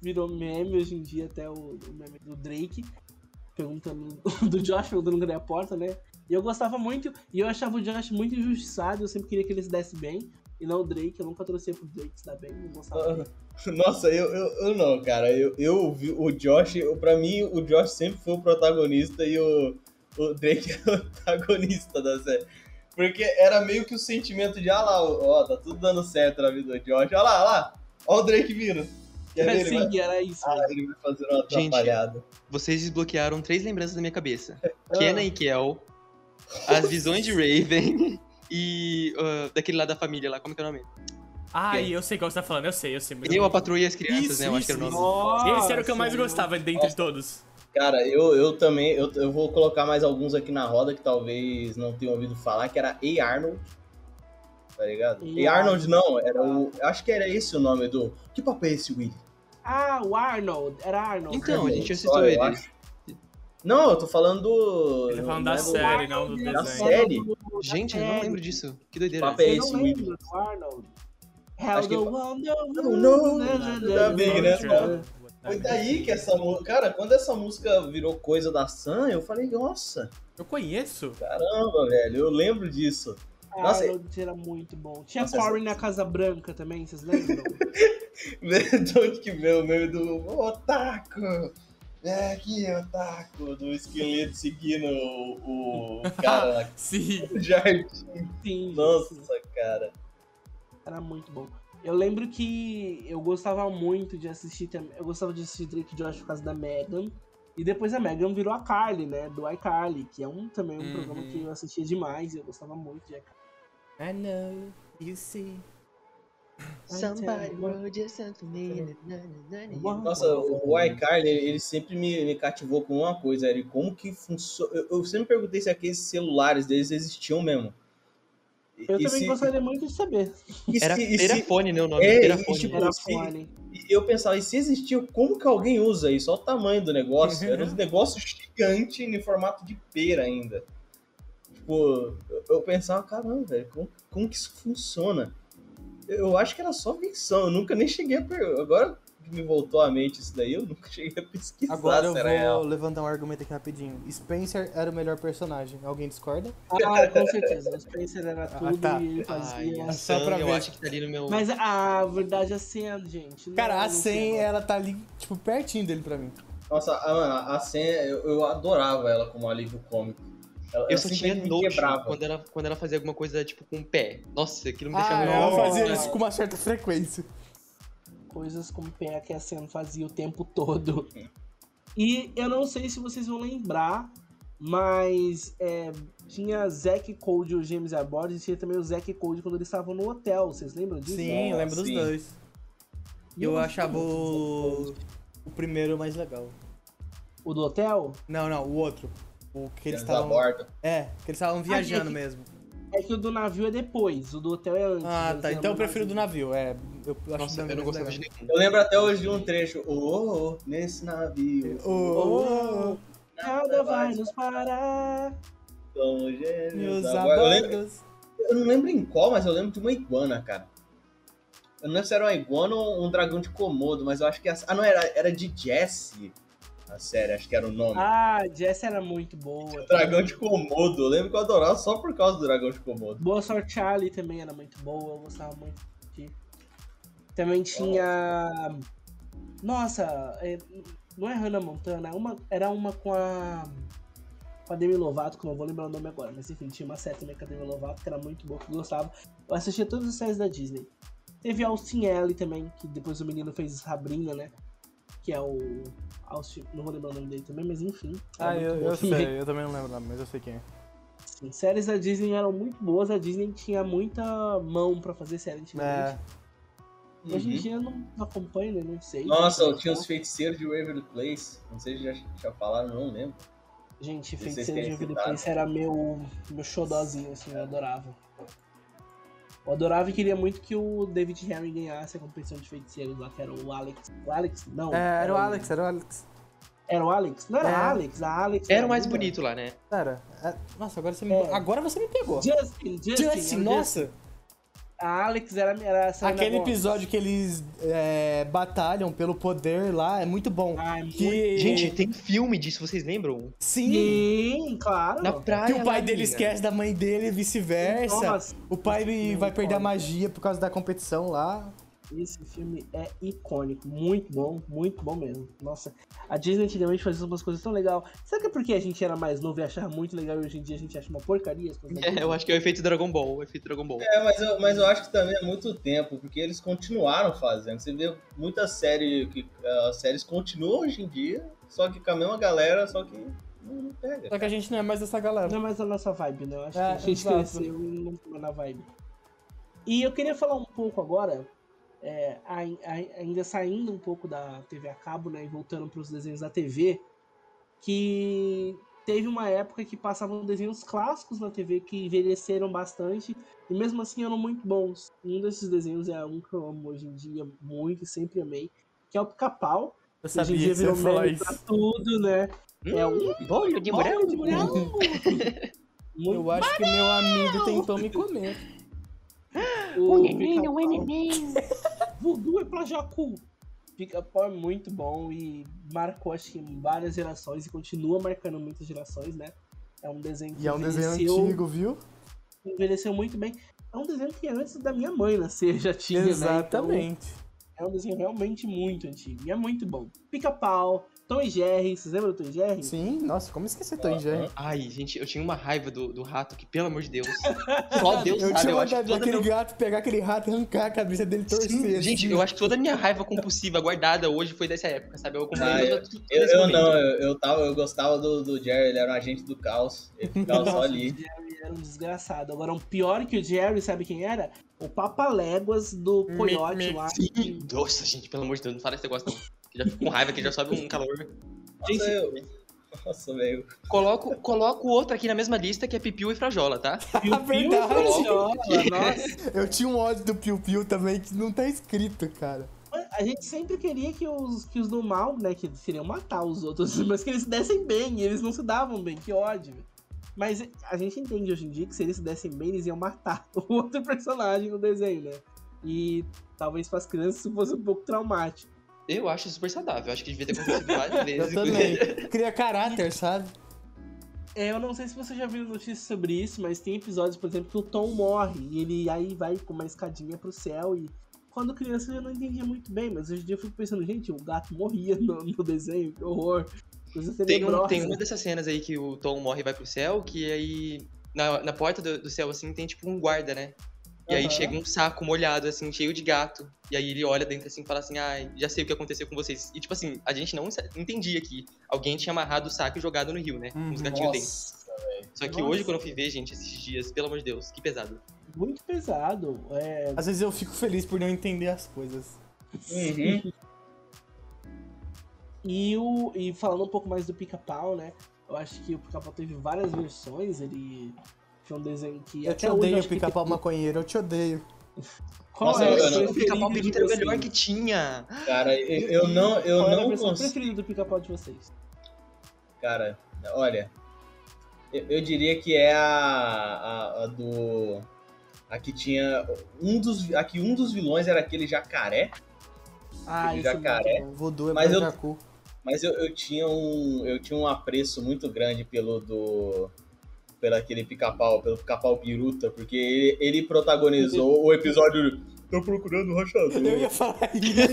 [SPEAKER 1] Virou meme hoje em dia, até o, o meme do Drake, perguntando do Josh perguntando cadê a porta, né? E eu gostava muito, e eu achava o Josh muito injustiçado, eu sempre queria que ele se desse bem, e não o Drake, eu nunca torcia pro Drake se dar bem, não gostava dele.
[SPEAKER 4] Nossa, eu, eu, eu não, cara. Eu, eu vi o Josh. eu- Pra mim, o Josh sempre foi o protagonista e o, o Drake é o antagonista da série. Porque era meio que o sentimento de, ah lá, ó, tá tudo dando certo na vida do Josh. Olha lá, olha lá. Ó o Drake vindo. E aí ele, vai,
[SPEAKER 1] É, Sim, era isso.
[SPEAKER 4] ah, ele vai fazer uma
[SPEAKER 3] Gente,
[SPEAKER 4] atrapalhada.
[SPEAKER 3] Vocês desbloquearam três lembranças da minha cabeça.
[SPEAKER 1] Ah.
[SPEAKER 3] Kenna e Kel, as visões de Raven e ah, daquele lá da família lá, como que é o nome?
[SPEAKER 5] Ah,
[SPEAKER 3] Quem?
[SPEAKER 5] e eu sei qual você tá falando, eu sei, eu sei. mas
[SPEAKER 3] Eu, a
[SPEAKER 5] não-
[SPEAKER 3] patroa e as crianças,
[SPEAKER 5] Isso,
[SPEAKER 3] né? Eu acho que era o
[SPEAKER 5] isso,
[SPEAKER 3] nome.
[SPEAKER 5] Esse era o que eu mais gostava dentre todos.
[SPEAKER 4] Cara, eu, eu também, eu, eu vou colocar mais alguns aqui na roda que talvez não tenham ouvido falar, que era A. Arnold. Tá ligado?
[SPEAKER 1] E
[SPEAKER 4] A. Arnold não, era o. Acho que era esse o nome do. Que papel é esse, Willy?
[SPEAKER 1] Ah, o Arnold, era Arnold.
[SPEAKER 3] Então, a gente assistiu
[SPEAKER 4] Olha, eu
[SPEAKER 3] ele.
[SPEAKER 4] acho. Não, eu tô falando do.
[SPEAKER 5] Ele tá falando
[SPEAKER 4] não
[SPEAKER 5] da
[SPEAKER 4] é do-
[SPEAKER 5] série, não do
[SPEAKER 4] Da
[SPEAKER 5] desenho.
[SPEAKER 4] série?
[SPEAKER 3] Gente, eu não lembro disso. Que doideira.
[SPEAKER 4] Papel.
[SPEAKER 1] Eu não
[SPEAKER 4] Esse
[SPEAKER 1] lembro do Arnold. Hell
[SPEAKER 4] Acho que-
[SPEAKER 1] the Wonder
[SPEAKER 4] Não, não,
[SPEAKER 1] Woman,
[SPEAKER 4] não,
[SPEAKER 1] né,
[SPEAKER 4] tá
[SPEAKER 1] né,
[SPEAKER 4] bem,
[SPEAKER 1] né,
[SPEAKER 4] né, cara? Foi daí que essa música. Cara, quando essa música virou coisa da Sam, eu falei, nossa,
[SPEAKER 5] Eu conheço.
[SPEAKER 4] caramba, velho, eu lembro disso. Nossa,
[SPEAKER 1] Arnold Ah, era muito bom. Tinha
[SPEAKER 4] Nossa,
[SPEAKER 1] Corey na Casa Branca também, vocês lembram?
[SPEAKER 4] de onde que veio o meme do Otaku? É aqui, Otaku, do esqueleto seguindo o, o cara lá
[SPEAKER 5] Sim.
[SPEAKER 4] do jardim.
[SPEAKER 1] Sim, sim.
[SPEAKER 4] Nossa, cara.
[SPEAKER 1] Era muito bom. Eu lembro que eu gostava muito de assistir também. Eu gostava de assistir Drake e Josh por causa da Megan. E depois a Megan virou a Carly, né? Do iCarly, que é um, também um
[SPEAKER 5] Uhum.
[SPEAKER 1] programa que eu assistia demais. Eu gostava muito de iCarly.
[SPEAKER 5] I know, you see.
[SPEAKER 1] Somebody
[SPEAKER 3] wrote you something.
[SPEAKER 4] Nossa, o o iCarly, ele ele sempre me, me cativou com uma coisa, Eric. Como que funciona? Eu, eu sempre perguntei se aqueles celulares deles existiam mesmo. E-
[SPEAKER 1] Eu
[SPEAKER 4] e
[SPEAKER 1] também
[SPEAKER 4] se-
[SPEAKER 1] gostaria muito de saber.
[SPEAKER 4] e se-
[SPEAKER 3] Era
[SPEAKER 4] e se-
[SPEAKER 3] Terafone, né? O nome
[SPEAKER 4] É,
[SPEAKER 3] Terafone.
[SPEAKER 4] e tipo-
[SPEAKER 1] Era
[SPEAKER 4] sim.
[SPEAKER 1] fone.
[SPEAKER 4] E eu pensava, e se existiu, como que alguém usa isso? Olha o tamanho do negócio. Era um negócio gigante em formato de pera ainda. Tipo, eu- eu pensava, caramba, velho, como, como que isso funciona? Eu acho que era só ficção, eu nunca nem cheguei a. Per... Agora que me voltou à mente isso daí, eu nunca cheguei a pesquisar
[SPEAKER 2] Agora eu
[SPEAKER 4] se era real.
[SPEAKER 2] vou levantar um argumento aqui rapidinho. Spencer era o melhor personagem. Alguém discorda?
[SPEAKER 1] Ah, com certeza. O Spencer era
[SPEAKER 2] Ah,
[SPEAKER 1] tudo
[SPEAKER 2] tá.
[SPEAKER 1] e ele
[SPEAKER 3] Ai,
[SPEAKER 1] fazia.
[SPEAKER 3] a
[SPEAKER 2] Só
[SPEAKER 3] Sam,
[SPEAKER 2] pra
[SPEAKER 3] eu
[SPEAKER 2] ver.
[SPEAKER 3] acho que tá ali no meu.
[SPEAKER 1] Mas a verdade é a Sam, gente. Não,
[SPEAKER 2] Cara, a
[SPEAKER 1] não sei.
[SPEAKER 2] Sen, ela tá ali, tipo, pertinho dele pra mim.
[SPEAKER 4] Nossa, a, mano, a senha, eu, eu adorava ela como alívio cômico. Ela-
[SPEAKER 3] Eu
[SPEAKER 4] ela
[SPEAKER 3] só tinha
[SPEAKER 4] simplesmente me
[SPEAKER 3] nojo
[SPEAKER 4] quebrava.
[SPEAKER 3] quando ela, quando ela fazia alguma coisa, tipo, com o pé. Nossa, aquilo me
[SPEAKER 2] Ah,
[SPEAKER 3] deixava...
[SPEAKER 2] ela
[SPEAKER 1] Nossa.
[SPEAKER 2] fazia isso com uma certa frequência.
[SPEAKER 1] coisas como PA que a Sam fazia o tempo todo. E eu não sei se vocês vão lembrar, mas é, tinha Zack Cold e o James a bordo, e tinha também o Zack Cold quando eles estavam no hotel. Vocês lembram disso?
[SPEAKER 2] Sim,
[SPEAKER 4] Nossa,
[SPEAKER 2] eu lembro dos
[SPEAKER 4] sim.
[SPEAKER 2] dois. Eu
[SPEAKER 1] Não,
[SPEAKER 2] achava
[SPEAKER 1] não,
[SPEAKER 2] o... o primeiro mais legal.
[SPEAKER 1] O do hotel?
[SPEAKER 2] Não, não, o outro. O que eles
[SPEAKER 4] Eles da
[SPEAKER 2] estavam.
[SPEAKER 4] borda.
[SPEAKER 2] É, que eles estavam viajando
[SPEAKER 1] que-
[SPEAKER 2] mesmo.
[SPEAKER 1] É que o do navio é depois, o do hotel é antes.
[SPEAKER 2] Ah,
[SPEAKER 1] eles
[SPEAKER 2] tá.
[SPEAKER 1] eram
[SPEAKER 2] Então eu
[SPEAKER 1] no
[SPEAKER 2] prefiro do
[SPEAKER 1] navio.
[SPEAKER 2] navio, é. Eu acho o
[SPEAKER 3] Nossa, eu não
[SPEAKER 2] mais
[SPEAKER 3] gostava de
[SPEAKER 2] legal.
[SPEAKER 3] nenhum.
[SPEAKER 4] Eu lembro até hoje de um trecho. Oh, oh, oh, nesse navio.
[SPEAKER 2] Ô, ô, ô,
[SPEAKER 1] assim. Nada vai nos parar.
[SPEAKER 4] Então, gêmeos
[SPEAKER 2] meus
[SPEAKER 4] da borda. Eu, lembro-
[SPEAKER 2] amados.
[SPEAKER 4] eu não lembro em qual, mas eu lembro de uma iguana, cara. Eu não lembro se era uma iguana ou um dragão de Komodo, mas eu acho que. A... Ah, não, era, era de Jesse. A série, acho que era o nome.
[SPEAKER 1] Ah, Jess era muito boa.
[SPEAKER 4] Dragão de Komodo. Eu lembro que eu adorava só por causa do Dragão de Komodo.
[SPEAKER 1] Boa Sorte Charlie também era muito boa, eu gostava muito de. Também tinha. Nossa, é, não é Hannah Montana, é uma, era uma com a. Com a Demi Lovato, que eu não vou lembrar o nome agora, mas enfim, tinha uma série também com a Demi Lovato, que era muito boa, que eu gostava. Eu assistia todas as séries da Disney. Teve Austin L também, que depois o menino fez Sabrina, né? Que é o. Austin, não vou lembrar o nome dele também, mas enfim. era
[SPEAKER 2] Ah,
[SPEAKER 1] muito
[SPEAKER 2] eu,
[SPEAKER 1] bom
[SPEAKER 2] eu
[SPEAKER 1] também.
[SPEAKER 2] sei, eu também não lembro o nome, mas eu sei quem é.
[SPEAKER 1] Sim, séries da Disney eram muito boas, a Disney tinha muita mão pra fazer série antigamente.
[SPEAKER 2] É,
[SPEAKER 1] Hoje em
[SPEAKER 4] Uhum.
[SPEAKER 1] dia eu não, não acompanho, né? Não sei.
[SPEAKER 4] Nossa, eu
[SPEAKER 1] eu
[SPEAKER 4] tinha os feiticeiros de Waverly Place. Não sei se já, já falaram, não lembro.
[SPEAKER 1] Gente,
[SPEAKER 4] Vocês
[SPEAKER 1] Feiticeiro
[SPEAKER 4] têm
[SPEAKER 1] de Vida
[SPEAKER 4] citado.
[SPEAKER 1] Prince era meu, meu xodózinho, assim, eu adorava. Eu adorava e queria muito que o David Harry ganhasse a competição de feiticeiros lá, que era o Alex. O Alex? Não.
[SPEAKER 2] É, era o Alex, era o Alex.
[SPEAKER 1] Era o Alex? Não era
[SPEAKER 2] É.
[SPEAKER 1] Alex, a Alex.
[SPEAKER 3] Era o mais
[SPEAKER 1] linda.
[SPEAKER 3] bonito lá, né?
[SPEAKER 2] Cara, é- nossa, agora você me.
[SPEAKER 1] É.
[SPEAKER 2] Agora você me pegou.
[SPEAKER 1] Justin, Justin.
[SPEAKER 2] Justin,
[SPEAKER 1] era o Justin.
[SPEAKER 2] nossa!
[SPEAKER 1] A Alex era, era a Selena
[SPEAKER 2] Aquele
[SPEAKER 1] Gomez.
[SPEAKER 2] episódio que eles é, batalham pelo poder lá é muito bom.
[SPEAKER 1] Ah, é muito-
[SPEAKER 2] que...
[SPEAKER 3] Gente, tem filme disso, vocês lembram?
[SPEAKER 2] sim! né,
[SPEAKER 1] Sim, claro.
[SPEAKER 3] Na praia.
[SPEAKER 2] Que o pai
[SPEAKER 3] lá,
[SPEAKER 2] dele
[SPEAKER 3] menina.
[SPEAKER 2] esquece da mãe dele e vice-versa.
[SPEAKER 1] Nossa,
[SPEAKER 2] O pai
[SPEAKER 1] Não,
[SPEAKER 2] vai perder a
[SPEAKER 1] olha.
[SPEAKER 2] magia por causa da competição lá.
[SPEAKER 1] Esse filme é icônico, muito bom, muito bom mesmo. Nossa, a Disney antigamente fazia umas coisas tão legais. Será que é porque a gente era mais novo e achava muito legal e hoje em dia a gente acha uma porcaria as coisas? da
[SPEAKER 3] É,
[SPEAKER 1] Disney?
[SPEAKER 3] eu acho que é o efeito Dragon Ball, o efeito Dragon Ball.
[SPEAKER 4] É, mas eu, mas eu acho que também é muito tempo, porque eles continuaram fazendo. Você vê muita série que ah, as séries continuam hoje em dia, só que com a mesma galera, só que não, não pega.
[SPEAKER 2] Só que a gente não é mais dessa galera.
[SPEAKER 1] Não é mais a nossa vibe, né? Eu acho
[SPEAKER 2] É,
[SPEAKER 1] que a gente
[SPEAKER 2] exato.
[SPEAKER 1] cresceu e não ficou na vibe. E eu queria falar um pouco agora, é, ai- ai- ainda saindo um pouco da TV a cabo, né? E voltando para os desenhos da TV, que teve uma época que passavam desenhos clássicos na TV que envelheceram bastante e mesmo assim eram muito bons. Um desses desenhos é um que eu amo hoje em dia muito e sempre amei, que é o Pica-Pau.
[SPEAKER 2] Eu
[SPEAKER 1] Hoje em dia virou meme pra tudo, né? é um
[SPEAKER 3] Bolho de morango.
[SPEAKER 1] Olha, de morango! Muito
[SPEAKER 2] Eu acho que meu amigo tentou me comer.
[SPEAKER 1] O Pica-Pau. Voodoo é pra Jacu. Pica-pau é muito bom e marcou, acho que, várias gerações e continua marcando muitas gerações, né? É um desenho que
[SPEAKER 2] E é um desenho
[SPEAKER 1] envelheceu-
[SPEAKER 2] antigo, viu?
[SPEAKER 1] envelheceu muito bem. É um desenho que antes da minha mãe nascer já tinha, né?
[SPEAKER 2] Exatamente.
[SPEAKER 1] Então, é um desenho realmente muito antigo e é muito bom. Pica-pau, Tom e Jerry, vocês lembram do Tom e
[SPEAKER 3] então.
[SPEAKER 1] Jerry?
[SPEAKER 2] Sim, nossa, como esquecer Tom e Jerry?
[SPEAKER 3] Ai, gente, eu tinha uma raiva do, do rato que, pelo amor de Deus. Só Deus
[SPEAKER 2] Eu
[SPEAKER 3] sabe,
[SPEAKER 2] tinha
[SPEAKER 3] eu acho que
[SPEAKER 2] vontade
[SPEAKER 3] toda
[SPEAKER 2] daquele
[SPEAKER 3] minha...
[SPEAKER 2] gato pegar aquele rato e arrancar a cabeça dele e torcer.
[SPEAKER 3] Sim,
[SPEAKER 2] assim.
[SPEAKER 3] gente, eu acho que toda a minha raiva compulsiva guardada hoje foi dessa época, sabe? Eu
[SPEAKER 4] Ah,
[SPEAKER 3] acompanhei
[SPEAKER 4] eu-
[SPEAKER 3] toda- todo
[SPEAKER 4] Eu,
[SPEAKER 3] esse
[SPEAKER 4] eu
[SPEAKER 3] momento.
[SPEAKER 4] não, eu, eu tava, eu gostava do, do Jerry, ele era um agente do caos. Ele ficava só ali.
[SPEAKER 1] Ele era um desgraçado. Agora, um pior que o Jerry, sabe quem era? O Papa Léguas do Coyote lá.
[SPEAKER 3] Sim. Nossa, gente, pelo amor de Deus, não fala esse negócio não. Que já fico com raiva, que já sobe um calor.
[SPEAKER 4] Nossa, eu, nossa, velho.
[SPEAKER 3] Coloco, coloco outro aqui na mesma lista que é Pipiu e Frajola, tá?
[SPEAKER 1] Piu-piu
[SPEAKER 2] A verdade.
[SPEAKER 1] Frajola, Nossa.
[SPEAKER 2] Eu tinha um ódio do Piu Piu também que não tá escrito, cara.
[SPEAKER 1] A gente sempre queria que os, que os do mal, né, que queriam matar os outros, mas que eles se dessem bem, e eles não se davam bem, que ódio. Mas a gente entende hoje em dia que se eles se dessem bem, eles iam matar o outro personagem no desenho, né? E talvez para as crianças isso fosse um pouco traumático.
[SPEAKER 3] Eu acho super saudável, acho que devia ter acontecido várias
[SPEAKER 2] Eu
[SPEAKER 3] vezes.
[SPEAKER 2] também. Cria caráter, sabe?
[SPEAKER 1] É, eu não sei se você já viu notícias sobre isso, mas tem episódios, por exemplo, que o Tom morre, e ele aí vai com uma escadinha pro céu e quando criança eu não entendia muito bem, mas hoje em dia eu fico pensando, gente, o gato morria no, no desenho, que horror. Coisa é
[SPEAKER 3] Tem, um,
[SPEAKER 1] tenebrosa.
[SPEAKER 3] tem uma dessas cenas aí que o Tom morre e vai pro céu, que aí na, na porta do, do céu, assim, tem tipo um guarda, né? E aí
[SPEAKER 1] Aham.
[SPEAKER 3] chega um saco molhado, assim, cheio de gato. E aí ele olha dentro assim e fala assim, ai, já sei o que aconteceu com vocês. E tipo assim, a gente não sa- entendia que alguém tinha amarrado o saco e jogado no rio, né? Com os
[SPEAKER 2] Uhum.
[SPEAKER 3] gatinhos dentro.
[SPEAKER 4] Nossa,
[SPEAKER 3] Só que
[SPEAKER 1] Nossa.
[SPEAKER 3] hoje, quando eu fui ver, gente, esses dias, pelo amor de Deus, que pesado.
[SPEAKER 1] Muito pesado. É,
[SPEAKER 2] Às vezes eu fico feliz por não entender as coisas.
[SPEAKER 4] Uhum.
[SPEAKER 1] E, o, e falando um pouco mais do pica-pau, né? Eu acho que o pica-pau teve várias versões, ele tinha um desenho que.
[SPEAKER 2] Eu te
[SPEAKER 1] até hoje
[SPEAKER 2] odeio,
[SPEAKER 1] acho que
[SPEAKER 2] pica-pau
[SPEAKER 1] tem-
[SPEAKER 2] maconheiro, eu te odeio.
[SPEAKER 1] Qual
[SPEAKER 4] Nossa,
[SPEAKER 1] é o
[SPEAKER 4] eu- eu
[SPEAKER 1] seu
[SPEAKER 4] não-
[SPEAKER 3] o pica-pau
[SPEAKER 1] preferido
[SPEAKER 3] Pepita
[SPEAKER 1] de
[SPEAKER 3] era o melhor
[SPEAKER 1] vocês?
[SPEAKER 3] que tinha.
[SPEAKER 4] Cara, eu, eu não, eu
[SPEAKER 1] Qual era a
[SPEAKER 4] não
[SPEAKER 1] versão
[SPEAKER 4] consigo.
[SPEAKER 1] preferida do pica-pau de vocês?
[SPEAKER 4] Cara, olha. Eu, eu diria que é a, a, a do. A que tinha. Um dos, a que um dos vilões era aquele jacaré.
[SPEAKER 1] Ah,
[SPEAKER 4] Aquele
[SPEAKER 1] esse é muito
[SPEAKER 4] jacaré.
[SPEAKER 1] bom.
[SPEAKER 2] Vodu é mais
[SPEAKER 4] Mas eu-
[SPEAKER 2] jacu.
[SPEAKER 4] Mas eu, eu tinha um. Eu tinha um apreço muito grande pelo do. Pelo aquele pica-pau, pelo pica-pau piruta, porque ele, ele protagonizou o episódio. Tô procurando um o rachador.
[SPEAKER 2] Eu ia falar isso.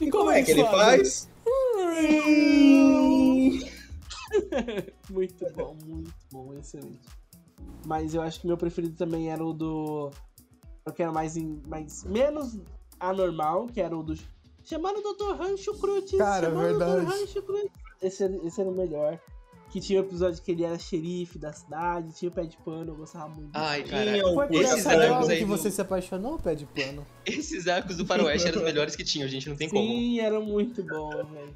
[SPEAKER 4] E como é que ele
[SPEAKER 2] Suave.
[SPEAKER 4] faz? é?
[SPEAKER 1] Muito bom, muito bom, excelente. Mas eu acho que meu preferido também era o do. Eu quero mais. em- mais menos anormal, que era o do. Chamando o Dr. Rancho Crutes!
[SPEAKER 2] Cara,
[SPEAKER 1] chamando
[SPEAKER 2] verdade.
[SPEAKER 1] O Dr. Rancho Crutes. Esse, era- esse era o melhor. Que tinha o episódio que ele era xerife da cidade, tinha o pé de pano, eu gostava muito.
[SPEAKER 4] Ah,
[SPEAKER 3] Ai, cara.
[SPEAKER 4] Tinha um o
[SPEAKER 1] Foi
[SPEAKER 2] Por
[SPEAKER 3] Esses
[SPEAKER 2] essa
[SPEAKER 4] Curta
[SPEAKER 3] arcos
[SPEAKER 2] droga
[SPEAKER 3] aí
[SPEAKER 2] é que
[SPEAKER 3] do-
[SPEAKER 2] você se apaixonou, pé de pano.
[SPEAKER 3] Esses arcos do faroeste eram os melhores que tinham, gente, não tem como.
[SPEAKER 1] Sim, era muito bom, velho.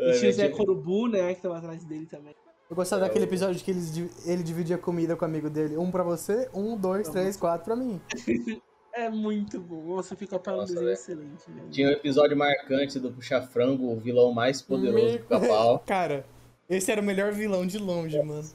[SPEAKER 4] Ah,
[SPEAKER 1] E tinha o Zé
[SPEAKER 4] gente,
[SPEAKER 1] Corubu, né, que tava atrás dele também.
[SPEAKER 2] Eu gostava
[SPEAKER 4] É,
[SPEAKER 2] daquele
[SPEAKER 4] o-
[SPEAKER 2] episódio que eles di- ele dividia comida com o amigo dele. Um pra você, um, dois,
[SPEAKER 1] Pra
[SPEAKER 2] três, quatro pra mim.
[SPEAKER 1] É muito bom. Você fica para um
[SPEAKER 4] Nossa,
[SPEAKER 1] desenho
[SPEAKER 4] velho.
[SPEAKER 1] excelente, né? velho.
[SPEAKER 4] Tinha o episódio marcante do Puxa Frango, o vilão mais poderoso
[SPEAKER 2] Me-
[SPEAKER 4] do pica-pau.
[SPEAKER 2] Cara, esse era o melhor vilão de longe, mano.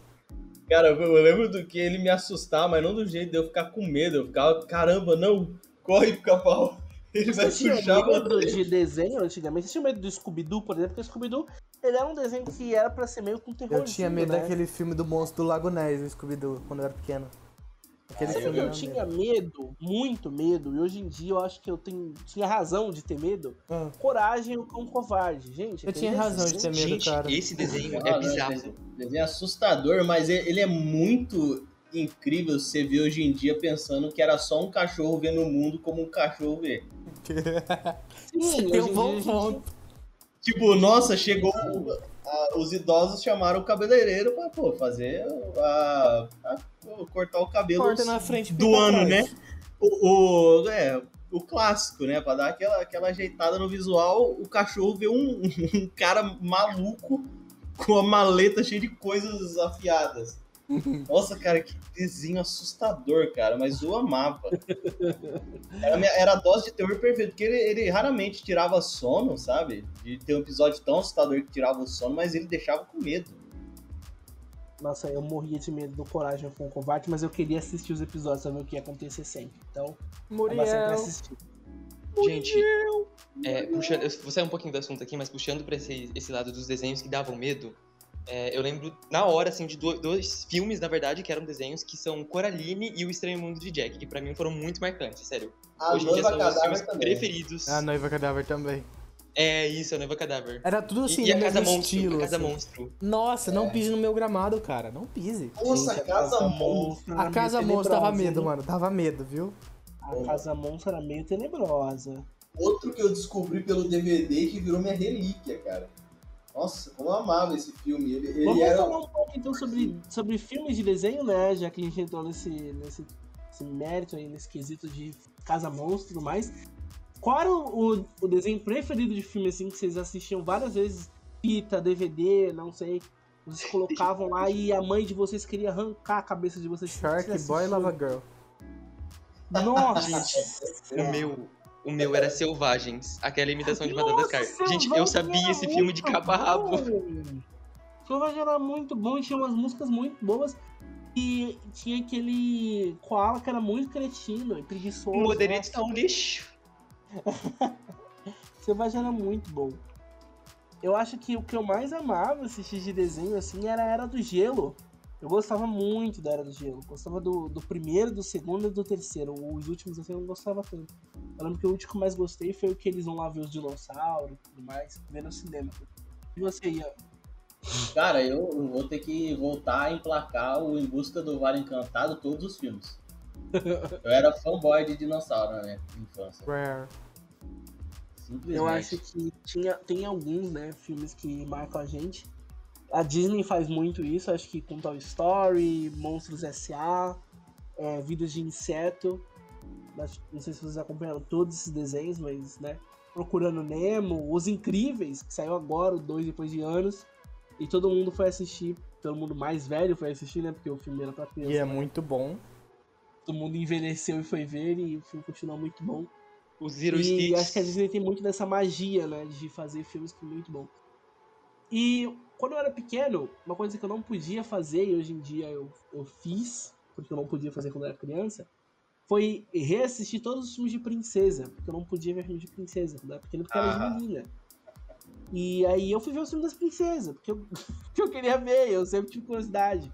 [SPEAKER 4] Cara, eu lembro do que ele me assustar, mas não do jeito de eu ficar com medo. Eu ficava, caramba, não, corre, pica-pau. Ele vai
[SPEAKER 1] Você tinha
[SPEAKER 4] puxar
[SPEAKER 1] medo
[SPEAKER 4] você.
[SPEAKER 1] de desenho antigamente? Você tinha medo do Scooby-Doo, por exemplo? Porque o Scooby-Doo ele era um desenho que era pra ser meio com terror.
[SPEAKER 2] Eu tinha medo
[SPEAKER 1] né?
[SPEAKER 2] daquele filme do monstro do Lago Ness, o Scooby-Doo, quando eu era pequeno. Aquele
[SPEAKER 4] Ah, eu-
[SPEAKER 2] filme
[SPEAKER 1] Eu
[SPEAKER 2] era
[SPEAKER 1] tinha
[SPEAKER 2] medo.
[SPEAKER 1] medo, muito medo, e hoje em dia eu acho que eu tenho, tinha razão de ter medo.
[SPEAKER 2] Ah,
[SPEAKER 1] Coragem e o cão covarde, gente.
[SPEAKER 2] Eu tinha
[SPEAKER 1] tem
[SPEAKER 2] razão de
[SPEAKER 1] esse-
[SPEAKER 2] ter medo,
[SPEAKER 3] Gente,
[SPEAKER 2] cara.
[SPEAKER 3] esse desenho
[SPEAKER 4] Ah,
[SPEAKER 3] é
[SPEAKER 4] não,
[SPEAKER 3] bizarro.
[SPEAKER 4] Desenho, desenho é assustador, mas ele ele é muito incrível você ver hoje em dia pensando que era só um cachorro vendo o mundo como um cachorro vê.
[SPEAKER 1] Sim,
[SPEAKER 2] Você tem
[SPEAKER 1] hoje
[SPEAKER 2] um
[SPEAKER 1] em
[SPEAKER 2] bom
[SPEAKER 1] dia a gente-
[SPEAKER 2] ponto.
[SPEAKER 4] Tipo, nossa, chegou. o- a- os idosos chamaram o cabeleireiro pra pô, fazer. A, a- pô, cortar o cabelo
[SPEAKER 2] Corta na frente
[SPEAKER 4] do
[SPEAKER 2] pica
[SPEAKER 4] ano,
[SPEAKER 2] atrás.
[SPEAKER 4] né? O, o- é, o clássico, né? Pra dar aquela, aquela ajeitada no visual, o cachorro vê um, um cara maluco com a maleta cheia de coisas afiadas. Nossa, cara, que desenho assustador, cara, mas eu amava. Era, a minha- era a dose de terror perfeita, porque ele, ele raramente tirava sono, sabe? De ter um episódio tão assustador que tirava o sono, mas ele deixava com medo.
[SPEAKER 1] Nossa, eu morria de medo do Coragem e o Cão Covarde, mas eu queria assistir os episódios pra ver o que ia acontecer sempre. Então, tava sempre
[SPEAKER 2] Muriel.
[SPEAKER 1] assistindo.
[SPEAKER 3] Gente, é, puxando, eu vou sair um pouquinho do assunto aqui, mas puxando pra esse, esse lado dos desenhos que davam medo, é, eu lembro na hora, assim, de do- dois filmes, na verdade, que eram desenhos, que são Coraline e O Estranho Mundo de Jack, que pra mim foram muito marcantes, sério.
[SPEAKER 4] A
[SPEAKER 3] Hoje em dia
[SPEAKER 4] noiva
[SPEAKER 3] são os
[SPEAKER 4] cadáver
[SPEAKER 3] filmes
[SPEAKER 4] também.
[SPEAKER 3] preferidos.
[SPEAKER 6] Ah,
[SPEAKER 2] A noiva cadáver também.
[SPEAKER 3] É isso, a Noiva Cadáver.
[SPEAKER 2] Era
[SPEAKER 6] Tipo
[SPEAKER 2] tudo assim,
[SPEAKER 3] e, e a
[SPEAKER 2] no
[SPEAKER 3] Casa
[SPEAKER 2] mesmo
[SPEAKER 3] Monstro,
[SPEAKER 2] estilo.
[SPEAKER 3] a Casa
[SPEAKER 2] assim.
[SPEAKER 3] Monstro.
[SPEAKER 2] Nossa, não pise no meu gramado, cara. Não pise.
[SPEAKER 4] Nossa,
[SPEAKER 1] Gente,
[SPEAKER 4] casa monstro.
[SPEAKER 1] Monstro era
[SPEAKER 2] A Casa
[SPEAKER 1] meio
[SPEAKER 2] Monstro dava
[SPEAKER 1] tenebrosa,
[SPEAKER 2] medo,
[SPEAKER 1] hein?
[SPEAKER 2] mano. Dava medo, viu?
[SPEAKER 1] A Casa Monstro era meio tenebrosa.
[SPEAKER 4] Outro que eu descobri pelo DVD que virou minha relíquia, cara. Nossa, como eu amava esse filme. Ele, ele
[SPEAKER 1] Vamos
[SPEAKER 4] era.
[SPEAKER 1] falar um pouco então sobre, sobre filmes de desenho, né? Já que a gente entrou nesse, nesse, nesse mérito aí, nesse quesito de Casa Monstro e tudo mais. Qual era o, o, o desenho preferido de filme assim que vocês assistiam várias vezes? Fita, DVD, não sei. Vocês colocavam lá e a mãe de vocês queria arrancar a cabeça de vocês.
[SPEAKER 2] Shark
[SPEAKER 1] Vocês
[SPEAKER 2] Boy e Lava
[SPEAKER 1] assistiam?
[SPEAKER 2] Girl.
[SPEAKER 1] Nossa!
[SPEAKER 4] É.
[SPEAKER 3] O meu. O meu era Selvagens, aquela imitação de Madagascar.
[SPEAKER 1] Nossa,
[SPEAKER 3] Gente,
[SPEAKER 1] Selvagem
[SPEAKER 3] eu sabia
[SPEAKER 1] era
[SPEAKER 3] esse filme
[SPEAKER 1] muito
[SPEAKER 3] de cabo a rabo.
[SPEAKER 1] bom. Selvagem era muito bom, e tinha umas músicas muito boas. E tinha aquele koala que era muito cretino e preguiçoso.
[SPEAKER 3] O Moderito
[SPEAKER 1] Nossa,
[SPEAKER 3] tá um lixo.
[SPEAKER 1] Selvagem era muito bom. Eu acho que o que eu mais amava assistir de desenho assim era a Era do Gelo. Eu gostava muito da Era do Gelo. Gostava do, do primeiro, do segundo e do terceiro. Os últimos assim, eu não gostava tanto. Eu lembro que o último que eu mais gostei foi o que eles vão lá ver os dinossauros e tudo mais, ver no cinema. E você, Ian?
[SPEAKER 4] Cara, eu vou ter que voltar a emplacar o Em Busca do Vale Encantado todos os filmes. Eu era fanboy de dinossauro na minha infância.
[SPEAKER 2] Rare.
[SPEAKER 4] Simplesmente.
[SPEAKER 1] Eu
[SPEAKER 2] é.
[SPEAKER 1] acho que tinha, tem alguns, né, filmes que marcam a gente. A Disney faz muito isso, acho que com Toy Story, Monstros S.A., é, Vidas de Inseto. Mas Não sei se vocês acompanharam todos esses desenhos, mas, né, Procurando Nemo, Os Incríveis, que saiu agora, o dois depois de anos. E todo mundo foi assistir, todo mundo mais velho foi assistir, né, porque o filme era pra criança.
[SPEAKER 2] E é muito bom.
[SPEAKER 1] Todo mundo envelheceu e foi ver, e o filme continua muito bom.
[SPEAKER 3] O Zero
[SPEAKER 1] e
[SPEAKER 3] Stitch.
[SPEAKER 1] acho que a Disney tem muito dessa magia, né? De fazer filmes que é muito bom. E quando eu era pequeno, uma coisa que eu não podia fazer, e hoje em dia eu, eu fiz, porque eu não podia fazer quando eu era criança, foi reassistir todos os filmes de princesa, porque eu não podia ver filmes de princesa quando eu era pequeno, porque eu era
[SPEAKER 4] Ah.
[SPEAKER 1] de menina. E aí eu fui ver os filmes das princesas, porque eu, porque eu queria ver, eu sempre tive curiosidade.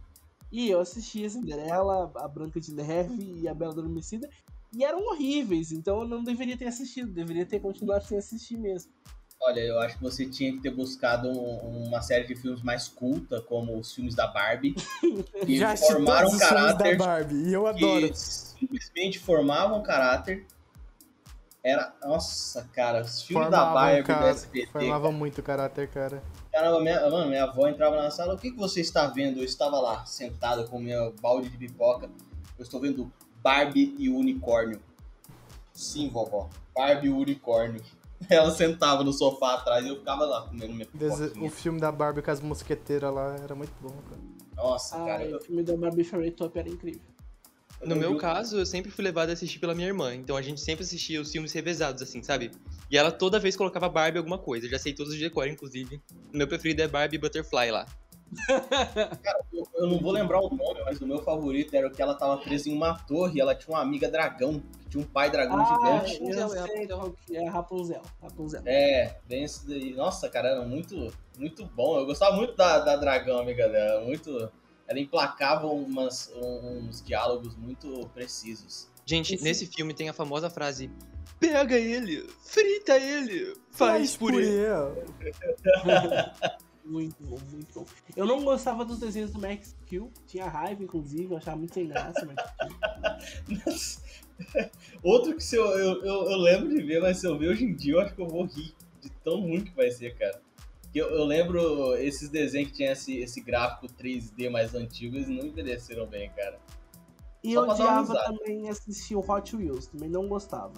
[SPEAKER 1] E eu assisti a Cinderela, a Branca de Neve e a Bela Adormecida, e eram horríveis, então eu não deveria ter assistido, deveria ter continuado sem assistir mesmo.
[SPEAKER 4] Olha, eu acho que você tinha que ter buscado um- uma série de filmes mais culta, como os filmes da Barbie, que
[SPEAKER 2] Já assisti
[SPEAKER 4] formaram
[SPEAKER 2] todos
[SPEAKER 4] um
[SPEAKER 2] os filmes da
[SPEAKER 4] caráter
[SPEAKER 2] Barbie. E eu adoro.
[SPEAKER 4] que simplesmente formavam um caráter. Era. Nossa, cara, os filmes da
[SPEAKER 2] Formavam,
[SPEAKER 4] Barbie
[SPEAKER 2] cara,
[SPEAKER 4] da SBT.
[SPEAKER 2] Formava muito caráter, cara.
[SPEAKER 4] Caramba, minha, mano, minha avó entrava na sala, o que, que você está vendo? Eu estava lá, sentado com meu balde de pipoca. Eu estou vendo Barbie e unicórnio. Sim, vovó. Barbie e unicórnio. Ela sentava no sofá atrás e eu ficava lá comendo minha pipoca.
[SPEAKER 2] Dese- O filme da Barbie com as mosqueteiras lá era muito bom, cara.
[SPEAKER 4] Nossa,
[SPEAKER 1] Ah,
[SPEAKER 4] cara.
[SPEAKER 1] o
[SPEAKER 4] eu-
[SPEAKER 1] filme da Barbie Fairy Top era incrível.
[SPEAKER 4] eu
[SPEAKER 3] No
[SPEAKER 4] não
[SPEAKER 3] meu
[SPEAKER 4] julgo.
[SPEAKER 3] caso, eu sempre fui levado a assistir pela minha irmã, então a gente sempre assistia os filmes revezados, assim, sabe? E ela toda vez colocava Barbie alguma coisa, eu já sei todos os decor, inclusive. O meu preferido é Barbie Butterfly lá.
[SPEAKER 4] Eu, eu não vou lembrar o nome, mas o meu favorito era o que ela tava presa em uma torre e ela tinha uma amiga dragão, que tinha um pai dragão
[SPEAKER 1] Ah,
[SPEAKER 4] gigante.
[SPEAKER 1] eu
[SPEAKER 3] Rapunzel, é
[SPEAKER 1] sei qual que é Rapunzel. Rapunzel.
[SPEAKER 4] É, bem esse daí. Nossa, cara, era muito, muito bom. Eu gostava muito da, da Dragão, amiga dela. Muito. Ela emplacava umas, uns diálogos muito precisos.
[SPEAKER 3] Gente,
[SPEAKER 1] Esse-
[SPEAKER 3] nesse filme tem a famosa frase: pega ele, frita ele, faz por ele.
[SPEAKER 2] ele.
[SPEAKER 1] Muito bom, muito bom. Eu não gostava dos desenhos do Max Kill, tinha raiva, inclusive, eu achava muito sem graça, mas
[SPEAKER 4] Outro que se eu, eu, eu, eu lembro de ver, mas se eu ver hoje em dia, eu acho que eu vou rir de tão ruim que vai ser, cara. Que Eu, eu lembro esses desenhos que tinha esse, esse gráfico 3D mais antigo, eles não envelheceram bem, cara.
[SPEAKER 1] E
[SPEAKER 4] Só
[SPEAKER 1] eu
[SPEAKER 4] pra dar uma
[SPEAKER 1] odiava
[SPEAKER 4] risada.
[SPEAKER 1] também assistir o Hot Wheels, também não gostava.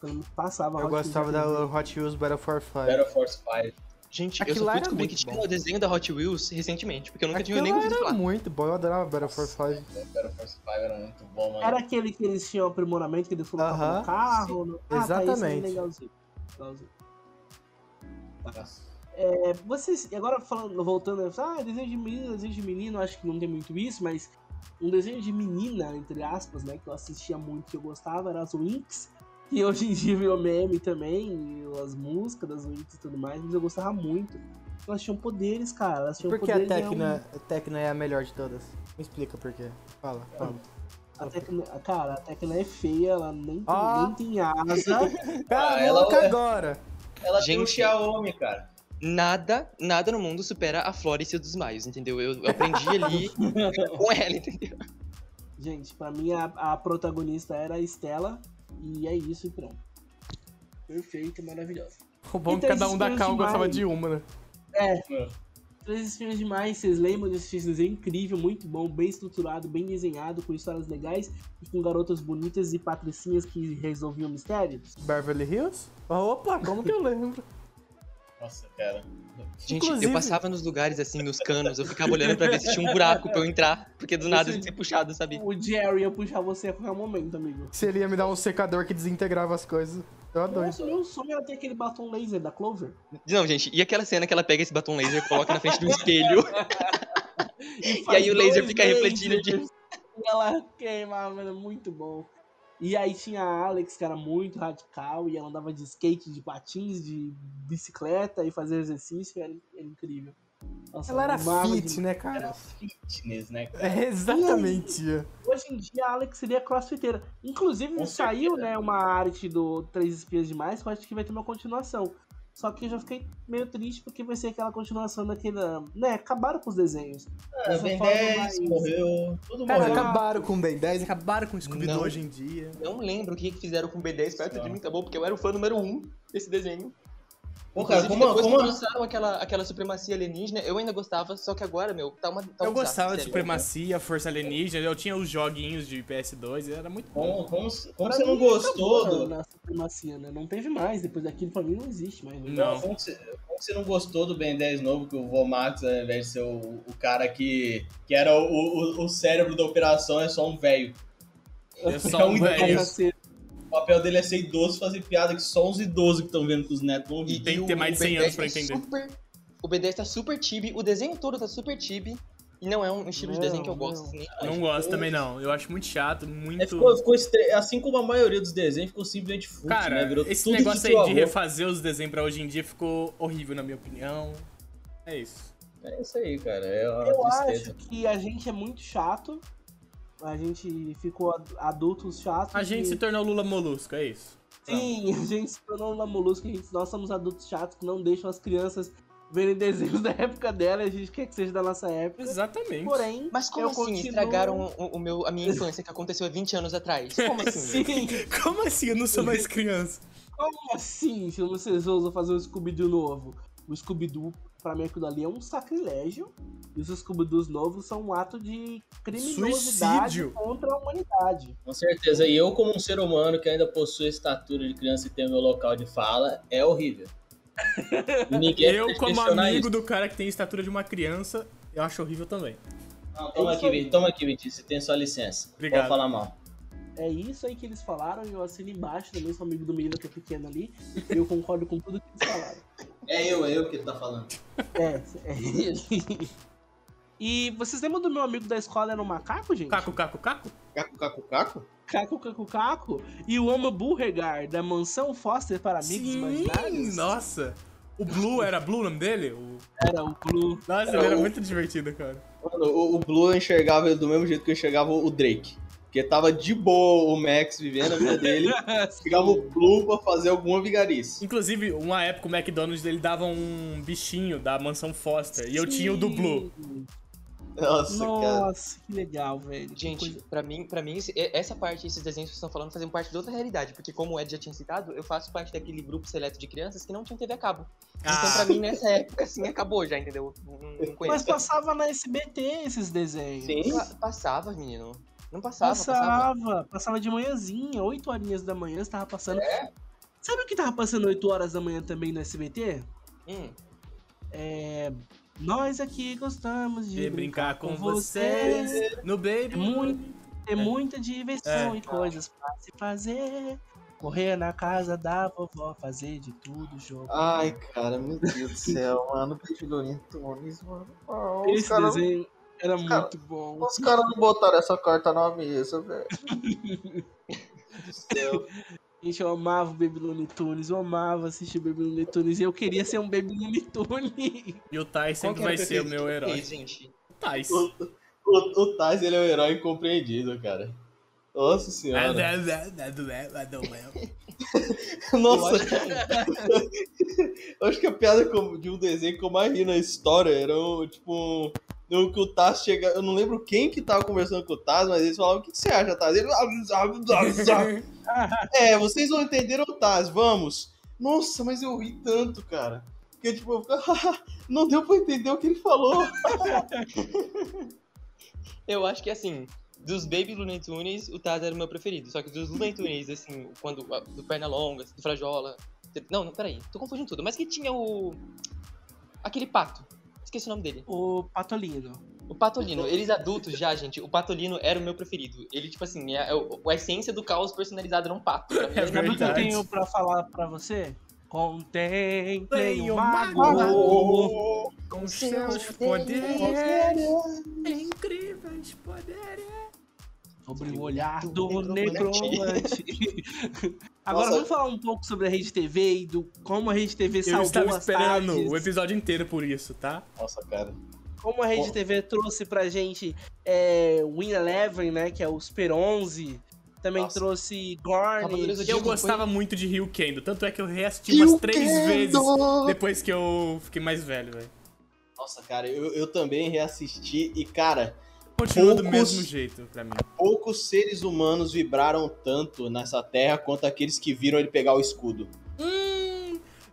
[SPEAKER 1] Quando passava
[SPEAKER 2] Eu
[SPEAKER 1] Hot
[SPEAKER 2] gostava
[SPEAKER 1] Wheels,
[SPEAKER 2] da Hot Wheels Battle for Fire.
[SPEAKER 4] Battle Force né? 5.
[SPEAKER 3] Gente, eu
[SPEAKER 2] Aquilo
[SPEAKER 3] só
[SPEAKER 2] lá
[SPEAKER 3] fui
[SPEAKER 2] era
[SPEAKER 3] descobrir
[SPEAKER 2] muito
[SPEAKER 3] que tinha
[SPEAKER 2] bom.
[SPEAKER 3] um desenho da Hot Wheels recentemente, porque eu nunca tinha
[SPEAKER 2] Aquilo
[SPEAKER 3] nem ouvido
[SPEAKER 2] era
[SPEAKER 3] falar.
[SPEAKER 2] muito bom, eu adorava Battle for Fire.
[SPEAKER 4] Battle Force 5 era muito bom, mano.
[SPEAKER 1] Era aquele que eles tinham aprimoramento que eles foram
[SPEAKER 2] Aham,
[SPEAKER 1] no carro. no- Ah, Tá, isso é
[SPEAKER 2] Exatamente.
[SPEAKER 1] legalzinho. legalzinho.
[SPEAKER 4] Nossa.
[SPEAKER 1] É, vocês, e agora falando, voltando, né, ah, desenho de menina, desenho de menino, acho que não tem muito isso, mas um desenho de menina, entre aspas, né, que eu assistia muito, que eu gostava, era as Winx, que hoje em dia virou meme também, e as músicas das Winx e tudo mais, mas eu gostava muito. Elas tinham poderes, cara, elas tinham
[SPEAKER 2] Por que a
[SPEAKER 1] poderes. né, um,
[SPEAKER 2] Tecna, a Tecna é a melhor de todas? Me explica por quê. Fala, fala.
[SPEAKER 1] A Tecna, cara, a Tecna é feia, ela nem tem,
[SPEAKER 2] Ah.
[SPEAKER 1] nem tem asa.
[SPEAKER 2] Cala a
[SPEAKER 4] ela-
[SPEAKER 2] boca agora!
[SPEAKER 4] Ela tem um
[SPEAKER 3] Gente.
[SPEAKER 4] Xiaomi, cara.
[SPEAKER 3] Nada, nada no mundo supera a Flora e seus desmaios, entendeu? Eu, eu aprendi ali com ela, entendeu?
[SPEAKER 1] Gente, pra mim a, a protagonista era a Estela, e é isso e pronto. Perfeito, maravilhoso.
[SPEAKER 2] O bom é que
[SPEAKER 1] Então,
[SPEAKER 2] cada um
[SPEAKER 1] esses
[SPEAKER 2] da
[SPEAKER 1] filmes
[SPEAKER 2] Cal
[SPEAKER 1] de
[SPEAKER 2] gostava
[SPEAKER 1] Barbie.
[SPEAKER 2] de uma, né?
[SPEAKER 1] Três filmes demais, vocês lembram desse desenho é incrível, muito bom, bem estruturado, bem desenhado, com histórias legais e com garotas bonitas e patricinhas que resolviam mistérios?
[SPEAKER 2] Beverly Hills? Ah, Opa, como que eu lembro?
[SPEAKER 4] Nossa, cara.
[SPEAKER 3] Gente,
[SPEAKER 2] Inclusive-
[SPEAKER 3] eu passava nos lugares assim, nos canos, eu ficava olhando pra ver se tinha um buraco pra eu entrar, porque do nada eu ia ser puxado, sabe?
[SPEAKER 1] O Jerry ia puxar você a qualquer momento, amigo.
[SPEAKER 2] Se ele ia me dar um secador que desintegrava as coisas. Eu adoro.
[SPEAKER 1] Nossa, meu sonho era ter aquele batom laser da Clover.
[SPEAKER 3] Não, gente, e aquela cena que ela pega esse batom laser, coloca na frente de um espelho,
[SPEAKER 1] E,
[SPEAKER 3] e aí o laser
[SPEAKER 1] dois
[SPEAKER 3] fica refletindo de.
[SPEAKER 1] lasers. E ela queimava, mano, muito bom. E aí tinha a Alex, que era muito radical, e ela andava de skate, de patins, de bicicleta e fazia exercício, era, era incrível. Nossa,
[SPEAKER 2] Ela era
[SPEAKER 1] amava
[SPEAKER 2] fit,
[SPEAKER 1] de-
[SPEAKER 2] né,
[SPEAKER 1] Era
[SPEAKER 2] cara?
[SPEAKER 4] Fitness, né? cara?
[SPEAKER 2] É, exatamente.
[SPEAKER 1] Hoje em dia a Alex seria crossfiteira. Inclusive,
[SPEAKER 4] Com
[SPEAKER 1] saiu,
[SPEAKER 4] certeza.
[SPEAKER 1] né, uma arte do Três Espias Demais, que eu acho que vai ter uma continuação. Só que eu já fiquei meio triste porque vai ser aquela continuação daquela. Né, acabaram com os desenhos.
[SPEAKER 4] Ah,
[SPEAKER 1] Eu só
[SPEAKER 4] Ben
[SPEAKER 1] falo
[SPEAKER 4] 10
[SPEAKER 1] mais.
[SPEAKER 4] morreu, tudo
[SPEAKER 2] Cara,
[SPEAKER 4] morreu.
[SPEAKER 2] acabaram com o Ben 10, acabaram com o Scooby-Doo
[SPEAKER 3] Não.
[SPEAKER 2] hoje em dia.
[SPEAKER 3] Não lembro o que que fizeram com o B10 perto de
[SPEAKER 4] Não.
[SPEAKER 3] mim, tá bom? Porque eu era o fã número um desse desenho.
[SPEAKER 4] Pô, cara,
[SPEAKER 3] Inclusive,
[SPEAKER 4] como,
[SPEAKER 3] depois
[SPEAKER 4] como,
[SPEAKER 3] que lançaram aquela, aquela supremacia alienígena, eu ainda gostava, só que agora, meu, tá uma. Tá um
[SPEAKER 5] Eu gostava de
[SPEAKER 3] desastre, sério. né?
[SPEAKER 5] Supremacia, Força Alienígena, eu tinha os joguinhos de PS2 e era muito bom.
[SPEAKER 4] como, como, como
[SPEAKER 1] Pra
[SPEAKER 4] você não
[SPEAKER 1] mim, acabou
[SPEAKER 4] gostou do,
[SPEAKER 1] Na supremacia, né? Não teve mais. Depois daquilo, pra mim, não existe mais. né?
[SPEAKER 5] Não.
[SPEAKER 4] Como que você, como que você não gostou do Ben 10 novo, que o Vomax, ao invés de ser o, o cara que, que era o, o, o cérebro da operação, é só um velho.
[SPEAKER 5] É só um
[SPEAKER 4] É um
[SPEAKER 5] velho.
[SPEAKER 4] idoso. O papel dele é ser idoso fazer piada que só os idosos que estão vendo com os netos vão
[SPEAKER 3] E-
[SPEAKER 4] rir.
[SPEAKER 5] Tem que
[SPEAKER 3] e
[SPEAKER 5] ter
[SPEAKER 3] o-
[SPEAKER 5] mais de
[SPEAKER 3] o Ben
[SPEAKER 5] 100 anos
[SPEAKER 3] 10
[SPEAKER 5] pra
[SPEAKER 3] tá
[SPEAKER 5] entender.
[SPEAKER 3] super- o B10 tá super tibi, o desenho todo tá super tibi. E não é um estilo de
[SPEAKER 1] Não,
[SPEAKER 3] desenho que eu gosto.
[SPEAKER 1] não.
[SPEAKER 3] assim, nem
[SPEAKER 5] Não
[SPEAKER 3] acho.
[SPEAKER 5] gosto também não, eu acho muito chato,
[SPEAKER 4] É,
[SPEAKER 5] muito...
[SPEAKER 4] ficou, ficou estre- assim como a maioria dos desenhos, ficou simplesmente fútil,
[SPEAKER 5] Cara,
[SPEAKER 4] né? Virou
[SPEAKER 5] esse
[SPEAKER 4] tudo
[SPEAKER 5] negócio
[SPEAKER 4] de
[SPEAKER 5] aí
[SPEAKER 4] tio
[SPEAKER 5] de
[SPEAKER 4] avô.
[SPEAKER 5] refazer os desenhos pra hoje em dia ficou horrível, na minha opinião. É isso.
[SPEAKER 4] É isso aí, cara. É uma
[SPEAKER 1] Eu
[SPEAKER 4] tristeza.
[SPEAKER 1] acho que a gente é muito chato. A gente ficou ad- adultos chatos.
[SPEAKER 5] A gente
[SPEAKER 1] e-
[SPEAKER 5] se tornou Lula Molusco, é isso.
[SPEAKER 1] Sim, a gente se tornou uma molusca, a gente, nós somos adultos chatos que não deixam as crianças verem desenhos da época dela, a gente quer que seja da nossa época.
[SPEAKER 5] Exatamente.
[SPEAKER 1] Porém,
[SPEAKER 3] Mas como
[SPEAKER 1] eu
[SPEAKER 3] assim?
[SPEAKER 1] continuo-
[SPEAKER 3] Estragaram o, o meu, a minha infância que aconteceu há 20 anos atrás. Como assim?
[SPEAKER 1] Sim,
[SPEAKER 5] Como assim? Eu não sou mais criança.
[SPEAKER 1] como assim? Se vocês ousam fazer um Scooby-Doo novo? O Scooby-Doo, pra mim, aquilo ali é um sacrilégio. E os Scooby-Doos novos são um ato de criminosidade
[SPEAKER 5] Suicídio.
[SPEAKER 1] contra a humanidade.
[SPEAKER 4] Com certeza. E eu, como um ser humano que ainda possui a estatura de criança e tem o meu local de fala, é horrível. E ninguém
[SPEAKER 5] Eu,
[SPEAKER 4] pode
[SPEAKER 5] como
[SPEAKER 4] questionar
[SPEAKER 5] amigo
[SPEAKER 4] isso.
[SPEAKER 5] do cara que tem a estatura de uma criança, eu acho horrível também.
[SPEAKER 4] Não, toma
[SPEAKER 1] É isso
[SPEAKER 4] aqui,
[SPEAKER 1] aí.
[SPEAKER 4] Vitinho, toma aqui, Vitinho. Você tem sua licença.
[SPEAKER 5] Obrigado.
[SPEAKER 4] Pode falar mal.
[SPEAKER 1] É isso aí que eles falaram, e eu assino embaixo também, sou amigo do menino que é pequeno ali, e eu concordo com tudo que eles falaram.
[SPEAKER 4] É eu, é eu que ele tá falando.
[SPEAKER 1] É, é ele. E vocês lembram do meu amigo da escola era um macaco, gente?
[SPEAKER 5] Caco, caco, caco?
[SPEAKER 4] Caco, caco, caco?
[SPEAKER 1] Caco, caco, caco. E o Oma Burregar, da mansão Foster para amigos imaginários.
[SPEAKER 5] nossa. O Blue, era Blue o nome dele? O-
[SPEAKER 1] Era o Blue.
[SPEAKER 5] Nossa,
[SPEAKER 4] Era
[SPEAKER 5] ele era
[SPEAKER 4] o-
[SPEAKER 5] muito divertido, cara.
[SPEAKER 4] Mano, o, o Blue eu enxergava ele do mesmo jeito que eu enxergava o Drake. Porque tava de boa o Max vivendo a vida dele. Chegava o Blue pra fazer alguma vigarice.
[SPEAKER 5] Inclusive, uma época o McDonald's ele dava um bichinho da mansão Foster. E eu tinha o do Blue.
[SPEAKER 4] Nossa, cara.
[SPEAKER 1] Nossa, que legal, velho. Que
[SPEAKER 3] Gente,
[SPEAKER 1] coisa-
[SPEAKER 3] pra mim, pra mim, esse- essa parte, esses desenhos que vocês estão falando, fazem parte de outra realidade. Porque, como o Ed já tinha citado, eu faço parte daquele grupo seleto de crianças que não tinha TV a cabo. Então,
[SPEAKER 5] Ah.
[SPEAKER 3] pra mim, nessa época, assim, acabou já, entendeu? Não, não
[SPEAKER 1] Mas
[SPEAKER 3] conheço.
[SPEAKER 1] passava na SBT esses desenhos.
[SPEAKER 4] Sim.
[SPEAKER 3] Pa- Passava, menino. Não passava, passava.
[SPEAKER 1] Passava, passava de manhãzinha, 8 horinhas da manhã, você tava passando.
[SPEAKER 4] É?
[SPEAKER 1] Sabe o que tava passando 8 horas da manhã também no SBT?
[SPEAKER 3] Hum,
[SPEAKER 1] Nós aqui gostamos de
[SPEAKER 5] E brincar com
[SPEAKER 1] vocês.
[SPEAKER 5] vocês no Baby.
[SPEAKER 1] Muito. ter muita diversão
[SPEAKER 5] É.
[SPEAKER 1] e coisas pra se fazer. Correr na casa da vovó, fazer de tudo, jogo.
[SPEAKER 4] Ai, cara, meu Deus do céu, mano. Pedro Tunes, mano. Oh,
[SPEAKER 1] Esse desenho era
[SPEAKER 4] cara-
[SPEAKER 1] muito bom.
[SPEAKER 4] Os caras não botaram essa carta na mesa, velho. Meu Deus.
[SPEAKER 1] Gente, eu amava o Baby Looney Tunes, eu amava assistir Baby Looney Tunes e eu queria ser um Baby Looney Tunes.
[SPEAKER 5] E o Tai sempre
[SPEAKER 3] qual
[SPEAKER 5] vai
[SPEAKER 3] que era
[SPEAKER 5] ser o
[SPEAKER 3] preferido
[SPEAKER 5] meu
[SPEAKER 3] de
[SPEAKER 5] herói.
[SPEAKER 3] vocês, gente?
[SPEAKER 5] Tais.
[SPEAKER 4] O, o Taz, ele é um herói incompreendido, cara. Nossa senhora. Nossa, eu acho que a piada como- de um desenho que eu mais ri na história era o, tipo, no que o Taz chega. Eu não lembro quem que tava conversando com o Taz, mas eles falavam: O que, que você acha, Taz? Ele. "Ah, É, vocês vão entender o Taz, vamos. Nossa, mas eu ri tanto, cara. Porque, tipo, eu ficava, não deu pra entender o que ele falou.
[SPEAKER 3] Eu acho que assim, dos Baby Looney Tunes, o Taz era o meu preferido. Só que dos Looney Tunes, assim, quando. a- Do Pernalonga, do Frajola. Não, não, peraí, tô confundindo tudo. Mas que tinha o. Aquele pato. Esqueci o nome dele.
[SPEAKER 1] O Patolino.
[SPEAKER 3] O Patolino. Eles adultos já, gente. O Patolino era o meu preferido. Ele, tipo assim, é, é o- a essência do caos personalizado era um pato. Pra mim,
[SPEAKER 5] É
[SPEAKER 3] ele era
[SPEAKER 1] Sabe o que eu
[SPEAKER 5] Verdade.
[SPEAKER 1] tenho pra falar pra você? Contemplem
[SPEAKER 5] Tem
[SPEAKER 1] o
[SPEAKER 5] um
[SPEAKER 1] mago.
[SPEAKER 5] Com seus
[SPEAKER 3] poderes
[SPEAKER 5] poderes incríveis poderes.
[SPEAKER 1] Sobre o olhar do
[SPEAKER 3] do
[SPEAKER 1] necromante. Agora
[SPEAKER 4] Nossa.
[SPEAKER 1] vamos falar um pouco sobre a Rede TV e do como a Rede TV
[SPEAKER 2] Eu
[SPEAKER 1] salvou
[SPEAKER 2] estava
[SPEAKER 1] as
[SPEAKER 2] esperando
[SPEAKER 1] tardes,
[SPEAKER 2] o episódio inteiro por isso, tá?
[SPEAKER 4] Nossa, cara.
[SPEAKER 1] como a Rede TV trouxe pra gente é, Win Eleven, né, que é o Super 11, também
[SPEAKER 4] Nossa.
[SPEAKER 1] trouxe é Gorn.
[SPEAKER 3] Cavaleiros do
[SPEAKER 2] Eu
[SPEAKER 3] Zodíaco foi-
[SPEAKER 2] gostava muito de Rio Kendo, tanto é que eu reassisti umas três vezes depois que eu fiquei mais velho, velho.
[SPEAKER 4] Nossa, cara, eu, eu também reassisti e, cara,
[SPEAKER 2] Continua do
[SPEAKER 4] Poucos-
[SPEAKER 2] mesmo jeito pra mim.
[SPEAKER 4] poucos seres humanos vibraram tanto nessa terra quanto aqueles que viram ele pegar o escudo.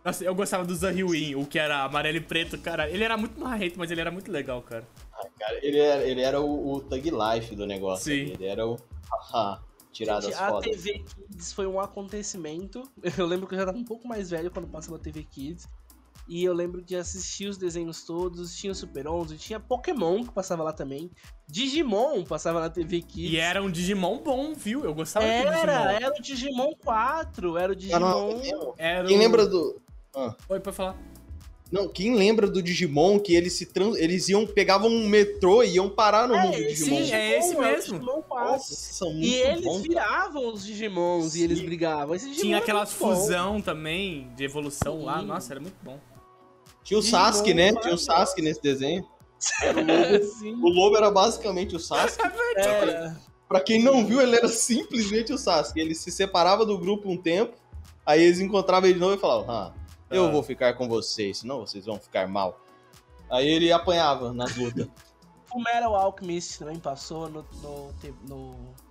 [SPEAKER 2] Nossa, eu gostava do Zahiwin, o que era amarelo e preto, cara. Ele era muito marrento, mas ele era muito legal, cara.
[SPEAKER 4] Ah, cara, ele era, ele era o, o Thug Life do negócio.
[SPEAKER 2] Sim.
[SPEAKER 4] Ele era o. Haha, tirado as
[SPEAKER 1] a
[SPEAKER 4] fotos.
[SPEAKER 1] TV Kids foi um acontecimento. Eu lembro que eu já tava um pouco mais velho quando passava a TV Kids. E eu lembro de assistir os desenhos todos. Tinha o Super 11, tinha Pokémon que passava lá também. Digimon passava na TV Kids.
[SPEAKER 2] E era um Digimon bom, viu? Eu gostava do
[SPEAKER 1] Era,
[SPEAKER 2] Digimon.
[SPEAKER 1] era o Digimon 4, era o
[SPEAKER 4] um,
[SPEAKER 1] Digimon.
[SPEAKER 2] Era
[SPEAKER 4] Quem
[SPEAKER 2] o-
[SPEAKER 4] lembra do.
[SPEAKER 2] Oi, pra falar.
[SPEAKER 4] Não, quem lembra do Digimon que eles se trans... eles iam pegavam um metrô e iam parar no
[SPEAKER 1] É,
[SPEAKER 4] mundo do Digimon.
[SPEAKER 2] sim, é esse
[SPEAKER 1] Digimon, o
[SPEAKER 2] mesmo.
[SPEAKER 1] Digimon 4.
[SPEAKER 4] Nossa, muito
[SPEAKER 1] e eles
[SPEAKER 4] bom. cara.
[SPEAKER 1] viravam os Digimons e eles brigavam. Esse Digimon
[SPEAKER 2] Tinha
[SPEAKER 1] era
[SPEAKER 2] aquelas
[SPEAKER 1] muito bom.
[SPEAKER 2] fusão também de evolução lá.
[SPEAKER 1] Sim.
[SPEAKER 2] Nossa, era muito bom.
[SPEAKER 4] Tinha o Sasuke,
[SPEAKER 1] Digimon,
[SPEAKER 4] né? Tinha o Sasuke nesse desenho.
[SPEAKER 1] Sim.
[SPEAKER 4] O lobo era basicamente o Sasuke.
[SPEAKER 1] Era.
[SPEAKER 4] Pra quem não viu, ele era simplesmente o Sasuke. Ele se separava do grupo um tempo, aí eles encontravam ele de novo e falavam: ah, eu
[SPEAKER 2] Ah.
[SPEAKER 4] vou ficar com vocês, senão vocês vão ficar mal. Aí ele apanhava nas lutas.
[SPEAKER 1] O Metal Alchemist também passou no, no, T- no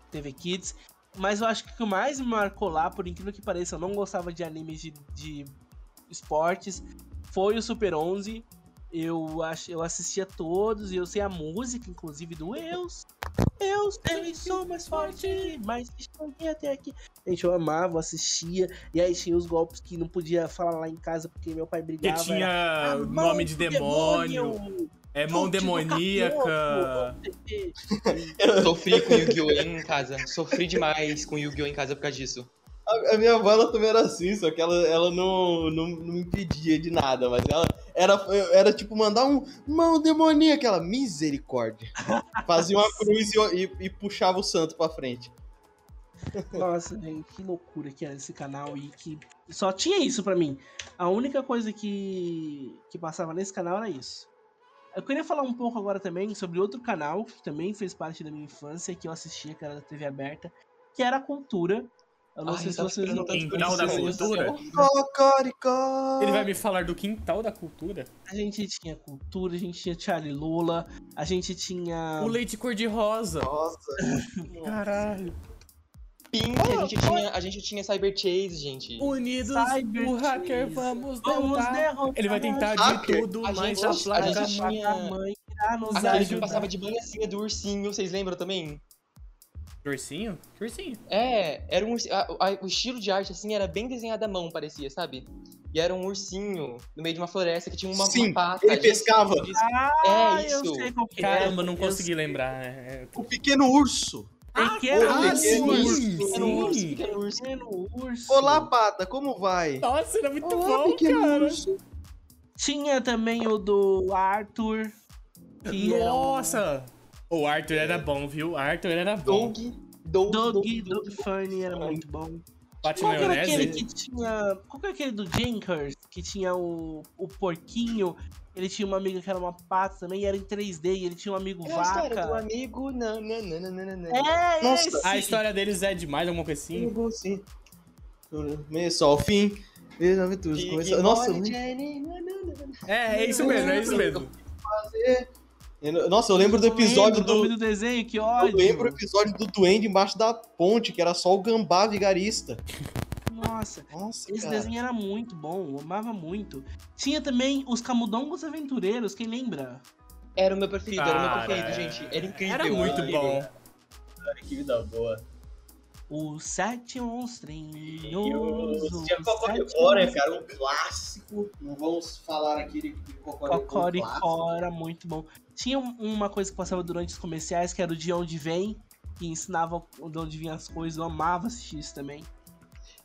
[SPEAKER 1] TV Kids. Mas eu acho que o que mais me marcou lá, por incrível que pareça, eu não gostava de animes de, de esportes, foi o Super 11. Eu, ach, eu assistia todos e eu sei a música, inclusive, do Eus. Eu sei, sou mais forte, mas cheguei até aqui. Gente, eu amava, eu assistia. E aí tinha os golpes que não podia falar lá em casa porque meu pai
[SPEAKER 2] Que
[SPEAKER 1] brigava. era, "Ah,
[SPEAKER 2] tinha
[SPEAKER 1] "A mão
[SPEAKER 2] nome Ah, de
[SPEAKER 1] do
[SPEAKER 2] demônio, é mão
[SPEAKER 1] chute do
[SPEAKER 2] demoníaca.
[SPEAKER 1] capô,
[SPEAKER 3] Sofri com Yu-Gi-Oh! em casa. Sofri demais com Yu-Gi-Oh! em casa por causa disso.
[SPEAKER 4] A, a minha avó ela também era assim, só que ela, ela não, não, não impedia de nada, mas ela era, era tipo mandar um mão demoníaca, ela misericórdia. Fazia uma cruz e, e- e puxava o santo pra frente.
[SPEAKER 1] Nossa, gente, que loucura que era esse canal e que só tinha isso pra mim. A única coisa que que passava nesse canal era isso. Eu queria falar um pouco agora também sobre outro canal que também fez parte da minha infância, que eu assistia, que era da TV aberta, que era a Cultura. Eu não
[SPEAKER 3] Ai,
[SPEAKER 1] sei
[SPEAKER 3] eu
[SPEAKER 1] se
[SPEAKER 3] tava
[SPEAKER 1] vocês
[SPEAKER 3] esperando
[SPEAKER 1] não
[SPEAKER 3] tanto
[SPEAKER 2] por Quintal da
[SPEAKER 1] conhecem isso.
[SPEAKER 2] Cultura?
[SPEAKER 4] Cocoricó.
[SPEAKER 2] Ele vai me falar do quintal da cultura?
[SPEAKER 1] A gente tinha Cultura, a gente tinha Charlie Lula, a gente tinha
[SPEAKER 2] O leite cor-de-rosa.
[SPEAKER 4] Nossa.
[SPEAKER 2] Caralho.
[SPEAKER 3] Pink, a gente tinha, a gente tinha Cyber Chase, gente.
[SPEAKER 2] Unidos,
[SPEAKER 1] Cyber
[SPEAKER 2] o hacker,
[SPEAKER 1] Cheese.
[SPEAKER 2] vamos
[SPEAKER 1] Vamos
[SPEAKER 3] tá-
[SPEAKER 2] derrotar.
[SPEAKER 1] derrotar
[SPEAKER 2] Ele vai tentar de
[SPEAKER 4] Hacker.
[SPEAKER 2] tudo,
[SPEAKER 3] A
[SPEAKER 2] mas
[SPEAKER 3] gente-
[SPEAKER 2] a
[SPEAKER 3] a gente
[SPEAKER 2] placa
[SPEAKER 1] a
[SPEAKER 3] tinha-
[SPEAKER 1] mãe irá nos
[SPEAKER 3] Aquele que
[SPEAKER 1] ajudar.
[SPEAKER 2] ajudar.
[SPEAKER 3] passava de manhãzinha do ursinho, vocês lembram também?
[SPEAKER 2] Ursinho? Ursinho.
[SPEAKER 3] É, era um ursi- a- a- o estilo de arte assim era bem desenhado à mão, parecia, sabe? E era um ursinho no meio de uma floresta que tinha uma,
[SPEAKER 4] Sim,
[SPEAKER 3] uma pata.
[SPEAKER 4] ele
[SPEAKER 3] gente.
[SPEAKER 4] pescava.
[SPEAKER 1] Ah,
[SPEAKER 3] É
[SPEAKER 1] eu
[SPEAKER 3] isso.
[SPEAKER 1] sei qual que é.
[SPEAKER 2] Caramba, não
[SPEAKER 1] Eu
[SPEAKER 2] consegui lembrar. né?
[SPEAKER 4] O pequeno urso.
[SPEAKER 1] Pequeno
[SPEAKER 2] um
[SPEAKER 4] Ah,
[SPEAKER 1] urso,
[SPEAKER 4] sim,
[SPEAKER 3] Pequeno
[SPEAKER 1] um
[SPEAKER 3] urso, pequeno urso.
[SPEAKER 1] pequeno urso.
[SPEAKER 4] Olá, pata, como vai?
[SPEAKER 2] Nossa, era muito
[SPEAKER 4] Olá,
[SPEAKER 2] Tá bom, cara.
[SPEAKER 4] urso.
[SPEAKER 1] Tinha também o do Arthur. Que um
[SPEAKER 2] Nossa! O Arthur era bom, viu? O Arthur era bom.
[SPEAKER 3] Doug, Doug,
[SPEAKER 1] Era um...
[SPEAKER 3] Doug,
[SPEAKER 1] Dog, Dog Funny era muito bom.
[SPEAKER 2] Bate
[SPEAKER 1] Qual que era aquele
[SPEAKER 2] maionese.
[SPEAKER 1] que tinha. Qual que era aquele do Jenkers? Que tinha o, o porquinho. Ele tinha uma amiga que era uma pata também, e era em 3D, e ele tinha um amigo
[SPEAKER 3] É a história do
[SPEAKER 1] vaca.
[SPEAKER 3] amigo, não, não, não, não, não, não, não.
[SPEAKER 1] É,
[SPEAKER 4] Nossa,
[SPEAKER 1] esse.
[SPEAKER 2] A história deles é demais, alguma coisa assim.
[SPEAKER 4] Sim, sim. Meio sol, fim. Meio aventuras.
[SPEAKER 3] Que-
[SPEAKER 4] começa-
[SPEAKER 3] que
[SPEAKER 4] Nossa,
[SPEAKER 3] mole,
[SPEAKER 4] muito
[SPEAKER 3] Jenny, não, não, não, não.
[SPEAKER 2] É, é isso mesmo, é isso mesmo.
[SPEAKER 4] Eu- Nossa, eu lembro do episódio
[SPEAKER 1] é, Lembro o
[SPEAKER 4] do.
[SPEAKER 1] nome do desenho, que
[SPEAKER 4] Eu
[SPEAKER 1] ódio.
[SPEAKER 4] lembro o episódio do Duende embaixo da ponte, que era só o gambá vigarista.
[SPEAKER 1] Nossa.
[SPEAKER 4] Nossa,
[SPEAKER 1] Esse
[SPEAKER 4] cara.
[SPEAKER 1] desenho era muito bom, eu amava muito. Tinha também os Camundongos Aventureiros, quem lembra?
[SPEAKER 3] Era o meu preferido, era o meu
[SPEAKER 2] Cara,
[SPEAKER 3] preferido, gente. Era incrível.
[SPEAKER 2] Era muito bom.
[SPEAKER 4] Que vida boa.
[SPEAKER 1] Os Sete Monstrinhos. os
[SPEAKER 4] Tinha
[SPEAKER 1] Sete
[SPEAKER 4] Cocoricó, né, cara? Um clássico. Não vamos falar aqui de de Cocoricó um clássico.
[SPEAKER 1] Cocoricó era muito bom. Tinha um- uma coisa que passava durante os comerciais, que era o De Onde Vem, que ensinava de onde vinham as coisas. Eu amava assistir isso também.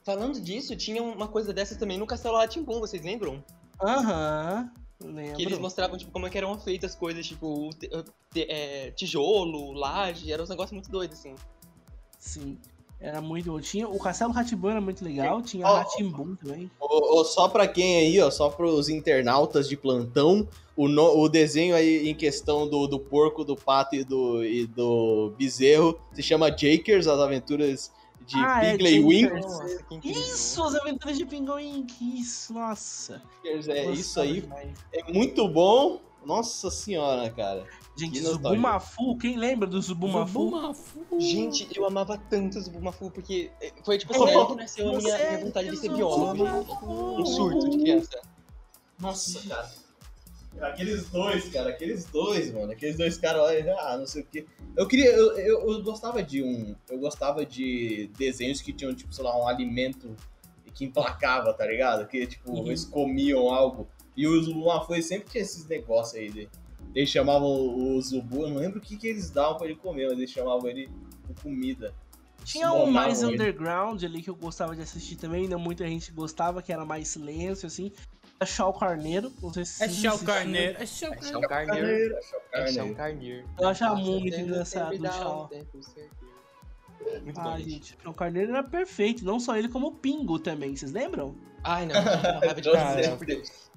[SPEAKER 3] Falando disso, tinha uma coisa dessas também no Castelo Ratimbum, vocês lembram?
[SPEAKER 1] Aham,
[SPEAKER 3] Que eles
[SPEAKER 1] lembro.
[SPEAKER 3] mostravam, tipo, como é que eram é, feitas as coisas, tipo, te- eh, tijolo, laje, eram uns negócios muito doidos, assim.
[SPEAKER 1] Sim. Era muito bom. Tinha, o Castelo Ratibum era muito legal, tinha
[SPEAKER 4] É. Ó, ó,
[SPEAKER 1] Ratimbum também.
[SPEAKER 4] Ô, ô, só pra quem aí, ó, só pros internautas de plantão, o, no- o desenho aí em questão do, do porco, do pato e do, e do bezerro se chama Jakers, as aventuras de
[SPEAKER 1] Ah, é,
[SPEAKER 4] Pigley Wink.
[SPEAKER 1] Jakers.
[SPEAKER 3] Nossa, que incrível.
[SPEAKER 1] Isso, as aventuras de Pinguim, que isso, nossa.
[SPEAKER 4] Jakers, é isso
[SPEAKER 1] Gostava
[SPEAKER 4] aí,
[SPEAKER 1] demais.
[SPEAKER 4] é muito bom. Nossa senhora, cara.
[SPEAKER 1] Gente,
[SPEAKER 4] Que nostalgia.
[SPEAKER 1] Zubumafu, quem lembra do Zubumafu?
[SPEAKER 3] Uhum.
[SPEAKER 2] Bumafu.
[SPEAKER 3] Gente, eu amava tanto os Bumafu, porque eh, foi tipo
[SPEAKER 1] É,
[SPEAKER 3] assim, aí que nasceu a
[SPEAKER 1] você
[SPEAKER 3] minha,
[SPEAKER 1] é
[SPEAKER 3] minha vontade de ser
[SPEAKER 1] um
[SPEAKER 3] biólogo.
[SPEAKER 1] Zubumafu.
[SPEAKER 3] Um surto de criança.
[SPEAKER 4] Nossa, cara. Aqueles dois, cara, aqueles dois, mano. Aqueles dois caras lá, ah, não sei o que. Eu queria. Eu, eu, eu gostava de um. Eu gostava de desenhos que tinham, tipo, sei lá, um alimento que emplacava, tá ligado? Que, tipo,
[SPEAKER 3] Uhum.
[SPEAKER 4] eles comiam algo. E o Zubumafu sempre tinha esses negócios aí. De, eles chamavam o Zubu, eu não lembro o que, que eles davam pra ele comer, mas eles chamavam ele com comida.
[SPEAKER 1] Tinha um mais
[SPEAKER 4] Bombavam ele.
[SPEAKER 1] underground ali que eu gostava de assistir também, não muita gente gostava, que era mais silêncio, assim. É Shaw Carneiro, não sei se
[SPEAKER 5] É
[SPEAKER 1] vocês
[SPEAKER 5] Shell
[SPEAKER 1] assistiam.
[SPEAKER 5] Carneiro. É Shell
[SPEAKER 3] Achar
[SPEAKER 5] Carneiro.
[SPEAKER 3] um
[SPEAKER 4] Achar
[SPEAKER 3] carneiro.
[SPEAKER 4] o
[SPEAKER 3] Achar
[SPEAKER 4] carneiro.
[SPEAKER 3] um carneiro.
[SPEAKER 1] Eu achava
[SPEAKER 3] Nossa,
[SPEAKER 1] muito
[SPEAKER 4] é
[SPEAKER 3] sempre
[SPEAKER 1] engraçado o
[SPEAKER 3] dá
[SPEAKER 1] Shaw.
[SPEAKER 3] um tempo certo. Muito
[SPEAKER 1] Ah,
[SPEAKER 3] bom, gente.
[SPEAKER 1] gente, o Carneiro era perfeito, não só ele, como o Pingo também, vocês lembram?
[SPEAKER 3] Ai, não. não, Raiva de né?
[SPEAKER 4] Todos
[SPEAKER 3] vocês,
[SPEAKER 4] eles.
[SPEAKER 3] por Deus.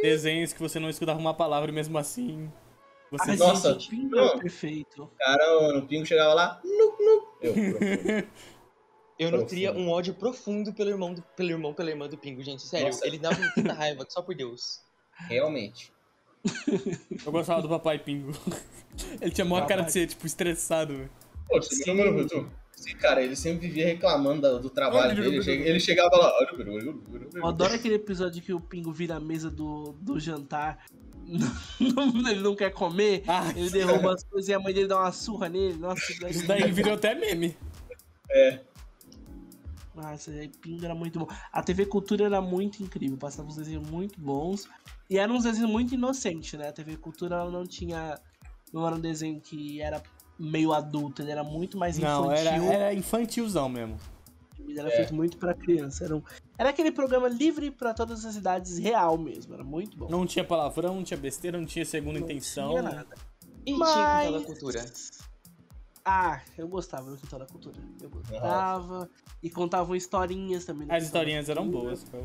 [SPEAKER 5] Desenhos que você não escutava uma palavra e mesmo assim. Você
[SPEAKER 1] Ah,
[SPEAKER 4] Nossa,
[SPEAKER 1] gente, o Pingo era
[SPEAKER 4] não.
[SPEAKER 1] perfeito.
[SPEAKER 4] Cara, mano, o Pingo chegava lá, nuc, nuc. Eu, eu,
[SPEAKER 3] Eu
[SPEAKER 4] Profundo.
[SPEAKER 3] nutria um ódio profundo pelo irmão, do, pelo irmão, pela irmã do Pingo, gente. Sério,
[SPEAKER 4] Nossa.
[SPEAKER 3] ele dava tanta raiva, só por Deus.
[SPEAKER 4] Realmente.
[SPEAKER 5] Eu gostava do Papai Pingo. Ele tinha a maior cara de ser, tipo, estressado, velho.
[SPEAKER 4] Pô, você
[SPEAKER 1] Sim.
[SPEAKER 4] lembra, Bruto? Esse cara, ele sempre vivia reclamando da- do, trabalho
[SPEAKER 5] Olha,
[SPEAKER 4] dele.
[SPEAKER 5] Bruto.
[SPEAKER 4] Chega- Ele chegava lá. olha, Bruto,
[SPEAKER 1] Eu
[SPEAKER 4] Bruto, Bruto.
[SPEAKER 1] adoro aquele episódio que o Pingo vira a mesa do, do jantar. Não- ele não quer comer,
[SPEAKER 5] Ah,
[SPEAKER 1] ele derruba as coisas e a mãe dele dá uma surra nele. Nossa, isso
[SPEAKER 5] isso
[SPEAKER 1] daí- é
[SPEAKER 5] daí virou até meme.
[SPEAKER 1] Nossa, aí Pingo era muito bom. A TV Cultura era muito incrível, passava uns desenhos muito bons. E eram uns desenhos muito inocentes, né? A TV Cultura ela não tinha. Não era um desenho que era meio adulto, ele era muito mais
[SPEAKER 5] Não,
[SPEAKER 1] infantil.
[SPEAKER 5] era, é- era infantilzão mesmo.
[SPEAKER 1] Ele era feito muito pra criança. Era, um- era aquele programa livre pra todas as idades, real mesmo. Era muito bom.
[SPEAKER 5] Não tinha palavrão, não tinha besteira, não tinha segunda intenção.
[SPEAKER 1] tinha nada.
[SPEAKER 3] E
[SPEAKER 1] Mas-
[SPEAKER 3] tinha Quintal da Cultura.
[SPEAKER 1] Ah, eu gostava do Quintal da Cultura. Eu gostava. E contavam historinhas também. no
[SPEAKER 5] As
[SPEAKER 1] Quintal da
[SPEAKER 5] historinhas eram
[SPEAKER 1] Cultura.
[SPEAKER 5] boas, cara.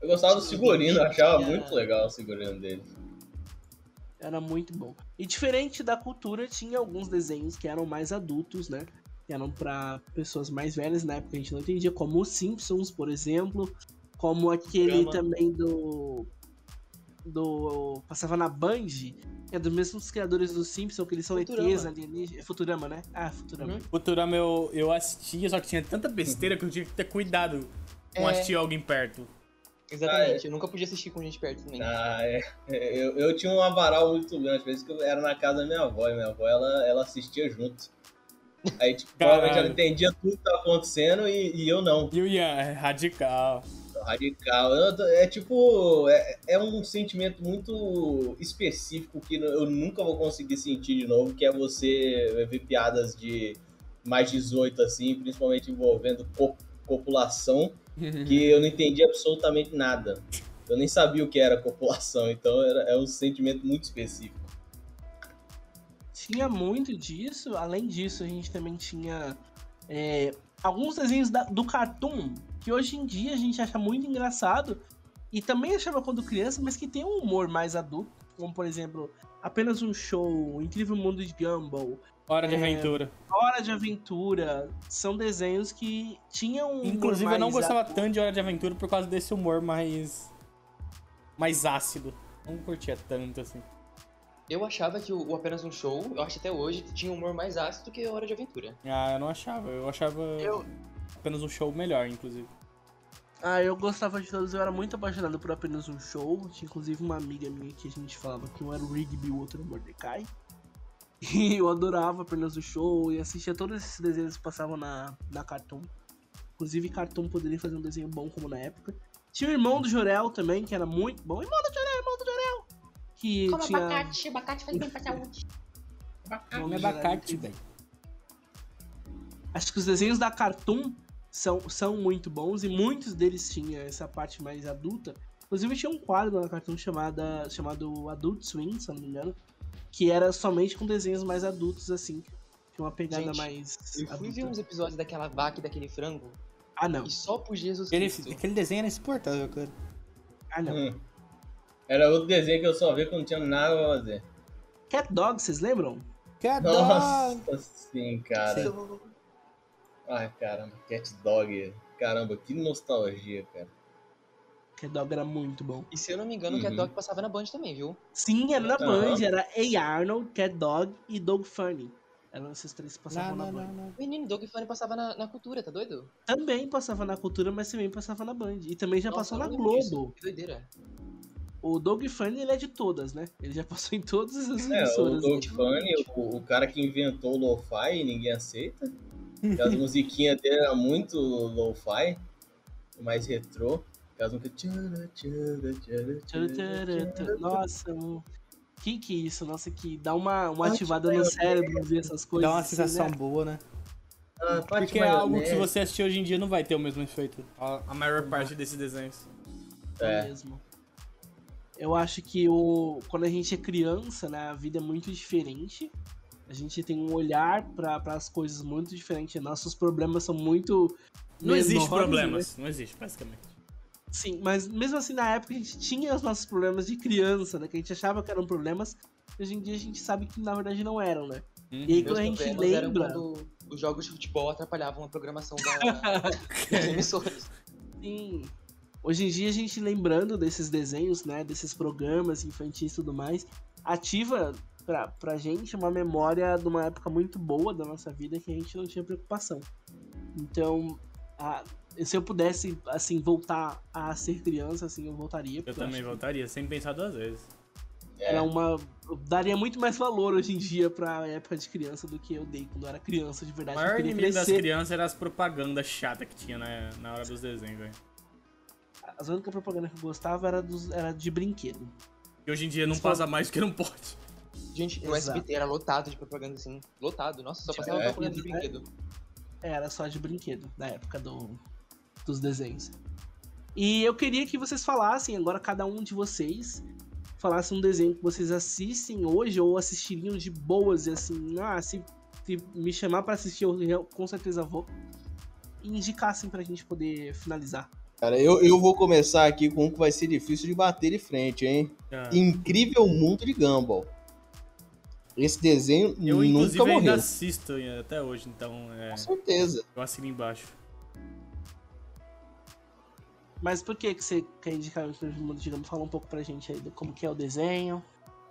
[SPEAKER 4] Eu gostava do figurino, eu achava
[SPEAKER 3] Tinha-
[SPEAKER 1] é.
[SPEAKER 4] muito legal o figurino dele.
[SPEAKER 1] Era muito bom. E diferente da cultura, tinha alguns desenhos que eram mais adultos, né? Que eram pra pessoas mais velhas, na época a gente não entendia, como os Simpsons, por exemplo, como aquele
[SPEAKER 3] Programa.
[SPEAKER 1] também do do passava na Band, que é dos mesmos criadores do Simpsons, que eles são
[SPEAKER 3] Futurama.
[SPEAKER 1] ETs alienígenas, é Futurama, né? Ah, Futurama.
[SPEAKER 3] Uhum.
[SPEAKER 5] Futurama eu, eu assistia, só que tinha tanta besteira que eu tinha que ter cuidado com
[SPEAKER 3] É.
[SPEAKER 5] assistir alguém perto.
[SPEAKER 3] Exatamente, eu nunca podia assistir com gente perto também.
[SPEAKER 4] Ah, é. eu, eu tinha um avaral muito grande, às vezes que eu era na casa da minha avó, e minha avó ela, ela assistia junto. Aí, tipo,
[SPEAKER 5] Caralho.
[SPEAKER 4] provavelmente ela entendia tudo que tá acontecendo e, e eu não.
[SPEAKER 5] E o Ian é radical.
[SPEAKER 4] Radical. Eu tô- é tipo. É, é um sentimento muito específico que eu nunca vou conseguir sentir de novo, que é você ver piadas de mais 18, assim, principalmente envolvendo co- copulação, que eu não entendi absolutamente nada. Eu nem sabia o que era copulação, então era, é um sentimento muito específico.
[SPEAKER 1] Tinha muito disso. Além disso, a gente também tinha é, alguns desenhos da- do Cartoon que hoje em dia a gente acha muito engraçado e também achava quando criança, mas que tem um humor mais adulto, como por exemplo, apenas um show, O Incrível Mundo de Gumball,
[SPEAKER 5] Hora de
[SPEAKER 1] É.
[SPEAKER 5] aventura.
[SPEAKER 1] Hora de Aventura. São desenhos que tinham um humor
[SPEAKER 5] Inclusive, eu não
[SPEAKER 1] mais
[SPEAKER 5] gostava tanto de Hora de Aventura por causa desse humor mais. mais ácido. Não curtia tanto assim.
[SPEAKER 3] Eu achava que o, o Apenas um Show, eu acho até hoje, que tinha um humor mais ácido que Hora de Aventura.
[SPEAKER 5] Ah, eu não achava. Eu achava
[SPEAKER 1] Eu-
[SPEAKER 5] apenas um show melhor, inclusive.
[SPEAKER 1] Ah, eu gostava de todos, eu era muito apaixonado por apenas um show. Tinha inclusive uma amiga minha que a gente falava que um era o Rigby e o outro era o Mordecai. E eu adorava apenas o show e assistia todos esses desenhos que passavam na, na Cartoon. Inclusive, Cartoon poderia fazer um desenho bom como na época. Tinha o irmão do Jorel também, que era muito bom. Irmão do Jorel, irmão do Jorel! Que
[SPEAKER 7] Como
[SPEAKER 1] tinha...
[SPEAKER 7] abacate, abacate faz bem pra saúde.
[SPEAKER 1] irmão
[SPEAKER 5] Come
[SPEAKER 1] do Jorel,
[SPEAKER 5] abacate,
[SPEAKER 1] que-
[SPEAKER 5] velho.
[SPEAKER 1] Acho que os desenhos da Cartoon são, são muito bons e muitos deles tinham essa parte mais adulta. Inclusive tinha um quadro na Cartoon chamada, chamado Adult Swim, se eu não me engano, que era somente com desenhos mais adultos, assim. Tinha uma pegada
[SPEAKER 3] Gente,
[SPEAKER 1] mais.
[SPEAKER 3] Eu um fui ver
[SPEAKER 1] adulta.
[SPEAKER 3] uns episódios daquela vaca e daquele frango,
[SPEAKER 1] Ah, não.
[SPEAKER 3] e só por Jesus
[SPEAKER 6] Aquele,
[SPEAKER 3] Cristo.
[SPEAKER 6] aquele desenho era insuportável, cara.
[SPEAKER 1] Ah,
[SPEAKER 3] Uhum.
[SPEAKER 1] não.
[SPEAKER 4] Hum. Era outro desenho que eu só via que não tinha nada pra fazer.
[SPEAKER 1] Cat Dog, vocês lembram?
[SPEAKER 6] Que dó!
[SPEAKER 4] Nossa, sim, cara. Ai, caramba, Cat Dog. Caramba, que nostalgia, cara.
[SPEAKER 1] Cat Dog era muito bom.
[SPEAKER 3] E se eu não me engano, o Cat
[SPEAKER 4] Uhum.
[SPEAKER 3] Dog passava na Band também, viu?
[SPEAKER 1] Sim, era na
[SPEAKER 4] Aham.
[SPEAKER 3] Uhum.
[SPEAKER 1] Band, era A. Arnold, Cat Dog e Dog Funny. Eram esses três que passavam
[SPEAKER 6] Não,
[SPEAKER 1] na
[SPEAKER 6] não, não,
[SPEAKER 1] Band.
[SPEAKER 6] não.
[SPEAKER 3] Menino, Dog Funny passava na, na cultura, tá doido?
[SPEAKER 1] Também passava na cultura, mas também passava na Band. E também já
[SPEAKER 3] Nossa,
[SPEAKER 1] passou
[SPEAKER 3] eu
[SPEAKER 1] na
[SPEAKER 3] não lembro
[SPEAKER 1] Globo.
[SPEAKER 3] disso. Que doideira.
[SPEAKER 1] O Dog Funny, ele é de todas, né? Ele já passou em todas as
[SPEAKER 4] É, o
[SPEAKER 1] emissoras. né? Tipo,
[SPEAKER 4] Dog Funny, o, o cara que inventou o lo-fi e ninguém aceita. Porque As musiquinhas dele eram muito lo-fi, mais retrô. Aquelas músicas. tchara, tchara, tchara,
[SPEAKER 1] Tcharam,
[SPEAKER 4] tchara,
[SPEAKER 1] tcharam, tcharam.
[SPEAKER 4] tchara.
[SPEAKER 1] Nossa, o que que é isso? Nossa, que dá uma, uma
[SPEAKER 4] Ah,
[SPEAKER 1] ativada
[SPEAKER 4] que
[SPEAKER 1] no
[SPEAKER 4] legal.
[SPEAKER 1] cérebro ver essas coisas.
[SPEAKER 6] né? Dá uma
[SPEAKER 1] assim,
[SPEAKER 6] sensação
[SPEAKER 1] né?
[SPEAKER 6] boa, né?
[SPEAKER 4] Ah, Pate
[SPEAKER 6] Porque é algo que
[SPEAKER 4] Maionese.
[SPEAKER 6] se você assistir hoje em dia não vai ter o mesmo efeito.
[SPEAKER 5] A, a maior parte desses desenhos.
[SPEAKER 4] É.
[SPEAKER 1] mesmo. Eu acho que o, quando a gente é criança, né, a vida é muito diferente. A gente tem um olhar para as coisas muito diferente. Nossos problemas são muito.
[SPEAKER 5] Não existe
[SPEAKER 1] menores, né?
[SPEAKER 5] problemas. Não existe, basicamente.
[SPEAKER 1] Sim, mas mesmo assim, na época a gente tinha os nossos problemas de criança, né? Que a gente achava que eram problemas. e Hoje em dia a gente sabe que na verdade não eram, né?
[SPEAKER 5] Uhum.
[SPEAKER 1] E aí quando
[SPEAKER 3] Meus
[SPEAKER 1] a gente
[SPEAKER 3] problemas eram
[SPEAKER 1] lembra.
[SPEAKER 3] quando os jogos de futebol atrapalhavam a programação da, das emissoras.
[SPEAKER 1] Sim. Hoje em dia a gente lembrando desses desenhos, né, desses programas infantis e tudo mais, ativa pra, pra gente uma memória de uma época muito boa da nossa vida que a gente não tinha preocupação. Então, a- se eu pudesse, assim, voltar a ser criança, assim, eu voltaria.
[SPEAKER 5] Eu
[SPEAKER 1] porque
[SPEAKER 5] também
[SPEAKER 1] acho
[SPEAKER 5] voltaria, sem pensar duas vezes.
[SPEAKER 1] que
[SPEAKER 5] É.
[SPEAKER 1] Era É uma... Eu daria muito mais valor hoje em dia pra época de criança do que eu dei quando eu era criança, de
[SPEAKER 5] O
[SPEAKER 1] verdade. Eu
[SPEAKER 5] maior
[SPEAKER 1] queria
[SPEAKER 5] inimigo das
[SPEAKER 1] crescer.
[SPEAKER 5] crianças era as propagandas chatas que tinha na, na hora dos desenhos, velho.
[SPEAKER 1] As únicas propagandas que eu gostava era, dos, era de brinquedo.
[SPEAKER 5] E hoje em dia não passa mais porque não pode.
[SPEAKER 3] Gente, o
[SPEAKER 1] Exato.
[SPEAKER 3] SBT era lotado de propaganda, assim. Lotado. Nossa, só passava
[SPEAKER 4] É.
[SPEAKER 3] propaganda de brinquedo.
[SPEAKER 1] Era só de brinquedo, da época do, dos desenhos. E eu queria que vocês falassem, agora cada um de vocês, falasse um desenho que vocês assistem hoje ou assistiriam de boas, e assim, ah, se, se me chamar pra assistir, eu real- com certeza vou. E indicassem pra gente poder finalizar.
[SPEAKER 4] Cara, eu, eu vou começar aqui com um que vai ser difícil de bater de frente, hein? Incrível Mundo de Gumball. Esse desenho
[SPEAKER 5] Eu, inclusive,
[SPEAKER 4] nunca
[SPEAKER 5] ainda
[SPEAKER 4] morreu.
[SPEAKER 5] assisto até hoje, então é,
[SPEAKER 4] Com certeza.
[SPEAKER 5] eu assino embaixo.
[SPEAKER 1] Mas por que, que você quer indicar o Incrível Mundo de Gumball? Fala um pouco pra gente aí de como que é o desenho.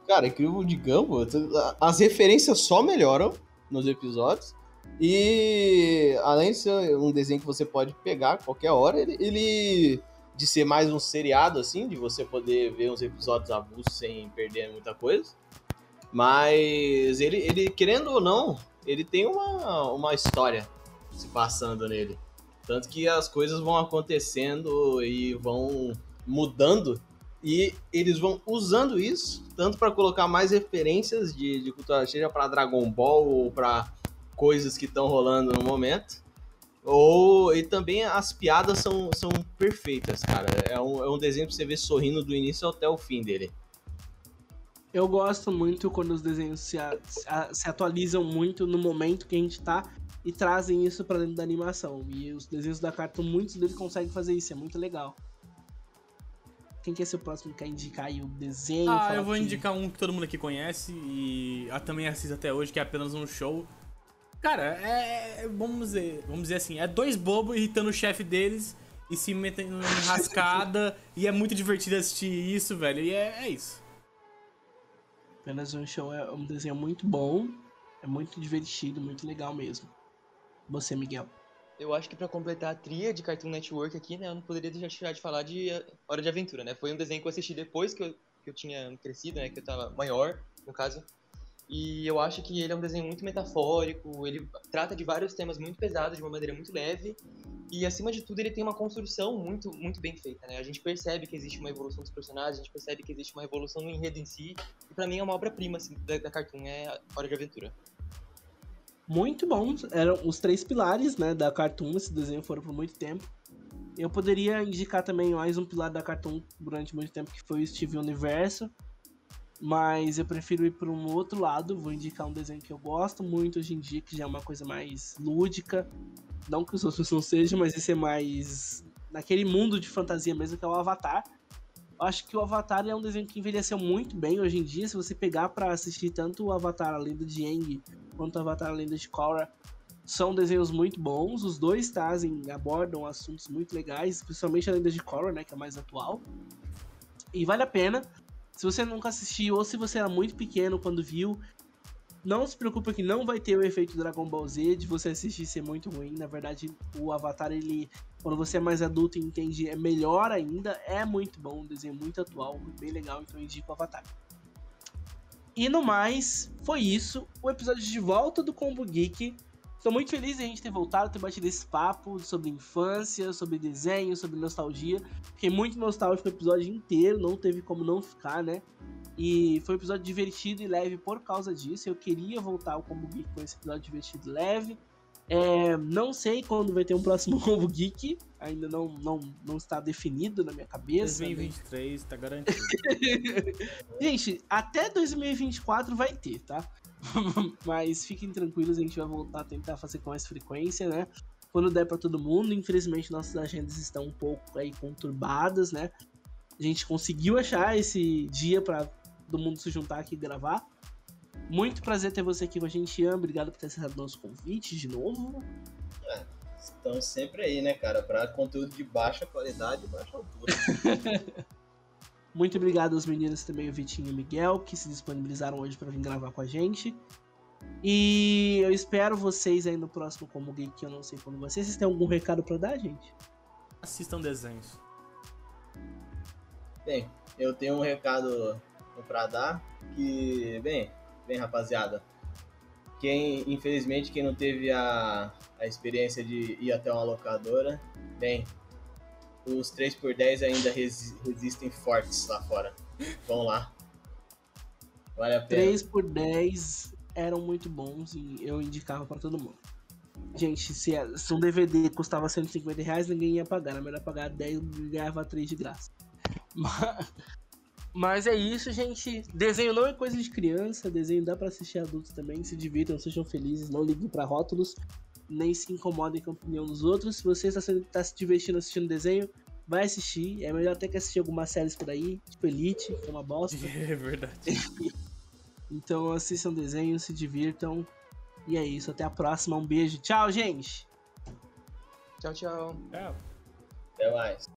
[SPEAKER 4] Cara, é Incrível Mundo de Gumball, t- as referências só melhoram nos episódios. E além de ser um desenho que você pode pegar a qualquer hora, ele, ele- de ser mais um seriado assim, de você poder ver uns episódios avulsos sem perder muita coisa. Mas ele, ele querendo ou não, ele tem uma, uma história se passando nele. Tanto que as coisas vão acontecendo e vão mudando. E eles vão usando isso tanto para colocar mais referências de, de cultura, seja para Dragon Ball ou para coisas que estão rolando no momento. Ou, e também as piadas são, são perfeitas, cara. É um, é um desenho pra você ver sorrindo do início até o fim dele.
[SPEAKER 1] Eu gosto muito quando os desenhos se, a- se a- se atualizam muito no momento que a gente tá e trazem isso pra dentro da animação. E os desenhos da Cartoon, muitos deles conseguem fazer isso, é muito legal. Quem quer ser o próximo que quer indicar aí o desenho?
[SPEAKER 5] Ah,
[SPEAKER 1] falar
[SPEAKER 5] eu vou
[SPEAKER 1] que-
[SPEAKER 5] indicar um que todo mundo aqui conhece e eu também assisto até hoje, que é apenas um show. Cara, é. é- Vamos dizer, vamos dizer assim, é dois bobos irritando o chefe deles e se metendo em rascada. e é muito divertido assistir isso, velho. E é, é isso.
[SPEAKER 1] Apenas um show é um desenho muito bom, é muito divertido, muito legal mesmo. Você, Miguel.
[SPEAKER 3] Eu acho que pra completar a tria de Cartoon Network aqui, né, eu não poderia deixar- deixar de falar de eh, Hora de Aventura, né? Foi um desenho que eu assisti depois que eu, que eu tinha crescido, né, que eu tava maior, no caso. E eu acho que ele é um desenho muito metafórico, ele trata de vários temas muito pesados de uma maneira muito leve. E acima de tudo, ele tem uma construção muito muito bem feita, né? A gente percebe que existe uma evolução dos personagens, a gente percebe que existe uma evolução no enredo em si. E pra mim é uma obra-prima assim, da, da Cartoon, é Hora de Aventura.
[SPEAKER 1] muito bons. Eram os três pilares, né, da Cartoon. Esse desenho foram por muito tempo. Eu poderia indicar também mais um pilar da Cartoon durante muito tempo, que foi o Steve Universo. Mas eu prefiro ir para um outro lado, vou indicar um desenho que eu gosto muito hoje em dia, que já é uma coisa mais lúdica. Não que os outros não sejam, mas esse é mais naquele mundo de fantasia mesmo, que é o Avatar. Eu acho que o Avatar é um desenho que envelheceu muito bem hoje em dia. Se você pegar para assistir tanto o Avatar A Lenda de Aang quanto o Avatar A Lenda de Korra, são desenhos muito bons. Os dois trazem, abordam assuntos muito legais, principalmente a Lenda de Korra, né, que é mais atual. E vale a pena. Se você nunca assistiu ou se você era muito pequeno quando viu, não se preocupa que não vai ter o efeito Dragon Ball Z de você assistir ser muito ruim. Na verdade, o Avatar, ele, quando você é mais adulto e entende, é melhor ainda. É muito bom, um desenho muito atual, bem legal, então eu indico o Avatar. E no mais, foi isso. O episódio de volta do Combo Geek. Estou muito feliz de a gente ter voltado, ter batido esse papo sobre infância, sobre desenho, sobre nostalgia. Fiquei muito nostálgico o episódio inteiro, não teve como não ficar, né? E foi um episódio divertido e leve por causa disso. Eu queria voltar ao Combo Geek com esse episódio divertido e leve. É, não sei quando vai ter um próximo Combo Geek, ainda não, não, não está definido na minha cabeça.
[SPEAKER 2] um.
[SPEAKER 1] né?
[SPEAKER 5] 2023, tá garantido.
[SPEAKER 1] Gente, até 2024 vai ter, tá? Mas fiquem tranquilos, a gente vai voltar a tentar fazer com mais frequência, né? Quando der pra todo mundo, infelizmente nossas agendas estão um pouco aí conturbadas, né? A gente conseguiu achar esse dia pra todo mundo se juntar aqui e gravar. Muito prazer ter você aqui com a gente, Ian. Obrigado por ter aceitado o nosso convite de novo.
[SPEAKER 4] Estão sempre aí, né, cara? Pra conteúdo de baixa qualidade, baixa altura.
[SPEAKER 1] Muito obrigado aos meninos também, o Vitinho e o Miguel, que se disponibilizaram hoje para vir gravar com a gente. E eu espero vocês aí no próximo Como Geek, que eu não sei quando vocês. Vocês têm algum recado para dar, gente?
[SPEAKER 5] Assistam desenhos.
[SPEAKER 4] Bem, eu tenho um recado pra dar que, bem, bem rapaziada, quem, infelizmente, quem não teve a, a experiência de ir até uma locadora, bem, os 3x10 ainda resi- resistem fortes lá fora. Vão lá. Vale a pena.
[SPEAKER 1] 3 por 10 eram muito bons e eu indicava para todo mundo. Gente, se, é- se um DVD custava 150 reais, ninguém ia pagar. Era melhor pagar 10 e ganhava 3 de graça. Mas, mas é isso, gente. Desenho não é coisa de criança. Desenho dá para assistir adultos também. Se divirtam, sejam felizes, não liguem para rótulos. Nem se incomodem com a opinião dos outros. Se você está, sendo- está se divertindo assistindo desenho, vai assistir. É melhor até que assistir algumas séries por aí, tipo Elite, que é uma bosta.
[SPEAKER 5] É verdade.
[SPEAKER 1] Então assistam desenho, se divirtam. E é isso, até a próxima. Um beijo. Tchau, gente!
[SPEAKER 3] Tchau, tchau.
[SPEAKER 5] É,
[SPEAKER 4] Até mais.